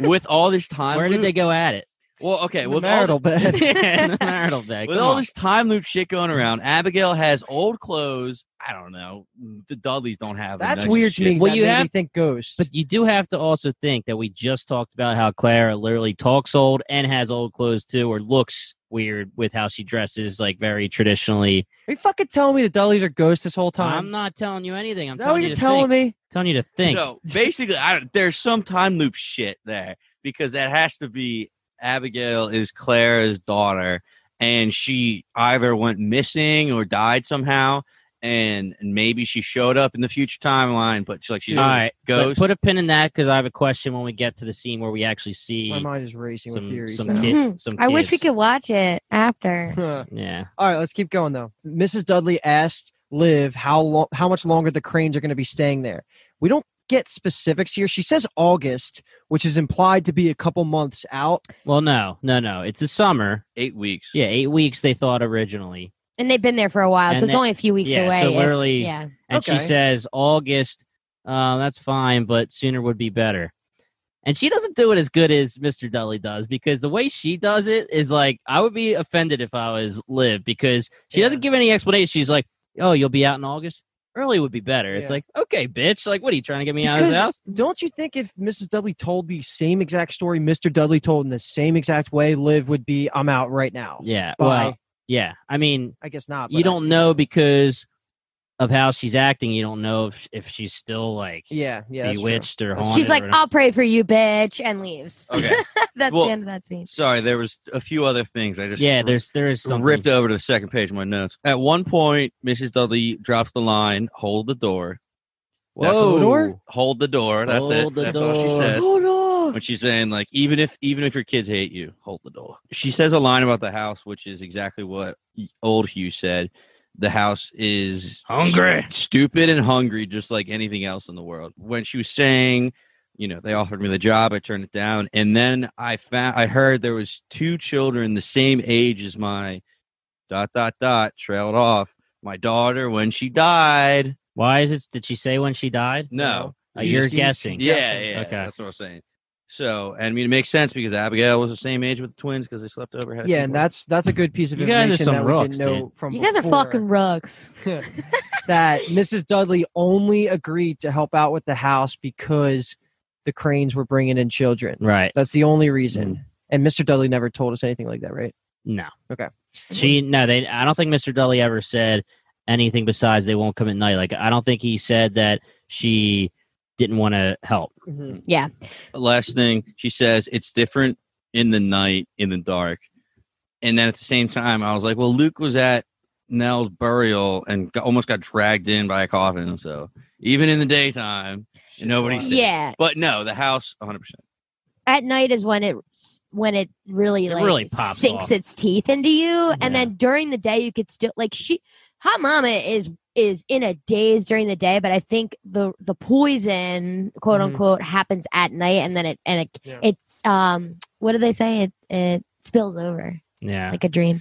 Speaker 3: with all this time,
Speaker 5: Where did they
Speaker 3: loop-
Speaker 5: go at it?
Speaker 3: Well, okay,
Speaker 4: The
Speaker 3: with all
Speaker 5: (laughs)
Speaker 4: marital bed.
Speaker 5: Yeah, the marital bed.
Speaker 3: With
Speaker 5: Come
Speaker 3: all
Speaker 5: on.
Speaker 3: this time loop shit going around, Abigail has old clothes. I don't know. The Dudleys don't have. the
Speaker 4: (laughs) That's
Speaker 3: nicest
Speaker 4: weird to
Speaker 3: shit.
Speaker 4: me.
Speaker 5: Well,
Speaker 4: Well,
Speaker 5: you
Speaker 4: you made me
Speaker 5: have-
Speaker 4: think ghost.
Speaker 5: But you do have to also think that we just talked about how Clara literally talks old and has old clothes too, or looks weird with how she dresses, like very traditionally.
Speaker 4: Are you fucking telling me the Dudleys are ghosts this whole time?
Speaker 5: I'm not telling you anything. I'm
Speaker 4: Is that what
Speaker 5: telling you
Speaker 4: you're
Speaker 5: to
Speaker 4: telling
Speaker 5: think.
Speaker 4: me?
Speaker 5: Telling you to think.
Speaker 3: So basically, I don't, there's some time loop shit there because that has to be Abigail is Clara's daughter, and she either went missing or died somehow, and maybe she showed up in the future timeline, but she's like she's
Speaker 5: all right,
Speaker 3: ghost.
Speaker 5: but put a pin in that because I have a question when we get to the scene where we actually see
Speaker 4: My mind is racing with
Speaker 5: some
Speaker 4: theories.
Speaker 5: some
Speaker 4: now.
Speaker 5: kid, some.
Speaker 2: I wish we
Speaker 5: kids.
Speaker 2: could watch it after.
Speaker 4: (laughs) All
Speaker 5: Yeah.
Speaker 4: right, let's keep going though. Mrs. Dudley asked Liv how long, how much longer the cranes are going to be staying there. We don't get specifics here. She says August, which is implied to be a couple months out.
Speaker 5: Well, no, no, no. It's the summer.
Speaker 3: eight weeks.
Speaker 5: Yeah, eight weeks they thought originally,
Speaker 2: And they've been there for a while,
Speaker 5: And
Speaker 2: so it's
Speaker 5: that-
Speaker 2: only a few weeks
Speaker 5: yeah, so
Speaker 2: away. if-
Speaker 5: literally-
Speaker 2: yeah.
Speaker 5: and
Speaker 4: Okay.
Speaker 5: she says August. Uh, that's fine, but sooner would be better. And she doesn't do it as good as Mr. Dudley does because the way she does it is like I would be offended if I was Liv because she
Speaker 4: Yeah.
Speaker 5: doesn't give any explanation. She's like, "Oh, you'll be out in August. Early would be better." It's
Speaker 4: Yeah.
Speaker 5: like, "Okay, bitch. Like, what are you trying to get me out of
Speaker 4: Because
Speaker 5: the house?"
Speaker 4: Don't you think if Mrs. Dudley told the same exact story Mr. Dudley told in the same exact way, Liv would be I'm out right now.
Speaker 5: Yeah.
Speaker 4: Bye.
Speaker 5: Well, yeah. I mean,
Speaker 4: I guess not.
Speaker 5: you
Speaker 4: but I-
Speaker 5: don't know because of how she's acting. You don't know if if she's still like
Speaker 4: Yeah, yeah. that's true.
Speaker 5: bewitched or haunted.
Speaker 2: She's
Speaker 5: or
Speaker 2: like,
Speaker 5: whatever.
Speaker 2: I'll pray for you, bitch, and leaves.
Speaker 5: (laughs)
Speaker 3: Okay.
Speaker 2: That's
Speaker 3: Well-
Speaker 2: the end of that scene.
Speaker 3: Sorry, there was a few other things. I just
Speaker 5: yeah, there's there is something.
Speaker 3: ripped over to the second page of my notes. At one point, Mrs. Dudley drops the line, "Hold the door." That's
Speaker 4: Whoa.
Speaker 3: the door? Hold the door. That's
Speaker 5: Hold
Speaker 3: it.
Speaker 5: the
Speaker 3: That's all she
Speaker 5: door.
Speaker 3: says.
Speaker 4: Oh no. (gasps)
Speaker 3: When she's saying like, even if even if your kids hate you, hold the door. She says a line about the house, which is exactly what old Hugh said. the house is
Speaker 5: Hungry.
Speaker 3: stupid and hungry, just like anything else in the world. When she was saying, you know, they offered me the job, I turned it down, and then I found I heard there was two children the same age as my dot dot dot trailed off my daughter when she died.
Speaker 5: Why is it? Did she say when she died?
Speaker 3: No,
Speaker 5: Uh, you're guessing.
Speaker 3: Yeah,
Speaker 5: Guessing.
Speaker 3: yeah,
Speaker 5: Okay.
Speaker 3: that's what I'm saying. So, I mean, it makes sense because Abigail was the same age with the twins because they slept over. had a
Speaker 4: Yeah,
Speaker 3: sleepover.
Speaker 4: and that's that's a good piece of
Speaker 5: You guys are
Speaker 4: information
Speaker 5: some
Speaker 4: that we
Speaker 5: rooks,
Speaker 4: didn't know from
Speaker 2: You guys are
Speaker 4: before,
Speaker 2: fucking rugs.
Speaker 4: (laughs)
Speaker 2: (laughs)
Speaker 4: that Mrs. Dudley only agreed to help out with the house because the cranes were bringing in children.
Speaker 5: Right.
Speaker 4: That's the only reason.
Speaker 5: Mm.
Speaker 4: And Mr. Dudley never told us anything like that, right?
Speaker 5: No.
Speaker 4: Okay.
Speaker 5: She no. They. I don't think Mr. Dully ever said anything besides they won't come at night. Like I don't think he said that she didn't want to help.
Speaker 2: Yeah.
Speaker 3: last thing she says it's different in the night in the dark and then at the same time i was like well luke was at nell's burial and got, almost got dragged in by a coffin so even in the daytime nobody said
Speaker 2: Yeah.
Speaker 3: but no the house 100%
Speaker 2: At night is when it when it really
Speaker 5: It
Speaker 2: like
Speaker 5: really pops
Speaker 2: sinks
Speaker 5: off.
Speaker 2: its teeth into you,
Speaker 5: Yeah.
Speaker 2: and then during the day you could still like she, hot mama is is in a daze during the day, but I think the the poison quote
Speaker 4: Mhm.
Speaker 2: unquote happens at night, and then it and it
Speaker 4: Yeah.
Speaker 2: it um what do they say it it spills over
Speaker 5: Yeah.
Speaker 2: like a dream.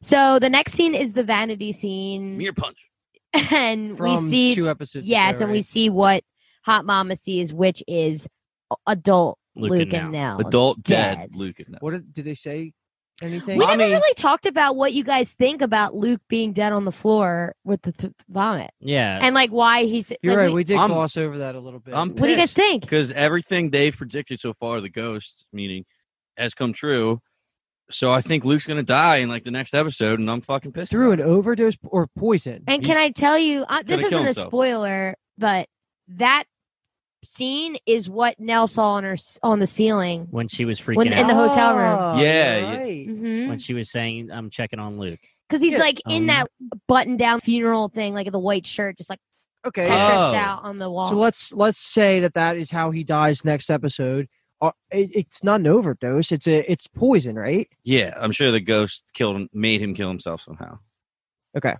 Speaker 2: So the next scene is the vanity scene,
Speaker 3: mere punch
Speaker 2: (laughs) and
Speaker 4: From
Speaker 2: we see
Speaker 4: two episodes.
Speaker 2: Yes,
Speaker 4: ago,
Speaker 2: and we
Speaker 4: right?
Speaker 2: see what Hot Mama sees, which is a- adult
Speaker 5: Luke
Speaker 2: Luke,
Speaker 5: and
Speaker 2: and Nell.
Speaker 3: adult dead,
Speaker 2: dead.
Speaker 3: luke and Nell.
Speaker 4: What did, did they say? Anything?
Speaker 2: We never really talked about what you guys think about Luke being dead on the floor with the th- vomit
Speaker 5: Yeah.
Speaker 2: and like why he's.
Speaker 4: You're
Speaker 2: like,
Speaker 4: right.
Speaker 2: we-
Speaker 4: We did
Speaker 3: I'm-
Speaker 4: gloss over that a little bit.
Speaker 3: I'm
Speaker 2: what do you guys
Speaker 3: pissed.
Speaker 2: think?
Speaker 3: because everything they've predicted so far the ghost meaning has come true so i think luke's gonna die in like the next episode and i'm fucking pissed
Speaker 4: Through
Speaker 3: about
Speaker 4: an overdose or poison.
Speaker 2: And
Speaker 3: he's
Speaker 2: can I tell you, uh, this
Speaker 3: gonna kill
Speaker 2: isn't a
Speaker 3: himself.
Speaker 2: spoiler, but that scene is what Nell saw on her s- on the ceiling.
Speaker 5: when she was freaking
Speaker 2: When-
Speaker 5: out.
Speaker 2: in the hotel room.
Speaker 4: Ah, you're
Speaker 3: Yeah, yeah.
Speaker 4: right.
Speaker 2: Mm-hmm. (laughs)
Speaker 5: when she was saying, "I'm checking on Luke."
Speaker 2: Because he's
Speaker 4: Yeah.
Speaker 2: like in
Speaker 5: Um,
Speaker 2: that button down funeral thing, like the white shirt, just like
Speaker 4: Okay.
Speaker 2: Tetris
Speaker 3: Oh.
Speaker 2: out on the wall.
Speaker 4: So let's let's say that that is how he dies next episode. Uh, it- it's not an overdose. It's a it's poison, right?
Speaker 3: Yeah, I'm sure the ghost killed him, made him kill himself somehow.
Speaker 5: Okay.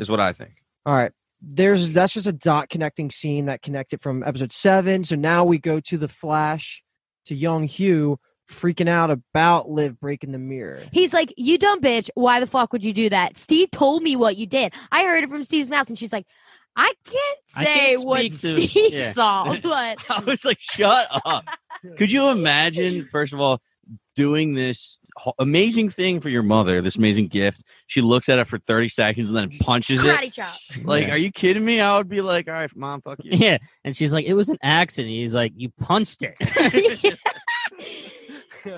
Speaker 3: Is what I think.
Speaker 4: All right. There's that's just a dot connecting scene that connected from episode seven. So now we go to the flash to young Hugh freaking out about Liv breaking the mirror.
Speaker 2: He's like, "You dumb bitch! Why the fuck would you do that?" Steve told me what you did. I heard it from Steve's mouth, and she's like, "I can't say
Speaker 5: I can't
Speaker 2: what
Speaker 5: speak to-
Speaker 2: Steve
Speaker 5: yeah.
Speaker 2: (laughs)
Speaker 5: (laughs)
Speaker 2: saw, but
Speaker 3: (laughs) I was like, shut
Speaker 2: (laughs)
Speaker 3: up. Could you imagine, first of all, doing this ho- amazing thing for your mother, this amazing gift? She looks at it for 30 seconds and then punches
Speaker 2: karate
Speaker 3: it.
Speaker 2: chop."
Speaker 3: Like,
Speaker 5: Yeah.
Speaker 3: are you kidding me? I would be like, all right, mom, fuck (laughs) you.
Speaker 5: (laughs) Yeah. And she's like, "It was an accident." He's like, "You
Speaker 2: (laughs)
Speaker 5: punched it."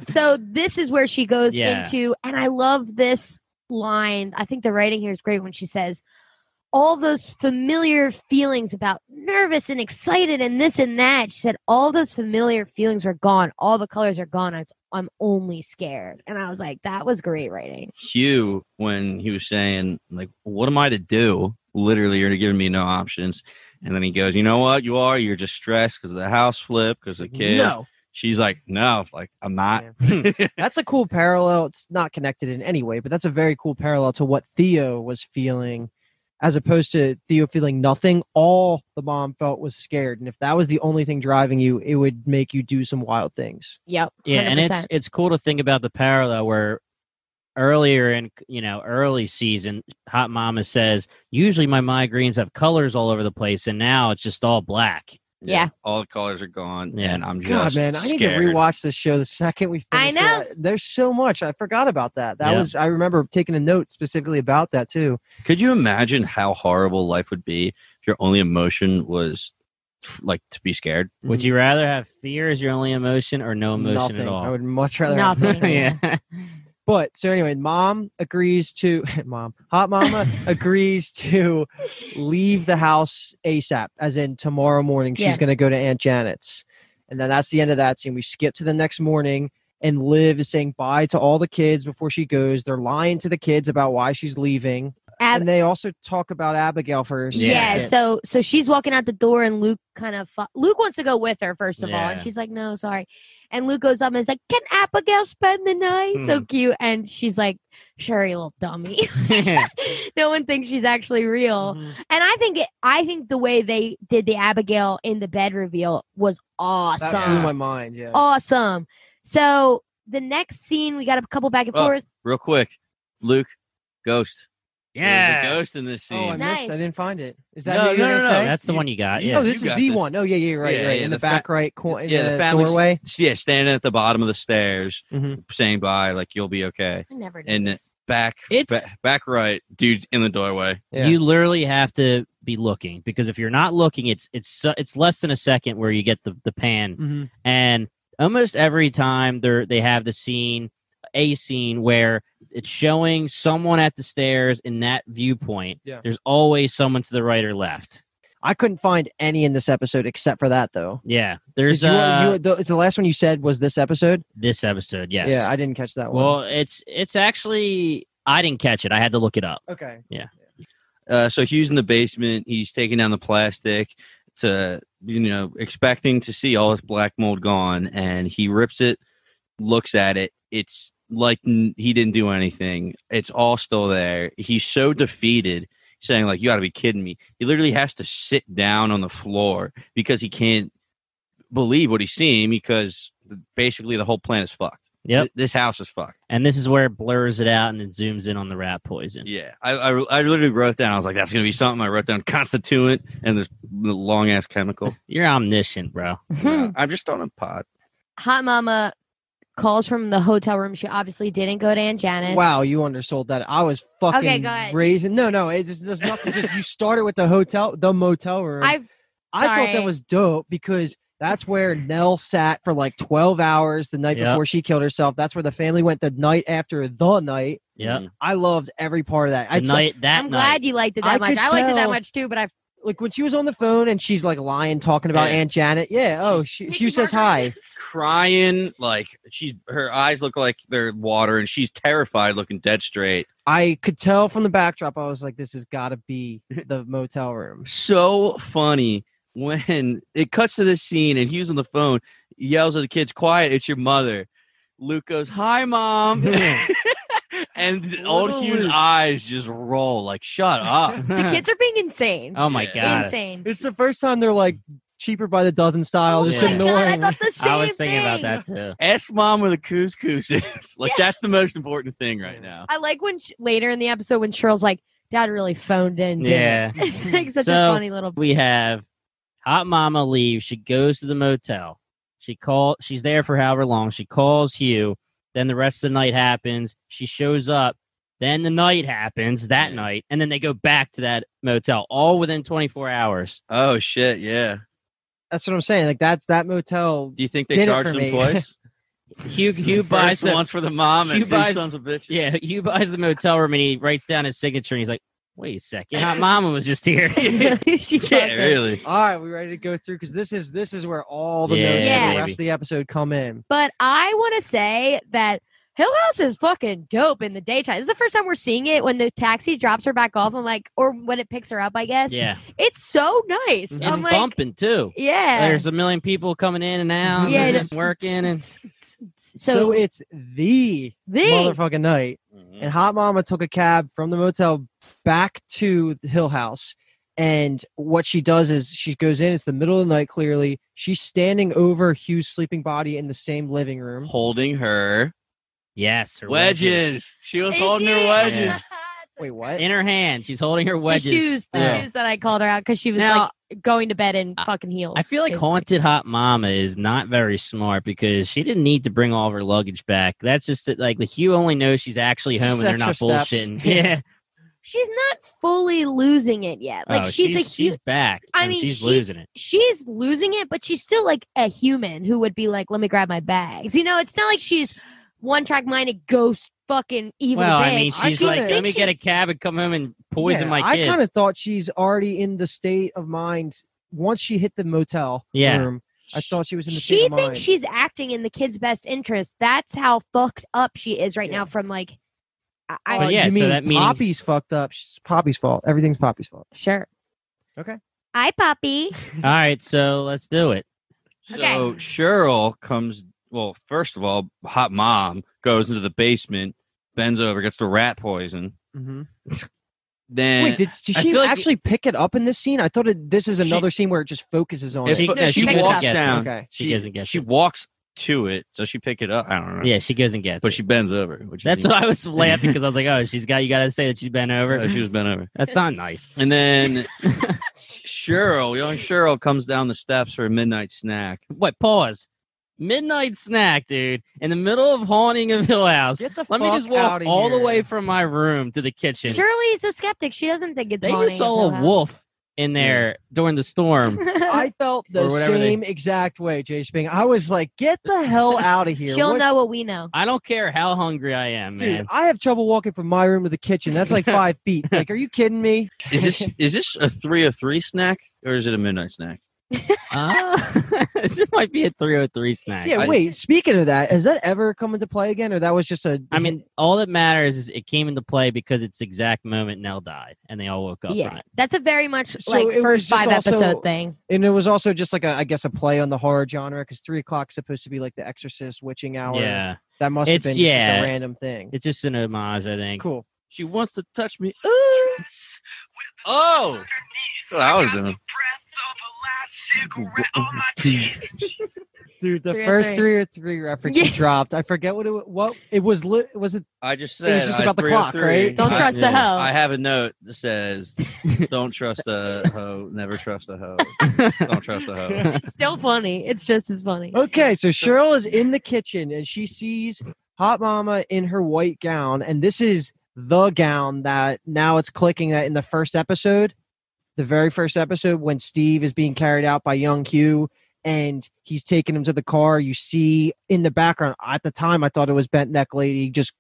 Speaker 2: so this is where she goes
Speaker 5: Yeah.
Speaker 2: into, and I love this line. I think the writing here is great when she says, "All those familiar feelings about nervous and excited and this and that." She said, "All those familiar feelings are gone. All the colors are gone. I was- I'm only scared." And I was like, "That was great writing."
Speaker 3: Hugh, when he was saying, like, what am I to do? Literally, you're giving me no options. And then he goes, you know what? You are. You're just stressed because of the house flip, because of the kid.
Speaker 4: No, Hmm.
Speaker 3: She's like, no, like, I'm not. (laughs)
Speaker 4: that's a cool parallel. It's not connected in any way, but that's a very cool parallel to what Theo was feeling, as opposed to Theo feeling nothing. All the mom felt was scared, and if that was the only thing driving you, it would make you do some wild things.
Speaker 2: Yep.
Speaker 5: yeah and
Speaker 2: 100%.
Speaker 5: it's it's cool to think about the parallel where earlier in you know early season hot mama says usually my migraines have colors all over the place and now it's just all black
Speaker 2: Yeah.
Speaker 3: All the colors are gone,
Speaker 5: Yeah.
Speaker 3: and I'm
Speaker 4: God,
Speaker 3: just
Speaker 4: man, I need to
Speaker 3: scared.
Speaker 4: rewatch this show the second we
Speaker 2: I
Speaker 4: finish. it.
Speaker 2: know.
Speaker 4: there's so much I forgot about that. That
Speaker 5: Yeah.
Speaker 4: was I remember taking a note specifically about that too.
Speaker 3: Could you imagine how horrible life would be if your only emotion was like to be scared?
Speaker 5: would
Speaker 4: Mm-hmm.
Speaker 5: you rather have fear as your only emotion or no emotion
Speaker 4: Nothing.
Speaker 5: at all (laughs)
Speaker 4: I would much rather. have
Speaker 2: Nothing.
Speaker 5: yeah
Speaker 4: But so anyway, mom agrees to (laughs) mom hot mama agrees to leave the house ASAP, as in tomorrow morning she's
Speaker 2: Yeah.
Speaker 4: going to go to Aunt Janet's, and then that's the end of that scene. We skip to the next morning, and Liv is saying bye to all the kids before she goes. They're lying to the kids about why she's leaving.
Speaker 2: Ab-
Speaker 4: and they also talk about Abigail first.
Speaker 2: Yeah.
Speaker 5: Yeah.
Speaker 2: So so she's walking out the door, and Luke kind of fu- Luke wants to go with her first of all, and
Speaker 5: Yeah.
Speaker 2: she's like, "No, sorry." And Luke goes up and is like, "Can Abigail spend the night?" So
Speaker 5: Hmm.
Speaker 2: cute, and she's like, "Sure, you little
Speaker 5: (laughs)
Speaker 2: dummy." (laughs) no one thinks she's actually real,
Speaker 4: Mm-hmm.
Speaker 5: Mm-hmm.
Speaker 2: and I think it, I think the way they did the Abigail in the bed reveal was
Speaker 4: That
Speaker 2: awesome,
Speaker 4: blew my mind. Yeah.
Speaker 2: Oh, awesome. So the next scene, we got a couple back and
Speaker 3: Oh,
Speaker 2: forth.
Speaker 3: Real quick, Luke, ghost.
Speaker 5: yeah.
Speaker 3: There's a ghost in this scene.
Speaker 4: Oh, I
Speaker 2: Nice.
Speaker 4: missed. I didn't find it. Is that
Speaker 3: No,
Speaker 4: who you
Speaker 3: no,
Speaker 4: were
Speaker 3: no,
Speaker 4: gonna
Speaker 3: no,
Speaker 4: say?
Speaker 5: That's the one you got.
Speaker 4: You-
Speaker 5: Yeah.
Speaker 4: Oh, this
Speaker 3: You
Speaker 4: is
Speaker 3: got
Speaker 4: the
Speaker 3: this.
Speaker 4: one. Oh yeah, yeah, you're right,
Speaker 3: Yeah,
Speaker 4: right.
Speaker 3: yeah,
Speaker 4: in the,
Speaker 3: the
Speaker 4: back right corner, in
Speaker 3: yeah, the
Speaker 4: the,
Speaker 3: family-
Speaker 4: doorway.
Speaker 3: yeah, standing at the bottom of the stairs,
Speaker 4: Mhm.
Speaker 3: saying bye, like you'll be okay.
Speaker 2: I never did.
Speaker 3: And
Speaker 2: this.
Speaker 3: Back,
Speaker 5: It's-
Speaker 3: ba- back right, dude's in the doorway.
Speaker 4: Yeah.
Speaker 5: You literally have to be looking because if you're not looking, it's it's so- it's less than a second where you get the the pan,
Speaker 4: Mhm.
Speaker 5: and almost every time they they have the scene, a scene where it's showing someone at the stairs in that viewpoint.
Speaker 4: Yeah.
Speaker 5: There's always someone to the right or left.
Speaker 4: I couldn't find any in this episode except for that though.
Speaker 5: Yeah,
Speaker 4: Did
Speaker 5: there's
Speaker 4: you,
Speaker 5: uh,
Speaker 4: you, the, it's the last one you said was this episode.
Speaker 5: this episode. Yes.
Speaker 4: Yeah, I didn't catch that one.
Speaker 5: well, it's it's actually I didn't catch it. I had to look it up.
Speaker 4: okay.
Speaker 3: Uh, so Hugh's in the basement. He's taking down the plastic to, you know, expecting to see all this black mold gone, and he rips it, looks at it. It's like n- he didn't do anything. It's all still there. He's so defeated, saying like, "You got to be kidding me!" He literally has to sit down on the floor because he can't believe what he's seeing because basically the whole planet's fucked.
Speaker 5: Yep.
Speaker 3: Th- this house is fucked.
Speaker 5: And this is where it blurs it out and it zooms in on the rat poison.
Speaker 3: Yeah, I, I, I literally wrote down. I was like, "That's gonna be something." I wrote down constituent and this long ass chemical.
Speaker 5: You're omniscient, bro.
Speaker 2: Hmm.
Speaker 3: Yeah, I'm just on a pod.
Speaker 2: Hot Mama calls from the hotel room. She obviously didn't go to Aunt Janice.
Speaker 4: Wow, you undersold that. I was fucking
Speaker 2: go ahead.
Speaker 4: raising. No, no, it just, there's nothing. just you started with the hotel, the motel room.
Speaker 2: I
Speaker 4: I thought that
Speaker 2: Sorry.
Speaker 4: was dope because that's where Nell sat for like 12 hours the night
Speaker 5: Yep.
Speaker 4: before she killed herself. That's where the family went the night after the night.
Speaker 5: Yeah.
Speaker 3: Mm.
Speaker 4: I loved every part of that. I
Speaker 5: Hmm. The night that
Speaker 2: I'm
Speaker 5: night.
Speaker 2: glad you liked it
Speaker 4: I
Speaker 2: that much.
Speaker 4: could
Speaker 2: I liked it that
Speaker 4: tell-
Speaker 2: much too, but I
Speaker 4: like when she was on the phone and she's like lying talking about
Speaker 3: Yeah.
Speaker 4: Aunt Janet. Yeah, oh, she, Hugh says hi.
Speaker 3: Crying like she's her eyes look like they're water, and she's terrified, looking dead straight.
Speaker 4: I could tell from the backdrop I was like this has got to be the
Speaker 3: (laughs)
Speaker 4: motel room.
Speaker 3: So funny when (laughs) it cuts to this scene, and Hughes on the phone yells at the kids, "Quiet! It's your mother." Luke goes, "Hi, mom."
Speaker 4: (laughs)
Speaker 3: And old
Speaker 4: Little
Speaker 3: Hugh's
Speaker 4: Luke.
Speaker 3: eyes just roll like, shut up.
Speaker 2: the kids are being insane.
Speaker 5: Uh-huh. oh my
Speaker 3: Yeah.
Speaker 5: god.
Speaker 2: insane.
Speaker 4: It's the first time they're like cheaper by the dozen style
Speaker 2: Oh
Speaker 4: just
Speaker 2: my
Speaker 5: Yeah.
Speaker 2: God, I
Speaker 4: annoying.
Speaker 2: thought the same
Speaker 5: (laughs) I was thinking about
Speaker 2: thing.
Speaker 5: that too.
Speaker 3: Ask mom where the couscous is. like
Speaker 2: Yeah.
Speaker 3: that's the most important thing right now.
Speaker 2: I like when sh- later in the episode when Cheryl's like, "Dad really phoned in." didn't he?" (laughs)
Speaker 5: Yeah.
Speaker 2: it's like such a
Speaker 5: So-
Speaker 2: funny little.
Speaker 5: We have Hot Mama leaves. She goes to the motel. She call she's there for however long. She calls Hugh. Then the rest of the night happens. She shows up. Then the night happens that
Speaker 3: Yeah.
Speaker 5: night. And then they go back to that motel all within 24 hours.
Speaker 3: Oh shit, yeah.
Speaker 4: That's what I'm saying. Like that that motel
Speaker 3: Do you think
Speaker 4: Did
Speaker 3: they
Speaker 4: it
Speaker 3: charged
Speaker 4: for
Speaker 3: him
Speaker 4: me. (laughs)
Speaker 3: twice? (laughs)
Speaker 5: Hugh Hugh
Speaker 3: First
Speaker 5: buys the,
Speaker 3: once for the mom and
Speaker 5: Hugh
Speaker 3: two
Speaker 5: buys-
Speaker 3: sons of bitches.
Speaker 5: Yeah, Hugh buys the motel room and he writes down his signature and he's like, wait a second, Hot Mama was just
Speaker 2: (laughs)
Speaker 5: here. (laughs)
Speaker 2: she
Speaker 3: (laughs) (laughs) Yeah,
Speaker 2: doesn't.
Speaker 3: really.
Speaker 4: All right, we ready to go through because this is this is where all the
Speaker 5: Yeah,
Speaker 4: notes for the
Speaker 5: Yeah.
Speaker 4: rest of the episode come in.
Speaker 2: But I want to say that Hill House is fucking dope in the daytime. This is the first time we're seeing it when the taxi drops her back off. I'm like, or when it picks her up, I guess.
Speaker 5: yeah.
Speaker 2: It's so nice.
Speaker 5: It's
Speaker 2: I'm like,
Speaker 5: bumping too.
Speaker 2: Oh yeah.
Speaker 5: There's a million people coming in and out.
Speaker 2: Yeah,
Speaker 5: Yeah,
Speaker 2: it
Speaker 5: just
Speaker 2: is.
Speaker 5: working and
Speaker 4: So,
Speaker 2: so it's
Speaker 4: it's the,
Speaker 2: the
Speaker 4: motherfucking night,
Speaker 3: Mm-hmm.
Speaker 4: and Hot Mama took a cab from the motel back to the Hill House. And what she does is she goes in. It's the middle of the night. Clearly, she's standing over Hugh's sleeping body in the same living room.
Speaker 3: Holding her
Speaker 5: yes, her
Speaker 3: wedges. She was holding her wedges.
Speaker 5: Yeah. (laughs)
Speaker 4: Wait, what?
Speaker 5: in her hand. She's holding her
Speaker 2: the
Speaker 5: wedges.
Speaker 2: shoes, the
Speaker 4: Yeah.
Speaker 2: shoes that I called her out because she was
Speaker 5: Now-
Speaker 2: like going to bed in
Speaker 5: I-
Speaker 2: fucking heels.
Speaker 5: I feel like
Speaker 2: basically.
Speaker 5: haunted hot mama is not very smart because she didn't need to bring all of her luggage back. That's just that, like the Hugh only knows she's actually home and they're not
Speaker 4: Extra steps.
Speaker 5: bullshitting. Yeah,
Speaker 2: She's not fully losing it yet. Like
Speaker 5: Oh,
Speaker 2: she's, a huge.
Speaker 5: she's back.
Speaker 2: I
Speaker 5: and
Speaker 2: mean,
Speaker 5: she's losing it.
Speaker 2: She's losing it, but she's still like a human who would be like, "Let me grab my bags." You know, it's not like she's one track minded ghost fucking evil
Speaker 5: Well,
Speaker 2: bitch.
Speaker 5: I mean,
Speaker 4: I
Speaker 5: she's
Speaker 4: kinda
Speaker 5: like, let
Speaker 2: think
Speaker 5: me
Speaker 2: she's-
Speaker 5: get a cab and come home and poison
Speaker 4: Yeah,
Speaker 5: my kids.
Speaker 4: I kind of thought she's already in the state of mind once she hit the motel
Speaker 5: Yeah.
Speaker 4: room. I thought she was in the
Speaker 2: she
Speaker 4: state of
Speaker 2: thinks
Speaker 4: mind.
Speaker 2: she's acting in the kid's best interest. That's how fucked up she is right
Speaker 4: Yeah.
Speaker 2: now from like I,
Speaker 5: Well,
Speaker 2: I
Speaker 5: yeah,
Speaker 4: you
Speaker 5: so
Speaker 4: mean
Speaker 5: that means-
Speaker 4: Poppy's fucked up. It's Poppy's fault. Everything's Poppy's fault.
Speaker 2: sure.
Speaker 4: Okay.
Speaker 2: Hi, Poppy.
Speaker 5: All right, so let's do it.
Speaker 2: Okay.
Speaker 3: So Cheryl comes. Well, first of all, hot mom goes into the basement, bends over, gets the rat poison.
Speaker 4: Mm-hmm.
Speaker 3: Then
Speaker 4: Wait, did, did
Speaker 3: I
Speaker 4: she
Speaker 3: feel like-
Speaker 4: actually pick it up in this scene? I thought it, this is
Speaker 3: She-
Speaker 4: another scene where it just focuses on
Speaker 3: if-
Speaker 4: it.
Speaker 5: She-
Speaker 3: but
Speaker 5: no,
Speaker 3: she
Speaker 5: she picks
Speaker 3: walks
Speaker 5: up. Gets it.
Speaker 3: down.
Speaker 4: Okay.
Speaker 5: She doesn't get
Speaker 3: She
Speaker 5: it.
Speaker 3: walks to it, so she pick it up. I don't know.
Speaker 5: Yeah, she goes and gets.
Speaker 3: but
Speaker 5: it.
Speaker 3: she bends over. Which
Speaker 5: That's
Speaker 3: is
Speaker 5: why I was laughing because I was like, oh, she's got. You got to say that she's bent over.
Speaker 3: Uh, she was bent over.
Speaker 5: That's not nice.
Speaker 3: And then Cheryl, young Cheryl, comes down the steps for a midnight snack.
Speaker 5: What? Pause. Midnight snack, dude. In the middle of haunting of Hill House.
Speaker 4: Get the
Speaker 5: Let me
Speaker 4: fuck
Speaker 5: just walk
Speaker 4: outta
Speaker 5: all the
Speaker 4: here.
Speaker 5: way from my room to the kitchen.
Speaker 2: Shirley is a skeptic. She doesn't think it's
Speaker 5: They
Speaker 2: haunting
Speaker 5: just
Speaker 2: of
Speaker 5: saw
Speaker 2: Hill
Speaker 5: a
Speaker 2: House.
Speaker 5: wolf in there during the storm.
Speaker 2: (laughs)
Speaker 4: I felt the
Speaker 5: Or whatever they-
Speaker 4: same exact way, Jay Sping. I was like, get the
Speaker 2: (laughs)
Speaker 4: hell out of here.
Speaker 2: She'll
Speaker 4: What-
Speaker 2: know what we know.
Speaker 5: I don't care how hungry I am,
Speaker 4: Dude,
Speaker 5: man.
Speaker 4: I have trouble walking from my room to the kitchen.
Speaker 5: (laughs)
Speaker 4: That's like five feet. Like, are you kidding me?
Speaker 3: Is
Speaker 4: (laughs)
Speaker 3: this is this a three or three snack or is it a midnight snack?
Speaker 5: Uh, (laughs) this might be a 303 snack.
Speaker 4: Yeah,
Speaker 3: I-
Speaker 4: wait. Speaking of that, has that ever come into play again, or that was just a?
Speaker 5: I mean, all that matters is it came into play because it's the exact moment Nell died, and they all woke up
Speaker 2: Yeah,
Speaker 5: from it.
Speaker 2: that's a very much
Speaker 4: So
Speaker 2: like
Speaker 4: it was
Speaker 2: first
Speaker 4: just
Speaker 2: five
Speaker 4: also-
Speaker 2: episode thing.
Speaker 4: (laughs) and it was also just like a, I guess, a play on the horror genre because three o'clock supposed to be like the Exorcist, witching hour.
Speaker 5: Yeah,
Speaker 4: that must have
Speaker 5: It's-
Speaker 4: been just, like,
Speaker 5: yeah.
Speaker 4: a random thing.
Speaker 5: it's just an homage, I think. (laughs)
Speaker 4: cool.
Speaker 3: She wants to touch me. Ooh. Oh, that's what I was doing.
Speaker 4: Dude, the
Speaker 2: Three or
Speaker 4: first
Speaker 2: three.
Speaker 4: three or three reference you
Speaker 2: Yeah.
Speaker 4: dropped. I forget what it wa- what it was. Li- was it?
Speaker 3: I just said
Speaker 4: It was just
Speaker 3: I
Speaker 4: about the clock,
Speaker 3: 303.
Speaker 4: right?
Speaker 2: Don't
Speaker 3: I-
Speaker 2: trust the
Speaker 5: yeah.
Speaker 2: hoe.
Speaker 3: I have a note that says,
Speaker 4: (laughs)
Speaker 3: "Don't trust a hoe. Never trust a hoe.
Speaker 2: Mm-hmm.
Speaker 3: Don't trust a hoe."
Speaker 2: It's still funny. It's just as funny.
Speaker 4: Okay, so Cheryl is in the kitchen and she sees Hot Mama in her white gown, and this is the gown that now it's clicking that in the first episode, the very first episode when Steve is being carried out by Young Hugh and he's taking him to the car. You see in the background at the time, I thought it was bent neck lady just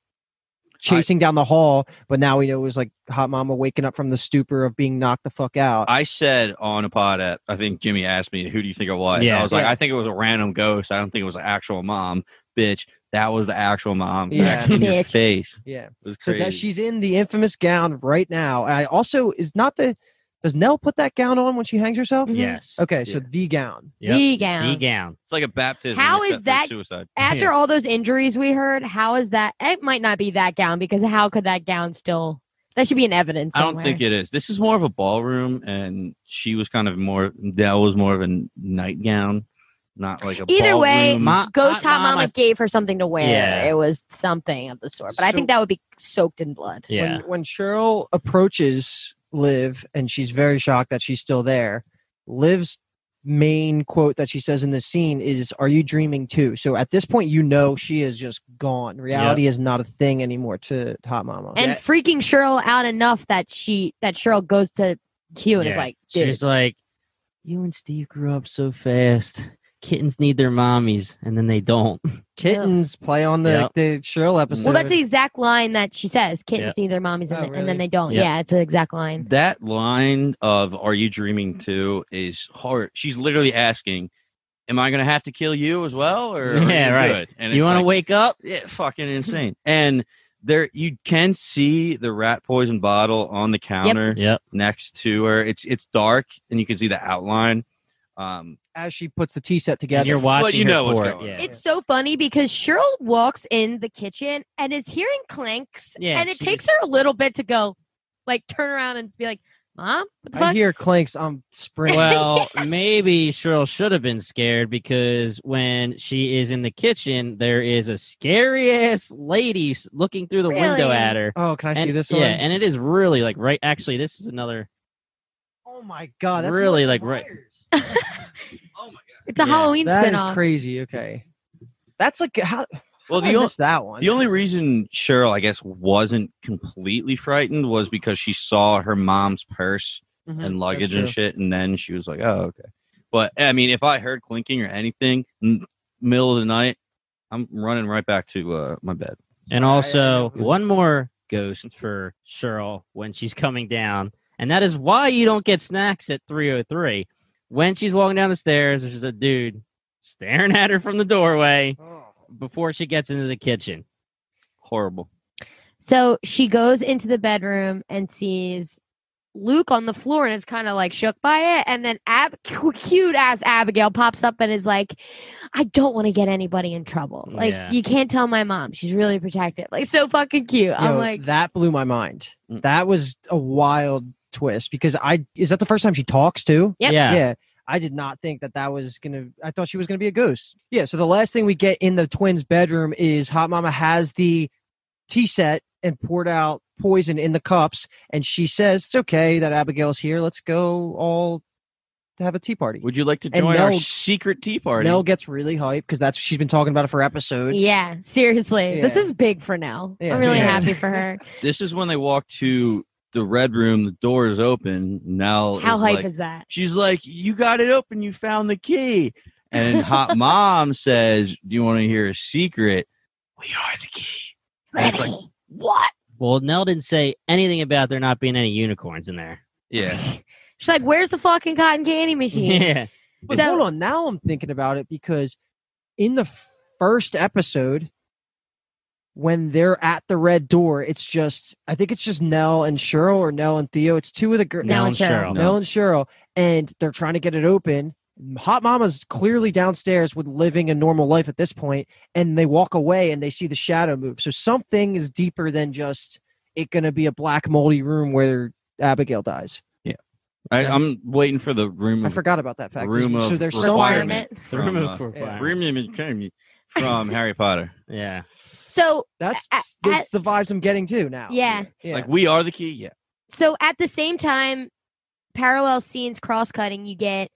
Speaker 4: chasing down the hall, but now we know it was like Hot Mama waking up from the stupor of being knocked the fuck out.
Speaker 3: I said on a pod at I think Jimmy asked me, "Who do you think it was?"
Speaker 5: Yeah.
Speaker 3: I was like,
Speaker 4: Yeah.
Speaker 3: "I think it was a random ghost. I don't think it was an actual mom, bitch. That was the actual mom.
Speaker 4: Yeah.
Speaker 3: Actually in your
Speaker 2: Bitch.
Speaker 3: face.
Speaker 4: yeah.
Speaker 3: It was
Speaker 4: So
Speaker 3: crazy.
Speaker 4: that she's in the infamous gown right now. And I also is not the does Nell put that gown on when she hangs herself?
Speaker 5: Yes.
Speaker 4: Okay, so
Speaker 3: Yeah.
Speaker 4: the gown.
Speaker 5: Yep.
Speaker 2: The gown.
Speaker 5: The gown.
Speaker 3: it's like a baptism.
Speaker 2: How is
Speaker 3: except for
Speaker 2: that-
Speaker 3: suicide?
Speaker 2: After
Speaker 5: Yeah.
Speaker 2: all those injuries we heard, how is that? It might not be that gown because how could that gown still? That should be in evidence.
Speaker 3: I don't think it is. This is more of a ballroom, and she was kind of more. That was more of a nightgown, not like a.
Speaker 2: Either way,
Speaker 3: ballroom.
Speaker 5: Ma-
Speaker 2: Ghost
Speaker 5: Ma-
Speaker 2: Hot Mama
Speaker 5: Mama-
Speaker 2: gave her something to wear.
Speaker 5: Yeah.
Speaker 2: It was something of the sort, but I
Speaker 4: So-
Speaker 2: think that would be soaked in blood.
Speaker 5: Yeah.
Speaker 4: When when Cheryl approaches Liv and she's very shocked that she's still there, Liv's main quote that she says in this scene is are you dreaming too so at this point you know she is just gone reality is not a thing anymore to hot mama
Speaker 2: And freaking Cheryl out enough that she that Cheryl goes to Q and
Speaker 5: Yeah.
Speaker 2: is like, dude,
Speaker 5: She's like, you and Steve grew up so fast. Kittens need their mommies, and then they don't.
Speaker 4: kittens play on the,
Speaker 5: Yep.
Speaker 4: the cheryl episode
Speaker 2: well, that's the exact line that she says. Kittens need their mommies,
Speaker 4: Oh,
Speaker 2: and, th- and
Speaker 4: really?
Speaker 2: then they don't.
Speaker 5: Yeah.
Speaker 2: Yeah, it's an exact line.
Speaker 3: that line of "Are you dreaming too?" is hard. She's literally asking, "Am I going to have to kill you as well?" Or are
Speaker 5: Yeah,
Speaker 3: you
Speaker 5: right.
Speaker 3: Good? And
Speaker 5: you
Speaker 3: it's
Speaker 5: want to
Speaker 3: like,
Speaker 5: wake up?
Speaker 3: Yeah, fucking insane. and there, you can see the rat poison bottle on the counter
Speaker 5: Yep.
Speaker 3: next to her. It's it's dark, and you can see the outline. Um,
Speaker 4: as she puts the tea set
Speaker 5: And
Speaker 4: together
Speaker 5: you're watching
Speaker 3: you
Speaker 5: her
Speaker 3: know what's
Speaker 5: pour it,
Speaker 3: going on. (laughs)
Speaker 5: Yeah.
Speaker 2: It's so funny because Cheryl walks in the kitchen and is hearing clanks,
Speaker 5: Yeah,
Speaker 2: and it
Speaker 5: she
Speaker 2: takes
Speaker 5: just-
Speaker 2: her a little bit to go, like, turn around and be like, "Mom, what the
Speaker 4: i
Speaker 2: fuck?"
Speaker 4: hear clanks i'm
Speaker 2: (laughs)
Speaker 4: sprinting
Speaker 5: Well, maybe Cheryl should have been scared because when she is in the kitchen, there is a scary ass lady s- looking through the window
Speaker 2: Really?
Speaker 5: at her.
Speaker 4: oh can i
Speaker 5: and,
Speaker 4: see this
Speaker 5: yeah,
Speaker 4: one
Speaker 5: and it is really like right. Actually, this is another.
Speaker 4: Oh my god, that's
Speaker 5: Really,
Speaker 4: Michael
Speaker 5: like, right-
Speaker 4: Myers.
Speaker 2: it's a
Speaker 5: yeah,
Speaker 2: Halloween
Speaker 4: That is
Speaker 2: spinoff.
Speaker 4: crazy. Okay, that's like how.
Speaker 3: well,
Speaker 4: how
Speaker 3: the
Speaker 4: I
Speaker 3: only
Speaker 4: missed that one.
Speaker 3: the only reason Cheryl, I guess, wasn't completely frightened was because she saw her mom's purse
Speaker 4: Mhm,
Speaker 3: and
Speaker 4: that's
Speaker 3: luggage and
Speaker 4: true.
Speaker 3: shit. And then she was like, "Oh, okay." But I mean, if I heard clinking or anything, m- middle of the night, I'm running right back to uh, my bed.
Speaker 5: And
Speaker 4: I- I-
Speaker 5: also
Speaker 4: I-
Speaker 5: one more ghost for Cheryl when she's coming down, and that is why you don't get snacks at three o three. When she's walking down the stairs, there's a dude staring (laughs)
Speaker 3: Oh.
Speaker 5: at her from the doorway before she gets into the kitchen.
Speaker 3: Horrible.
Speaker 2: So she goes into the bedroom and sees Luke on the floor and is kind of like shook by it. And then Ab- (laughs) cute ass Abigail pops up and is like, I don't want to get anybody in trouble. Like,
Speaker 5: Yeah.
Speaker 2: you can't tell my mom. She's really protective. Like, so fucking cute. I'm
Speaker 4: Yo,
Speaker 2: like,
Speaker 4: that blew my mind.
Speaker 8: Mm.
Speaker 4: That was a wild twist because I is that the first time she talks too?
Speaker 2: Yep.
Speaker 5: Yeah.
Speaker 4: Yeah. I did not think that that was going to, I thought she was going to be a goose. Yeah. So the last thing we get in the twins' bedroom is Hot Mama has the tea set and poured out poison in the cups. And she says, It's okay that Abigail's here. Let's go all to have a tea party.
Speaker 3: Would you like to
Speaker 4: And
Speaker 3: join our
Speaker 4: Nell-
Speaker 3: secret tea party?
Speaker 4: Nell gets really hyped because that's what she's been talking about for episodes.
Speaker 2: yeah, seriously. This
Speaker 4: Yeah.
Speaker 2: is big for now.
Speaker 4: Yeah.
Speaker 2: I'm really
Speaker 4: Yeah.
Speaker 2: happy for her.
Speaker 3: This is when they walk to the red room. The door is open. Now,
Speaker 2: How hype
Speaker 3: like,
Speaker 2: is that?
Speaker 3: She's like, "You got it open. You found the key." And hot mom says, "Do you want to hear a secret? We are the key." And it's like,
Speaker 2: what?
Speaker 5: Well, Nell didn't say anything about there not being any unicorns in there.
Speaker 3: yeah,
Speaker 2: She's like, where's the fucking cotton candy machine? (laughs)
Speaker 5: (laughs) Yeah.
Speaker 4: But
Speaker 2: So-
Speaker 4: hold on, now I'm thinking about it because in the first episode, when they're at the red door, it's just I think it's just Nell and Cheryl or Nell and Theo. It's two of the girls.
Speaker 2: Nell
Speaker 5: Nell
Speaker 2: and
Speaker 5: and
Speaker 2: Cheryl.
Speaker 5: Cheryl.
Speaker 4: Nell and Cheryl, and they're trying to get it open. Hot Mama's clearly downstairs with living a normal life at this point, and they walk away and they see the shadow move. So something is deeper than just it going to be a black moldy room where Abigail dies.
Speaker 3: I, I'm waiting for the room.
Speaker 4: I
Speaker 3: of-
Speaker 4: forgot about that fact.
Speaker 3: Hmm. Room
Speaker 4: so
Speaker 3: of
Speaker 4: there's
Speaker 3: requirement.
Speaker 4: something
Speaker 5: The
Speaker 3: From,
Speaker 5: room
Speaker 3: uh,
Speaker 5: of requirement.
Speaker 3: room of- (laughs) from Harry Potter.
Speaker 5: Yeah.
Speaker 2: So
Speaker 4: That's
Speaker 2: A- a-
Speaker 4: that's the vibes I'm getting too now.
Speaker 2: yeah.
Speaker 4: Yeah.
Speaker 3: Like we are the key. Yeah.
Speaker 2: So at the same time, parallel scenes cross cutting, you get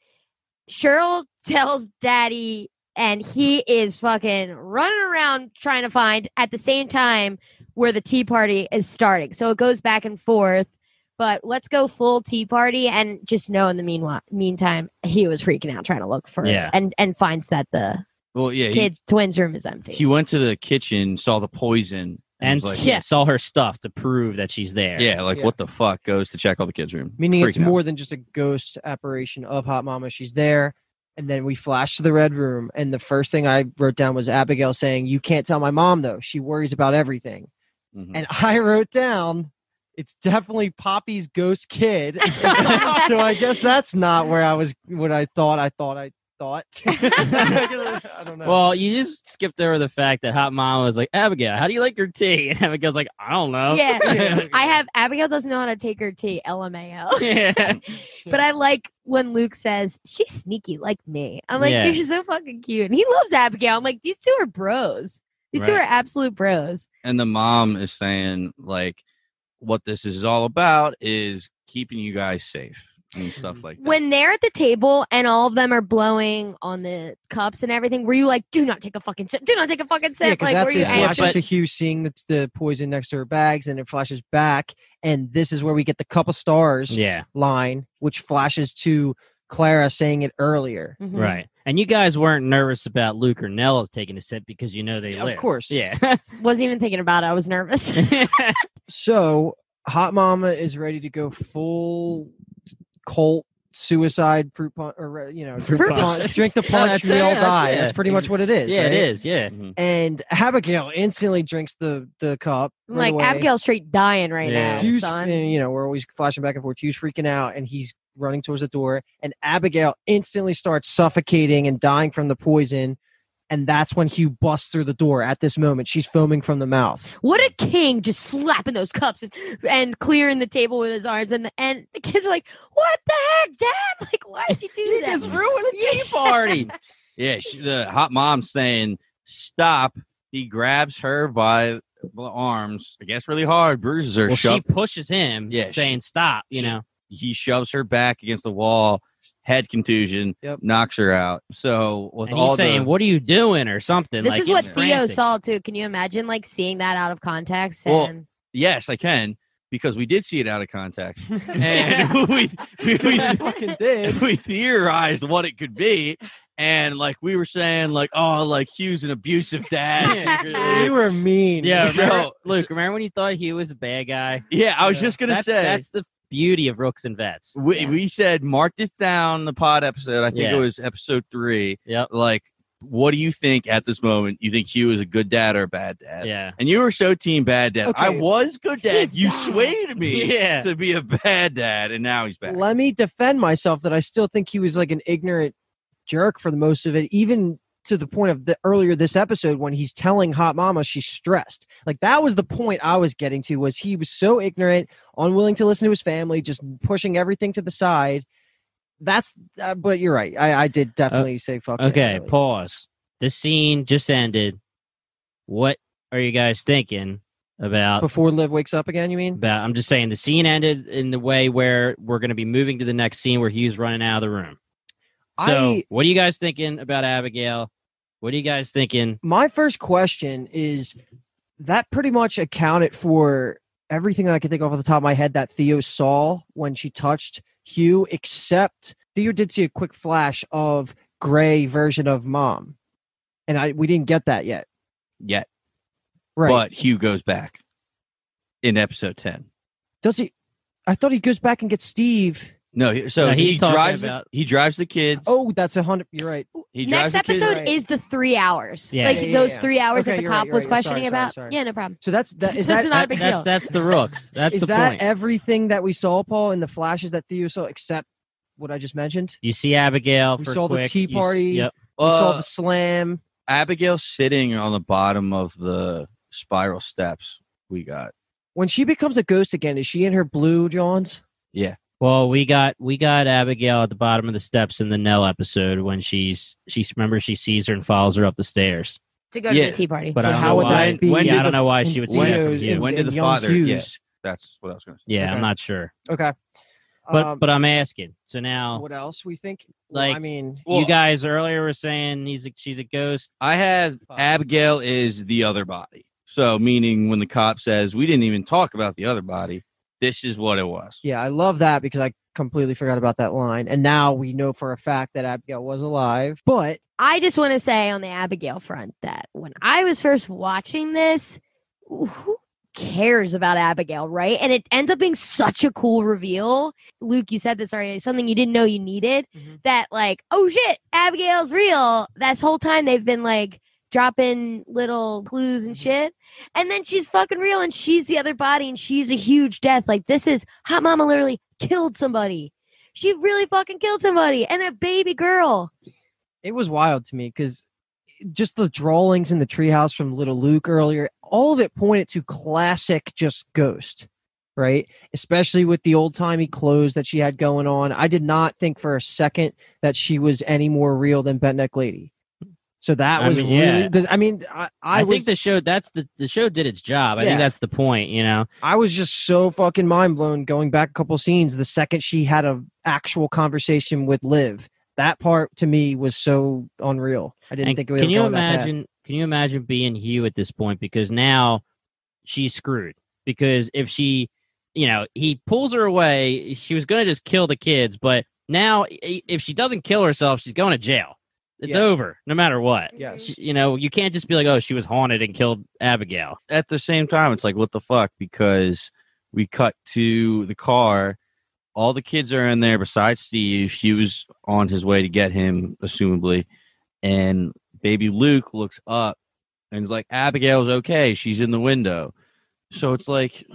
Speaker 2: Cheryl (laughs) tells daddy, and he is fucking running around trying to find at the same time where the tea party is starting. So it goes back and forth. But let's go full tea party and just know in the meanwhile meantime, he was freaking out trying to look for it
Speaker 5: Yeah.
Speaker 2: and, and finds that the
Speaker 3: Well, yeah. He,
Speaker 2: kids twins room is empty.
Speaker 3: he went to the kitchen, saw the poison,
Speaker 5: And
Speaker 3: was like,
Speaker 5: yeah, saw her stuff to prove that she's there.
Speaker 3: yeah, like
Speaker 4: Yeah.
Speaker 3: what the fuck goes to check all the kids' room?
Speaker 4: Meaning it's
Speaker 3: Freaking out.
Speaker 4: more than just a ghost apparition of Hot Mama. She's there. And then we flash to the red room. And the first thing I wrote down was Abigail saying, You can't tell my mom, though. She worries about everything.
Speaker 3: Mhm.
Speaker 4: And I wrote down, It's definitely Poppy's ghost kid.
Speaker 2: (laughs)
Speaker 4: so I guess that's not where I was, what I thought I thought I thought. (laughs)
Speaker 3: (laughs)
Speaker 4: (laughs) I don't know.
Speaker 5: Well, you just skipped over the fact that Hot Mama was like, Abigail, how do you like your tea? (laughs) And Abigail's like, I don't know.
Speaker 2: Yeah.
Speaker 3: (laughs)
Speaker 4: Yeah.
Speaker 2: I have Abigail doesn't know how to take her tea, LMAO. (laughs)
Speaker 5: (laughs) Yeah. (laughs)
Speaker 2: But I like when Luke says she's sneaky like me. I'm like,
Speaker 5: Yeah.
Speaker 2: you're so fucking cute. And he loves Abigail. I'm like, these two are bros. These two are
Speaker 5: Right.
Speaker 2: absolute bros.
Speaker 3: and the mom is saying like what this is all about is keeping you guys safe and
Speaker 5: (laughs)
Speaker 3: stuff like that.
Speaker 2: When they're at the table and all of them are blowing on the cups and everything, were you like, do not take a fucking sip? Do not take a fucking
Speaker 4: Yeah,
Speaker 2: sip. like,
Speaker 4: because
Speaker 2: were
Speaker 4: that's
Speaker 2: you
Speaker 4: it.
Speaker 5: Yeah,
Speaker 4: Flashes
Speaker 2: anxious?
Speaker 5: but-
Speaker 4: to Hugh seeing the, the poison next to her bags, and it flashes back, and this is where we get the couple stars
Speaker 5: Yeah.
Speaker 4: line, which flashes to Clara saying it earlier.
Speaker 2: Mhm.
Speaker 5: Right. And you guys weren't nervous about Luke or Nell taking a sip because you know they
Speaker 4: Yeah,
Speaker 5: live.
Speaker 4: of
Speaker 3: (laughs)
Speaker 4: course.
Speaker 5: Yeah. (laughs)
Speaker 2: Wasn't even thinking about it. I was nervous.
Speaker 4: So Hot Mama is ready to go full cult suicide fruit punch, or uh, you know,
Speaker 5: Fruit
Speaker 4: drink, the
Speaker 5: punch. (laughs)
Speaker 4: punch- drink the punch,
Speaker 5: that's
Speaker 4: we
Speaker 5: it,
Speaker 4: all
Speaker 5: that's
Speaker 4: die.
Speaker 5: it.
Speaker 4: That's pretty much what it is.
Speaker 5: yeah,
Speaker 4: right?
Speaker 5: it is. Yeah.
Speaker 3: Mhm.
Speaker 4: And Abigail instantly drinks the the cup.
Speaker 2: I'm
Speaker 4: right
Speaker 2: like,
Speaker 4: away.
Speaker 2: Abigail Street dying right
Speaker 5: Yeah.
Speaker 2: now,
Speaker 4: Hugh's,
Speaker 2: son.
Speaker 4: and, you know, we're always flashing back and forth. Hugh's freaking out, and he's running towards the door. And Abigail instantly starts suffocating and dying from the poison. And that's when Hugh busts through the door. At this moment, she's foaming from the mouth.
Speaker 2: What a king just slapping those cups and, and clearing the table with his arms and and the kids are like, What the heck, Dad? (laughs) Like, why did you do that?
Speaker 5: ruined
Speaker 2: the tea
Speaker 5: party.
Speaker 3: (laughs) yeah she, the hot mom saying stop he grabs her by the arms i guess really hard bruises her
Speaker 5: well, she
Speaker 3: shove-
Speaker 5: pushes him,
Speaker 3: Yeah, she-
Speaker 5: saying, Stop, you know.
Speaker 3: he shoves her back against the wall head contusion
Speaker 4: Yep.
Speaker 3: knocks her out so with
Speaker 5: And
Speaker 3: all
Speaker 5: he's saying,
Speaker 3: the
Speaker 5: What are you doing? or something.
Speaker 2: This
Speaker 5: like,
Speaker 2: is what
Speaker 5: it's
Speaker 2: Theo
Speaker 5: frantic.
Speaker 2: saw too. Can you imagine like seeing that out of context?
Speaker 3: Well,
Speaker 2: And
Speaker 3: yes i can because we did see it out of
Speaker 5: (laughs)
Speaker 3: context and (laughs) we, we, we
Speaker 4: fucking did. (laughs)
Speaker 3: we theorized what it could be and like we were saying like oh like hugh's an abusive dad
Speaker 4: We
Speaker 3: secretly.
Speaker 4: were mean.
Speaker 5: Yeah,
Speaker 3: So-
Speaker 5: remember,
Speaker 3: (laughs)
Speaker 5: Luke, remember when you thought he was a bad guy?
Speaker 3: yeah i was
Speaker 4: Yeah.
Speaker 3: just gonna
Speaker 5: that's,
Speaker 3: say
Speaker 5: that's the beauty of Rooks and Vets.
Speaker 3: we, we said mark this down the pod episode i think
Speaker 5: Yeah.
Speaker 3: it was episode three
Speaker 5: Yep.
Speaker 3: like
Speaker 8: what do you think at this moment? You think Hugh is a good dad or a bad dad?
Speaker 5: Yeah.
Speaker 8: And you were so team bad dad. I
Speaker 4: Okay.
Speaker 8: was good dad.
Speaker 4: He's
Speaker 8: you
Speaker 4: bad.
Speaker 8: swayed me
Speaker 5: (laughs) Yeah.
Speaker 8: to be a bad dad, and now he's back.
Speaker 4: Let me defend myself that I still think he was like an ignorant jerk for the most of it, even to the point of the earlier this episode when he's telling Hot Mama she's stressed. Like that was the point I was getting to was he was so ignorant, unwilling to listen to his family, just pushing everything to the side. That's uh, but you're right. I, I did definitely say fuck. him
Speaker 5: Okay,
Speaker 4: earlier.
Speaker 5: pause. This scene just ended. What are you guys thinking about
Speaker 4: Before Liv wakes up again, you mean?
Speaker 5: about I'm just saying the scene ended in the way where we're going to be moving to the next scene where Hugh's running out of the room. So,
Speaker 4: I-
Speaker 5: what are you guys thinking about Abigail? What are you guys thinking?
Speaker 4: my first question is that pretty much accounted for everything that I could think of off the top of my head that Theo saw when she touched Hugh, except Theo did see a quick flash of gray version of mom. And I we didn't get that yet.
Speaker 8: Yet,
Speaker 4: Right.
Speaker 8: but Hugh goes back in episode ten.
Speaker 4: Does he I thought he goes back and gets Steve.
Speaker 8: No, he- so
Speaker 5: No, he's
Speaker 8: he
Speaker 5: talking
Speaker 8: drives. the-
Speaker 5: about-
Speaker 8: he drives the kids.
Speaker 4: Oh, that's a hundred you're right.
Speaker 8: he drives
Speaker 2: Next
Speaker 8: the kids-
Speaker 2: episode
Speaker 4: Right.
Speaker 2: is the three hours.
Speaker 5: Yeah.
Speaker 2: like
Speaker 4: Yeah, yeah,
Speaker 2: those
Speaker 4: yeah.
Speaker 2: three hours
Speaker 4: Okay,
Speaker 2: that the
Speaker 4: you're right,
Speaker 2: cop
Speaker 4: you're
Speaker 2: was
Speaker 4: right, you're
Speaker 2: questioning
Speaker 4: sorry,
Speaker 2: about.
Speaker 4: sorry, sorry.
Speaker 2: Yeah, no problem.
Speaker 4: So that's that
Speaker 2: This (laughs)
Speaker 4: is that,
Speaker 2: is not a big
Speaker 5: That's
Speaker 2: deal.
Speaker 5: that's the
Speaker 4: (laughs)
Speaker 5: rooks. That's
Speaker 4: is
Speaker 5: the
Speaker 4: that
Speaker 5: point.
Speaker 4: everything that we saw, Paul, in the flashes that Theo saw, except what I just mentioned?
Speaker 5: you see Abigail
Speaker 4: We
Speaker 5: for
Speaker 4: saw the
Speaker 5: quick,
Speaker 4: tea
Speaker 5: you s-
Speaker 4: party.
Speaker 5: Yep.
Speaker 4: We saw
Speaker 8: Uh,
Speaker 4: the slam.
Speaker 8: Abigail sitting on the bottom of the spiral steps. We got
Speaker 4: When she becomes a ghost again, is she in her blue Johns?
Speaker 5: Well, we got we got Abigail at the bottom of the steps in the Nell episode when she's she's remember she sees her and follows her up the stairs.
Speaker 2: To go to
Speaker 8: Yeah.
Speaker 2: the tea party.
Speaker 5: But I
Speaker 4: So
Speaker 5: don't
Speaker 4: how
Speaker 5: know
Speaker 4: would
Speaker 5: why.
Speaker 4: that be?
Speaker 8: When
Speaker 5: yeah,
Speaker 8: did
Speaker 5: I don't
Speaker 8: the-
Speaker 5: know why she would see that from
Speaker 4: Theo's
Speaker 5: you.
Speaker 4: and-
Speaker 8: When did the
Speaker 4: young
Speaker 8: father- yeah.
Speaker 4: Hughes.
Speaker 8: that's what I was going to say.
Speaker 5: Yeah,
Speaker 4: okay.
Speaker 5: I'm not sure,
Speaker 4: Okay.
Speaker 5: but
Speaker 4: Um,
Speaker 5: but I'm asking. So now
Speaker 4: what else we think? well, I
Speaker 5: like,
Speaker 4: mean,
Speaker 8: Well,
Speaker 5: you guys earlier were saying he's a, she's a ghost.
Speaker 8: I have Abigail is the other body. So meaning when the cop says we didn't even talk about the other body, this is what it was.
Speaker 4: yeah, I love that because I completely forgot about that line, and now we know for a fact that Abigail was alive. But
Speaker 2: I just want to say on the Abigail front that when I was first watching this, who cares about Abigail, right? And it ends up being such a cool reveal. Luke, you said this already, something you didn't know you needed
Speaker 4: Mhm.
Speaker 2: that, like, oh shit, Abigail's real. That's whole time they've been like dropping little clues and
Speaker 4: Mhm.
Speaker 2: shit. And then she's fucking real and she's the other body and she's a huge death. Like, this is Hot Mama literally killed somebody. She really fucking killed somebody and a baby girl.
Speaker 4: it was wild to me because just the drawings in the treehouse from Little Luke earlier, all of it pointed to classic just ghost, right? Especially with the old timey clothes that she had going on. I did not think for a second that she was any more real than Bentneck Lady. So that
Speaker 5: I
Speaker 4: was
Speaker 5: mean,
Speaker 4: really.
Speaker 5: yeah.
Speaker 4: th- I mean, I, I,
Speaker 5: I,
Speaker 4: was
Speaker 5: think the show that's the the show did its job. I
Speaker 4: Yeah.
Speaker 5: think that's the point. You know,
Speaker 4: I was just so fucking mind blown going back a couple scenes. The second she had a actual conversation with Liv, that part to me was so unreal. I didn't
Speaker 5: And
Speaker 4: think it would
Speaker 5: can you
Speaker 4: go that bad.
Speaker 5: imagine? Can you imagine being Hugh at this point? Because now she's screwed. Because if she, you know, he pulls her away, she was going to just kill the kids. But now, i- if she doesn't kill herself, she's going to jail. It's
Speaker 4: Yeah.
Speaker 5: over, no matter what.
Speaker 4: Yes.
Speaker 5: She- You know, you can't just be like, "Oh, she was haunted and killed Abigail."
Speaker 8: at the same time, it's like, what the fuck? Because we cut to the car. All the kids are in there besides Steve. She was on his way to get him, assumably. And baby Luke looks up and is like, Abigail's okay. She's in the window. So it's like,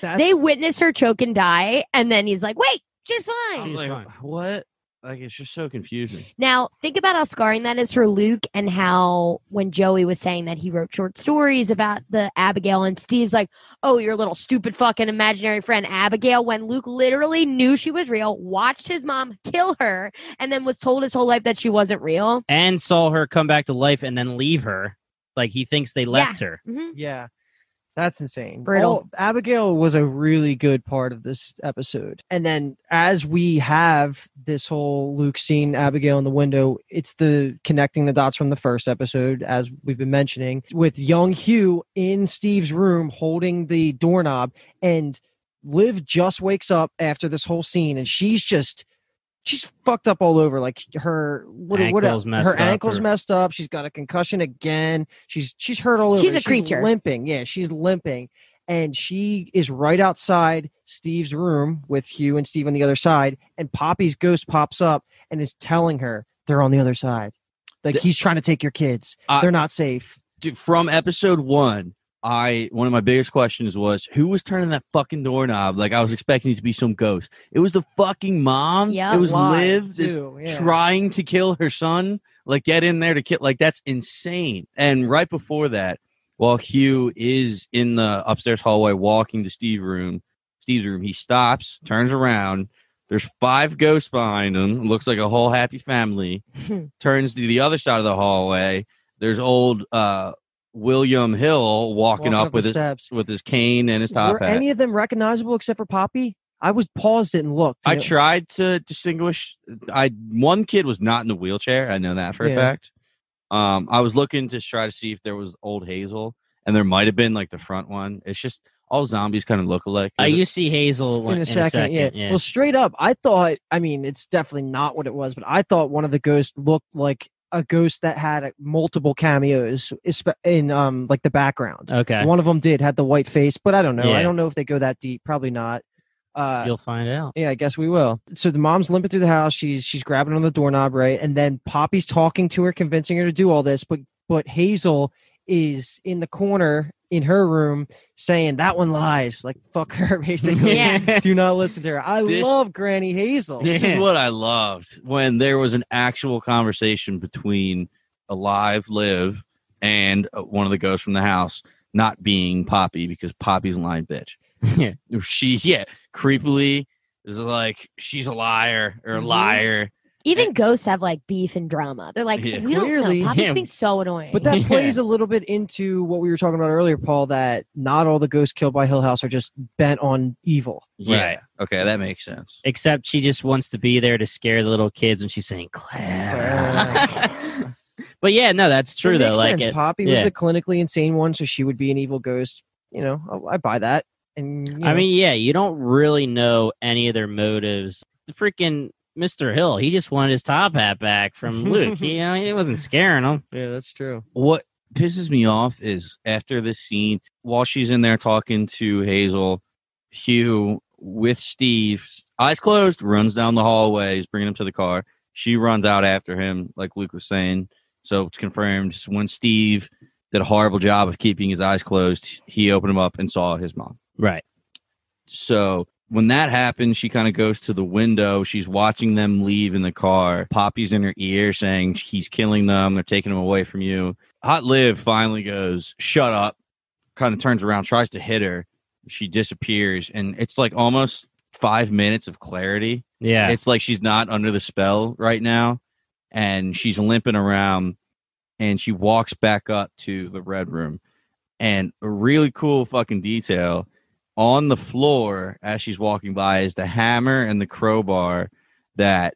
Speaker 4: That's,
Speaker 2: they witness her choke and die, and then he's like, "Wait, she's fine."
Speaker 4: Um,
Speaker 8: I'm
Speaker 5: She's
Speaker 8: like,
Speaker 5: fine.
Speaker 8: what? Like, it's just so confusing.
Speaker 2: now think about how scarring that is for Luke, and how when Joey was saying that he wrote short stories about the Abigail, and Steve's like, "Oh, your little stupid fucking imaginary friend Abigail," when Luke literally knew she was real, watched his mom kill her, and then was told his whole life that she wasn't real.
Speaker 5: And saw her come back to life and then leave her. Like he thinks they left her.
Speaker 2: Mhm.
Speaker 4: Yeah. That's insane.
Speaker 2: Brutal.
Speaker 4: All- Abigail was a really good part of this episode. And then as we have this whole Luke scene, Abigail in the window, it's the connecting the dots from the first episode, as we've been mentioning, with young Hugh in Steve's room holding the doorknob. And Liv just wakes up after this whole scene and she's just. She's fucked up all over. Like her, what? what
Speaker 5: Ankles messed
Speaker 4: her
Speaker 5: up,
Speaker 4: ankles
Speaker 5: her-
Speaker 4: messed up. She's got a concussion again. She's she's hurt all over.
Speaker 2: She's a
Speaker 4: and
Speaker 2: creature.
Speaker 4: Limping, yeah, she's limping, and she is right outside Steve's room with Hugh and Steve on the other side. And Poppy's ghost pops up and is telling her they're on the other side. Like he's trying to take your kids.
Speaker 3: I-
Speaker 4: They're not safe.
Speaker 3: Dude, from episode one, I one of my biggest questions was who was turning that fucking doorknob? Like I was expecting it to be some ghost. It was the fucking mom.
Speaker 2: Yeah.
Speaker 3: it was
Speaker 4: Lie,
Speaker 3: Liv that's
Speaker 4: too, yeah.
Speaker 3: trying to kill her son. Like get in there to kill. Like that's insane. And right before that, while Hugh is in the upstairs hallway walking to Steve's room, Steve's room, he stops, turns around. There's five ghosts behind him. Looks like a whole happy
Speaker 4: (laughs)
Speaker 3: family turns to the other side of the hallway. There's old uh, William Hill walking,
Speaker 4: Walking
Speaker 3: up,
Speaker 4: up the
Speaker 3: with his
Speaker 4: steps.
Speaker 3: with his cane and his top
Speaker 4: Were
Speaker 3: hat.
Speaker 4: any of them recognizable except for Poppy? I was paused it and looked.
Speaker 3: I
Speaker 4: and it-
Speaker 3: tried to distinguish. I one kid was not in the wheelchair. I know that for
Speaker 4: Yeah.
Speaker 3: a fact. Um, I was looking to try to see if there was old Hazel, and there might have been like the front one. It's just all zombies kind of look alike.
Speaker 5: Uh, (laughs)
Speaker 3: There's a-
Speaker 5: you see Hazel
Speaker 4: in, a, second, yeah.
Speaker 5: yeah.
Speaker 4: Well, straight up, I thought. I mean, it's definitely not what it was, but I thought one of the ghosts looked like a ghost that had uh, multiple cameos espe- in um like the background.
Speaker 5: okay,
Speaker 4: One of them did had the white face, but I don't know.
Speaker 5: Yeah.
Speaker 4: I don't know if they go that deep. Probably not. Uh,
Speaker 5: you'll find
Speaker 4: (laughs)
Speaker 5: out.
Speaker 4: yeah, I guess we will. So the mom's limping through the house. She's she's grabbing on the doorknob, right? And then Poppy's talking to her, convincing her to do all this. But but Hazel is in the corner in her room saying that one lies. Like fuck her, (laughs) basically.
Speaker 2: Yeah.
Speaker 4: (laughs) do not listen to her. I
Speaker 3: This-
Speaker 4: love Granny Hazel.
Speaker 3: This
Speaker 5: Yeah.
Speaker 3: is what I loved when there was an actual conversation between alive live and uh, one of the ghosts from the house not being Poppy because Poppy's a lying bitch.
Speaker 5: (laughs) Yeah.
Speaker 3: She yeah, creepily is like she's a liar or a
Speaker 5: Mm-hmm.
Speaker 2: Mhm.
Speaker 3: liar.
Speaker 2: Even ghosts have like beef and drama. They're like,
Speaker 3: Yeah.
Speaker 2: we don't
Speaker 4: Clearly.
Speaker 2: know. Poppy's
Speaker 5: Yeah.
Speaker 2: being so annoying.
Speaker 4: But
Speaker 5: (laughs)
Speaker 4: that
Speaker 5: Yeah.
Speaker 4: plays a little bit into what we were talking about earlier, Paul. That not all the ghosts killed by Hill House are just bent on evil.
Speaker 3: Yeah. Okay, that makes sense.
Speaker 5: (laughs) Except she just wants to be there to scare the little kids when she's saying Claire. (laughs) but yeah, no, that's true
Speaker 4: It
Speaker 5: though.
Speaker 4: makes
Speaker 5: Like
Speaker 4: sense.
Speaker 5: it,
Speaker 4: Poppy was
Speaker 5: yeah.
Speaker 4: the clinically insane one, so she would be an evil ghost. You know, I, I buy that. And you
Speaker 5: I
Speaker 4: know,
Speaker 5: mean, yeah, you don't really know any of their motives. The freaking Mr. Hill, he just wanted his top hat back from
Speaker 4: (laughs)
Speaker 5: Luke. you know, he wasn't scaring him.
Speaker 4: yeah, that's true.
Speaker 3: What pisses me off is after this scene, while she's in there talking to Hazel, Hugh with Steve, eyes closed, runs down the hallways, bringing him to the car. She runs out after him, like Luke was saying. So it's confirmed when Steve did a horrible job of keeping his eyes closed, he opened them up and saw his mom.
Speaker 5: Right.
Speaker 3: So when that happens, she kind of goes to the window. She's watching them leave in the car. Poppy's in her ear saying, He's killing them. They're taking them away from you. Hot Liv finally goes, Shut up. Kind of turns around, tries to hit her. She disappears. And it's like almost five minutes of clarity.
Speaker 5: Yeah.
Speaker 3: It's like she's not under the spell right now. And she's limping around and she walks back up to the red room. And a really cool fucking detail on the floor as she's walking by is the hammer and the crowbar that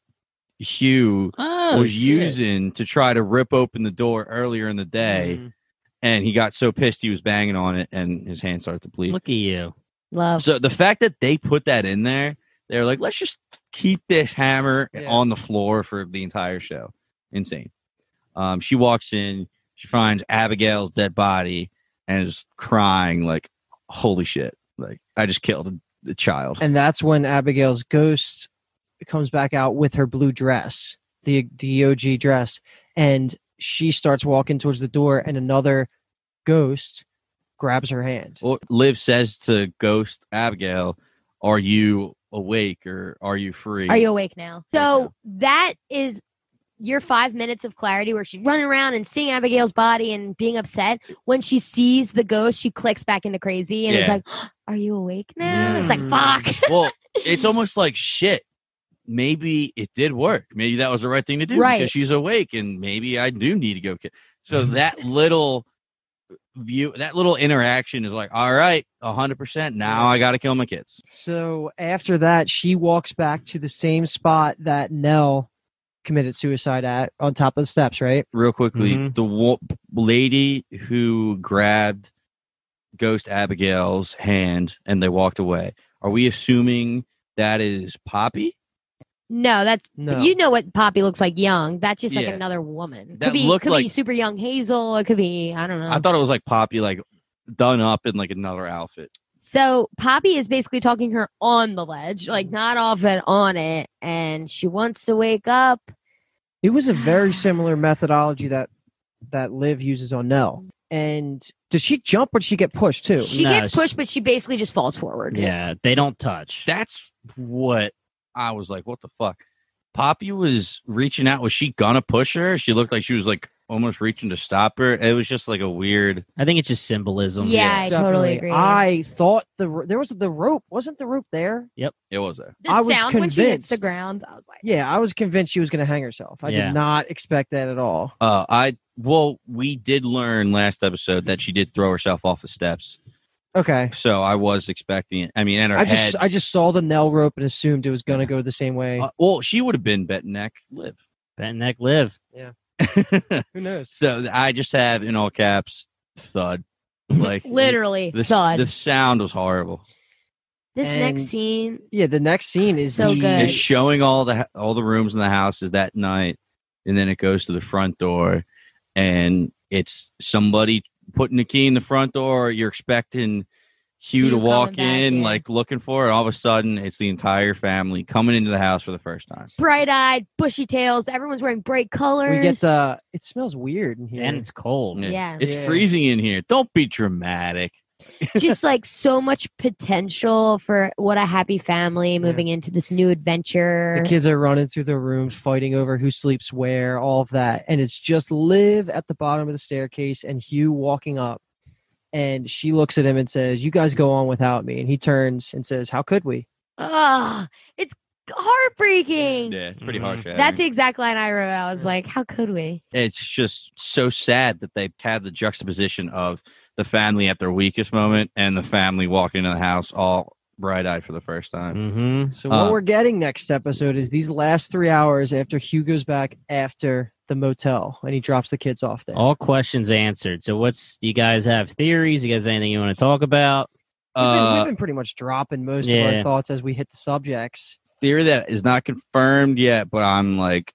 Speaker 3: Hugh
Speaker 5: oh,
Speaker 3: was
Speaker 5: shit.
Speaker 3: using to try to rip open the door earlier in the
Speaker 5: Mm.
Speaker 3: day.
Speaker 4: Mm.
Speaker 3: And he got so pissed he was banging on it and his hand started to bleed.
Speaker 5: Look at you.
Speaker 2: Love.
Speaker 3: So the fact that they put that in there, they're like, let's just keep this hammer
Speaker 4: Yeah.
Speaker 3: on the floor for the entire show. Insane. Um, she walks in, she finds Abigail's dead body and is crying like, holy shit! Like I just killed a, a child.
Speaker 4: And that's when Abigail's ghost comes back out with her blue dress, the the OG dress, and she starts walking towards the door, and another ghost grabs her hand.
Speaker 3: Well, Liv says to Ghost Abigail, "Are you awake or are you free?"
Speaker 2: Are you awake now? So
Speaker 3: Okay.
Speaker 2: that is your five minutes of clarity where she's running around and seeing Abigail's body and being upset. When she sees the ghost, she clicks back into crazy and it's
Speaker 3: Yeah. Mm.
Speaker 2: like, (gasps) Are you awake now?
Speaker 3: Yeah.
Speaker 2: It's like, Fuck.
Speaker 3: well, it's almost like shit. Maybe it did work. Maybe that was the right thing to do
Speaker 2: Right.
Speaker 3: because she's awake, and maybe I do need to go. Ki- so that little view, that little interaction is like, all right, hundred percent. Now I got to kill my kids.
Speaker 4: So after that, she walks back to the same spot that Nell committed suicide at, on top of the steps, right?
Speaker 3: Real quickly,
Speaker 5: Mhm.
Speaker 3: the wo- lady who grabbed Ghost Abigail's hand and they walked away. Are we assuming that is Poppy?
Speaker 2: No, that's
Speaker 4: No.
Speaker 2: you know what Poppy looks like young. That's just like
Speaker 3: Yeah.
Speaker 2: another woman.
Speaker 3: That
Speaker 2: could be
Speaker 3: looked
Speaker 2: could be
Speaker 3: like-
Speaker 2: super young Hazel. It could be I don't know.
Speaker 3: I thought it was like Poppy, like done up in like another outfit.
Speaker 2: So Poppy is basically talking her on the ledge, like not off and on it, and she wants to wake up.
Speaker 4: It was
Speaker 2: (sighs)
Speaker 4: a very similar methodology that that Liv uses on Nell. And does she jump or does she get pushed too?
Speaker 2: She
Speaker 5: No,
Speaker 2: gets
Speaker 5: she-
Speaker 2: pushed, but she basically just falls forward.
Speaker 5: Yeah, they don't touch.
Speaker 3: That's what I was like, what the fuck? Poppy was reaching out. Was she gonna push her? She looked like she was like almost reaching to stop her. It was just like a weird
Speaker 5: I think it's just symbolism.
Speaker 2: Yeah, I totally
Speaker 4: Definitely.
Speaker 2: agree.
Speaker 4: I thought the ro- there was the rope. Wasn't the rope there?
Speaker 3: it was there.
Speaker 2: the
Speaker 4: I was
Speaker 2: sound when she hits the
Speaker 4: convinced.
Speaker 2: ground, I was like,
Speaker 4: Yeah, I was convinced she was going to hang herself. I
Speaker 5: Yeah.
Speaker 4: did not expect that at all.
Speaker 3: Uh I well, we did learn last episode that she did throw herself off the steps.
Speaker 4: Okay.
Speaker 3: So I was expecting it. I mean, and her
Speaker 4: I
Speaker 3: head.
Speaker 4: just I just saw the Nell rope and assumed it was going to go the same way.
Speaker 3: uh, well, she would have been bet neck live.
Speaker 5: Bent neck live.
Speaker 4: Who knows?
Speaker 3: So th- I just have in all caps thud.
Speaker 2: (laughs)
Speaker 3: Like
Speaker 2: literally,
Speaker 3: the, s-
Speaker 2: thud.
Speaker 3: the sound was horrible.
Speaker 2: this
Speaker 4: And-
Speaker 2: next scene,
Speaker 4: Yeah, the next scene is
Speaker 2: So
Speaker 4: the-
Speaker 2: good.
Speaker 3: It's showing all the ha- all the rooms in the houses that night, and then it goes to the front door, and it's somebody putting the key in the front door. You're expecting Hugh,
Speaker 2: Hugh
Speaker 3: to walk
Speaker 2: coming back,
Speaker 3: in,
Speaker 2: yeah.
Speaker 3: like looking for it. All of a sudden, it's the entire family coming into the house for the first time.
Speaker 2: bright eyed, bushy tails. Everyone's wearing bright colors.
Speaker 4: we get the it smells weird in here.
Speaker 5: And it's cold.
Speaker 2: Yeah.
Speaker 3: it's
Speaker 4: Yeah.
Speaker 3: freezing in here. Don't be dramatic.
Speaker 2: just like so much potential for what a happy family moving into this new adventure.
Speaker 4: the kids are running through the rooms fighting over who sleeps where, all of that. And it's just Liv at the bottom of the staircase and Hugh walking up. And she looks at him and says, "You guys go on without me." And he turns and says, "How could we?"
Speaker 2: Ugh, it's heartbreaking.
Speaker 3: Yeah, it's pretty
Speaker 5: Mhm.
Speaker 3: harsh.
Speaker 2: That's the exact line I wrote. I was like, how could we?
Speaker 3: it's just so sad that they've had the juxtaposition of the family at their weakest moment and the family walking into the house all bright eyed for the first time.
Speaker 5: Mm-hmm.
Speaker 4: So
Speaker 3: Uh,
Speaker 4: what we're getting next episode is these last three hours after Hugh goes back after the motel and he drops the kids off there.
Speaker 5: All questions answered. So, what's do you guys have theories? You guys have anything you want to talk about?
Speaker 4: We've been,
Speaker 3: Uh,
Speaker 4: we've been pretty much dropping most of
Speaker 5: yeah.
Speaker 4: our thoughts as we hit the subjects.
Speaker 3: theory that is not confirmed yet, but I'm like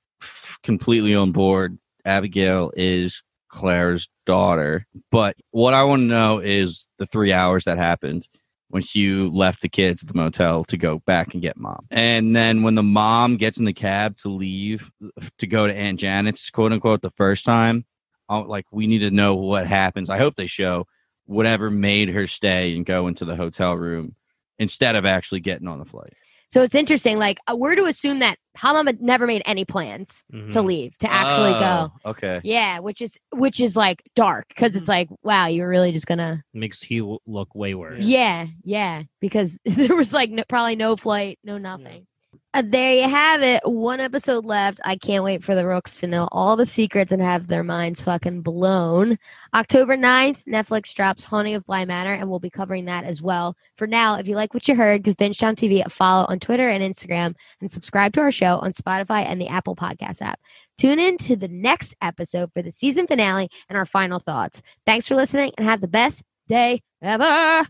Speaker 3: completely on board. Abigail is Claire's daughter. But what I want to know is the three hours that happened when Hugh left the kids at the motel to go back and get mom. And then when the mom gets in the cab to leave to go to Aunt Janet's, quote unquote, the first time, I'm like, we need to know what happens. I hope they show whatever made her stay and go into the hotel room instead of actually getting on the flight.
Speaker 2: So it's interesting. Like, uh, we're to assume that Hamama never made any plans to
Speaker 5: Mhm.
Speaker 2: leave, to actually go.
Speaker 3: Hmm. Oh, Okay.
Speaker 2: Yeah, which is which is like dark because it's like, wow, you're really just gonna.
Speaker 5: Makes Hugh look way worse.
Speaker 2: Yeah, yeah, because (laughs) there was like no, probably no flight, no nothing. Uh, there you have it. One episode left. I can't wait for the Rooks to know all the secrets and have their minds fucking blown. October 9th, Netflix drops Haunting of Bly Manor, and we'll be covering that as well. For now, if you like what you heard, give Bingetown TV a follow on Twitter and Instagram, and subscribe to our show on Spotify and the Apple Podcast app. Tune in to the next episode for the season finale and our final thoughts. Thanks for listening and have the best day ever.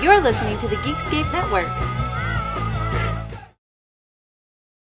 Speaker 9: You're listening to the Geekscape Network.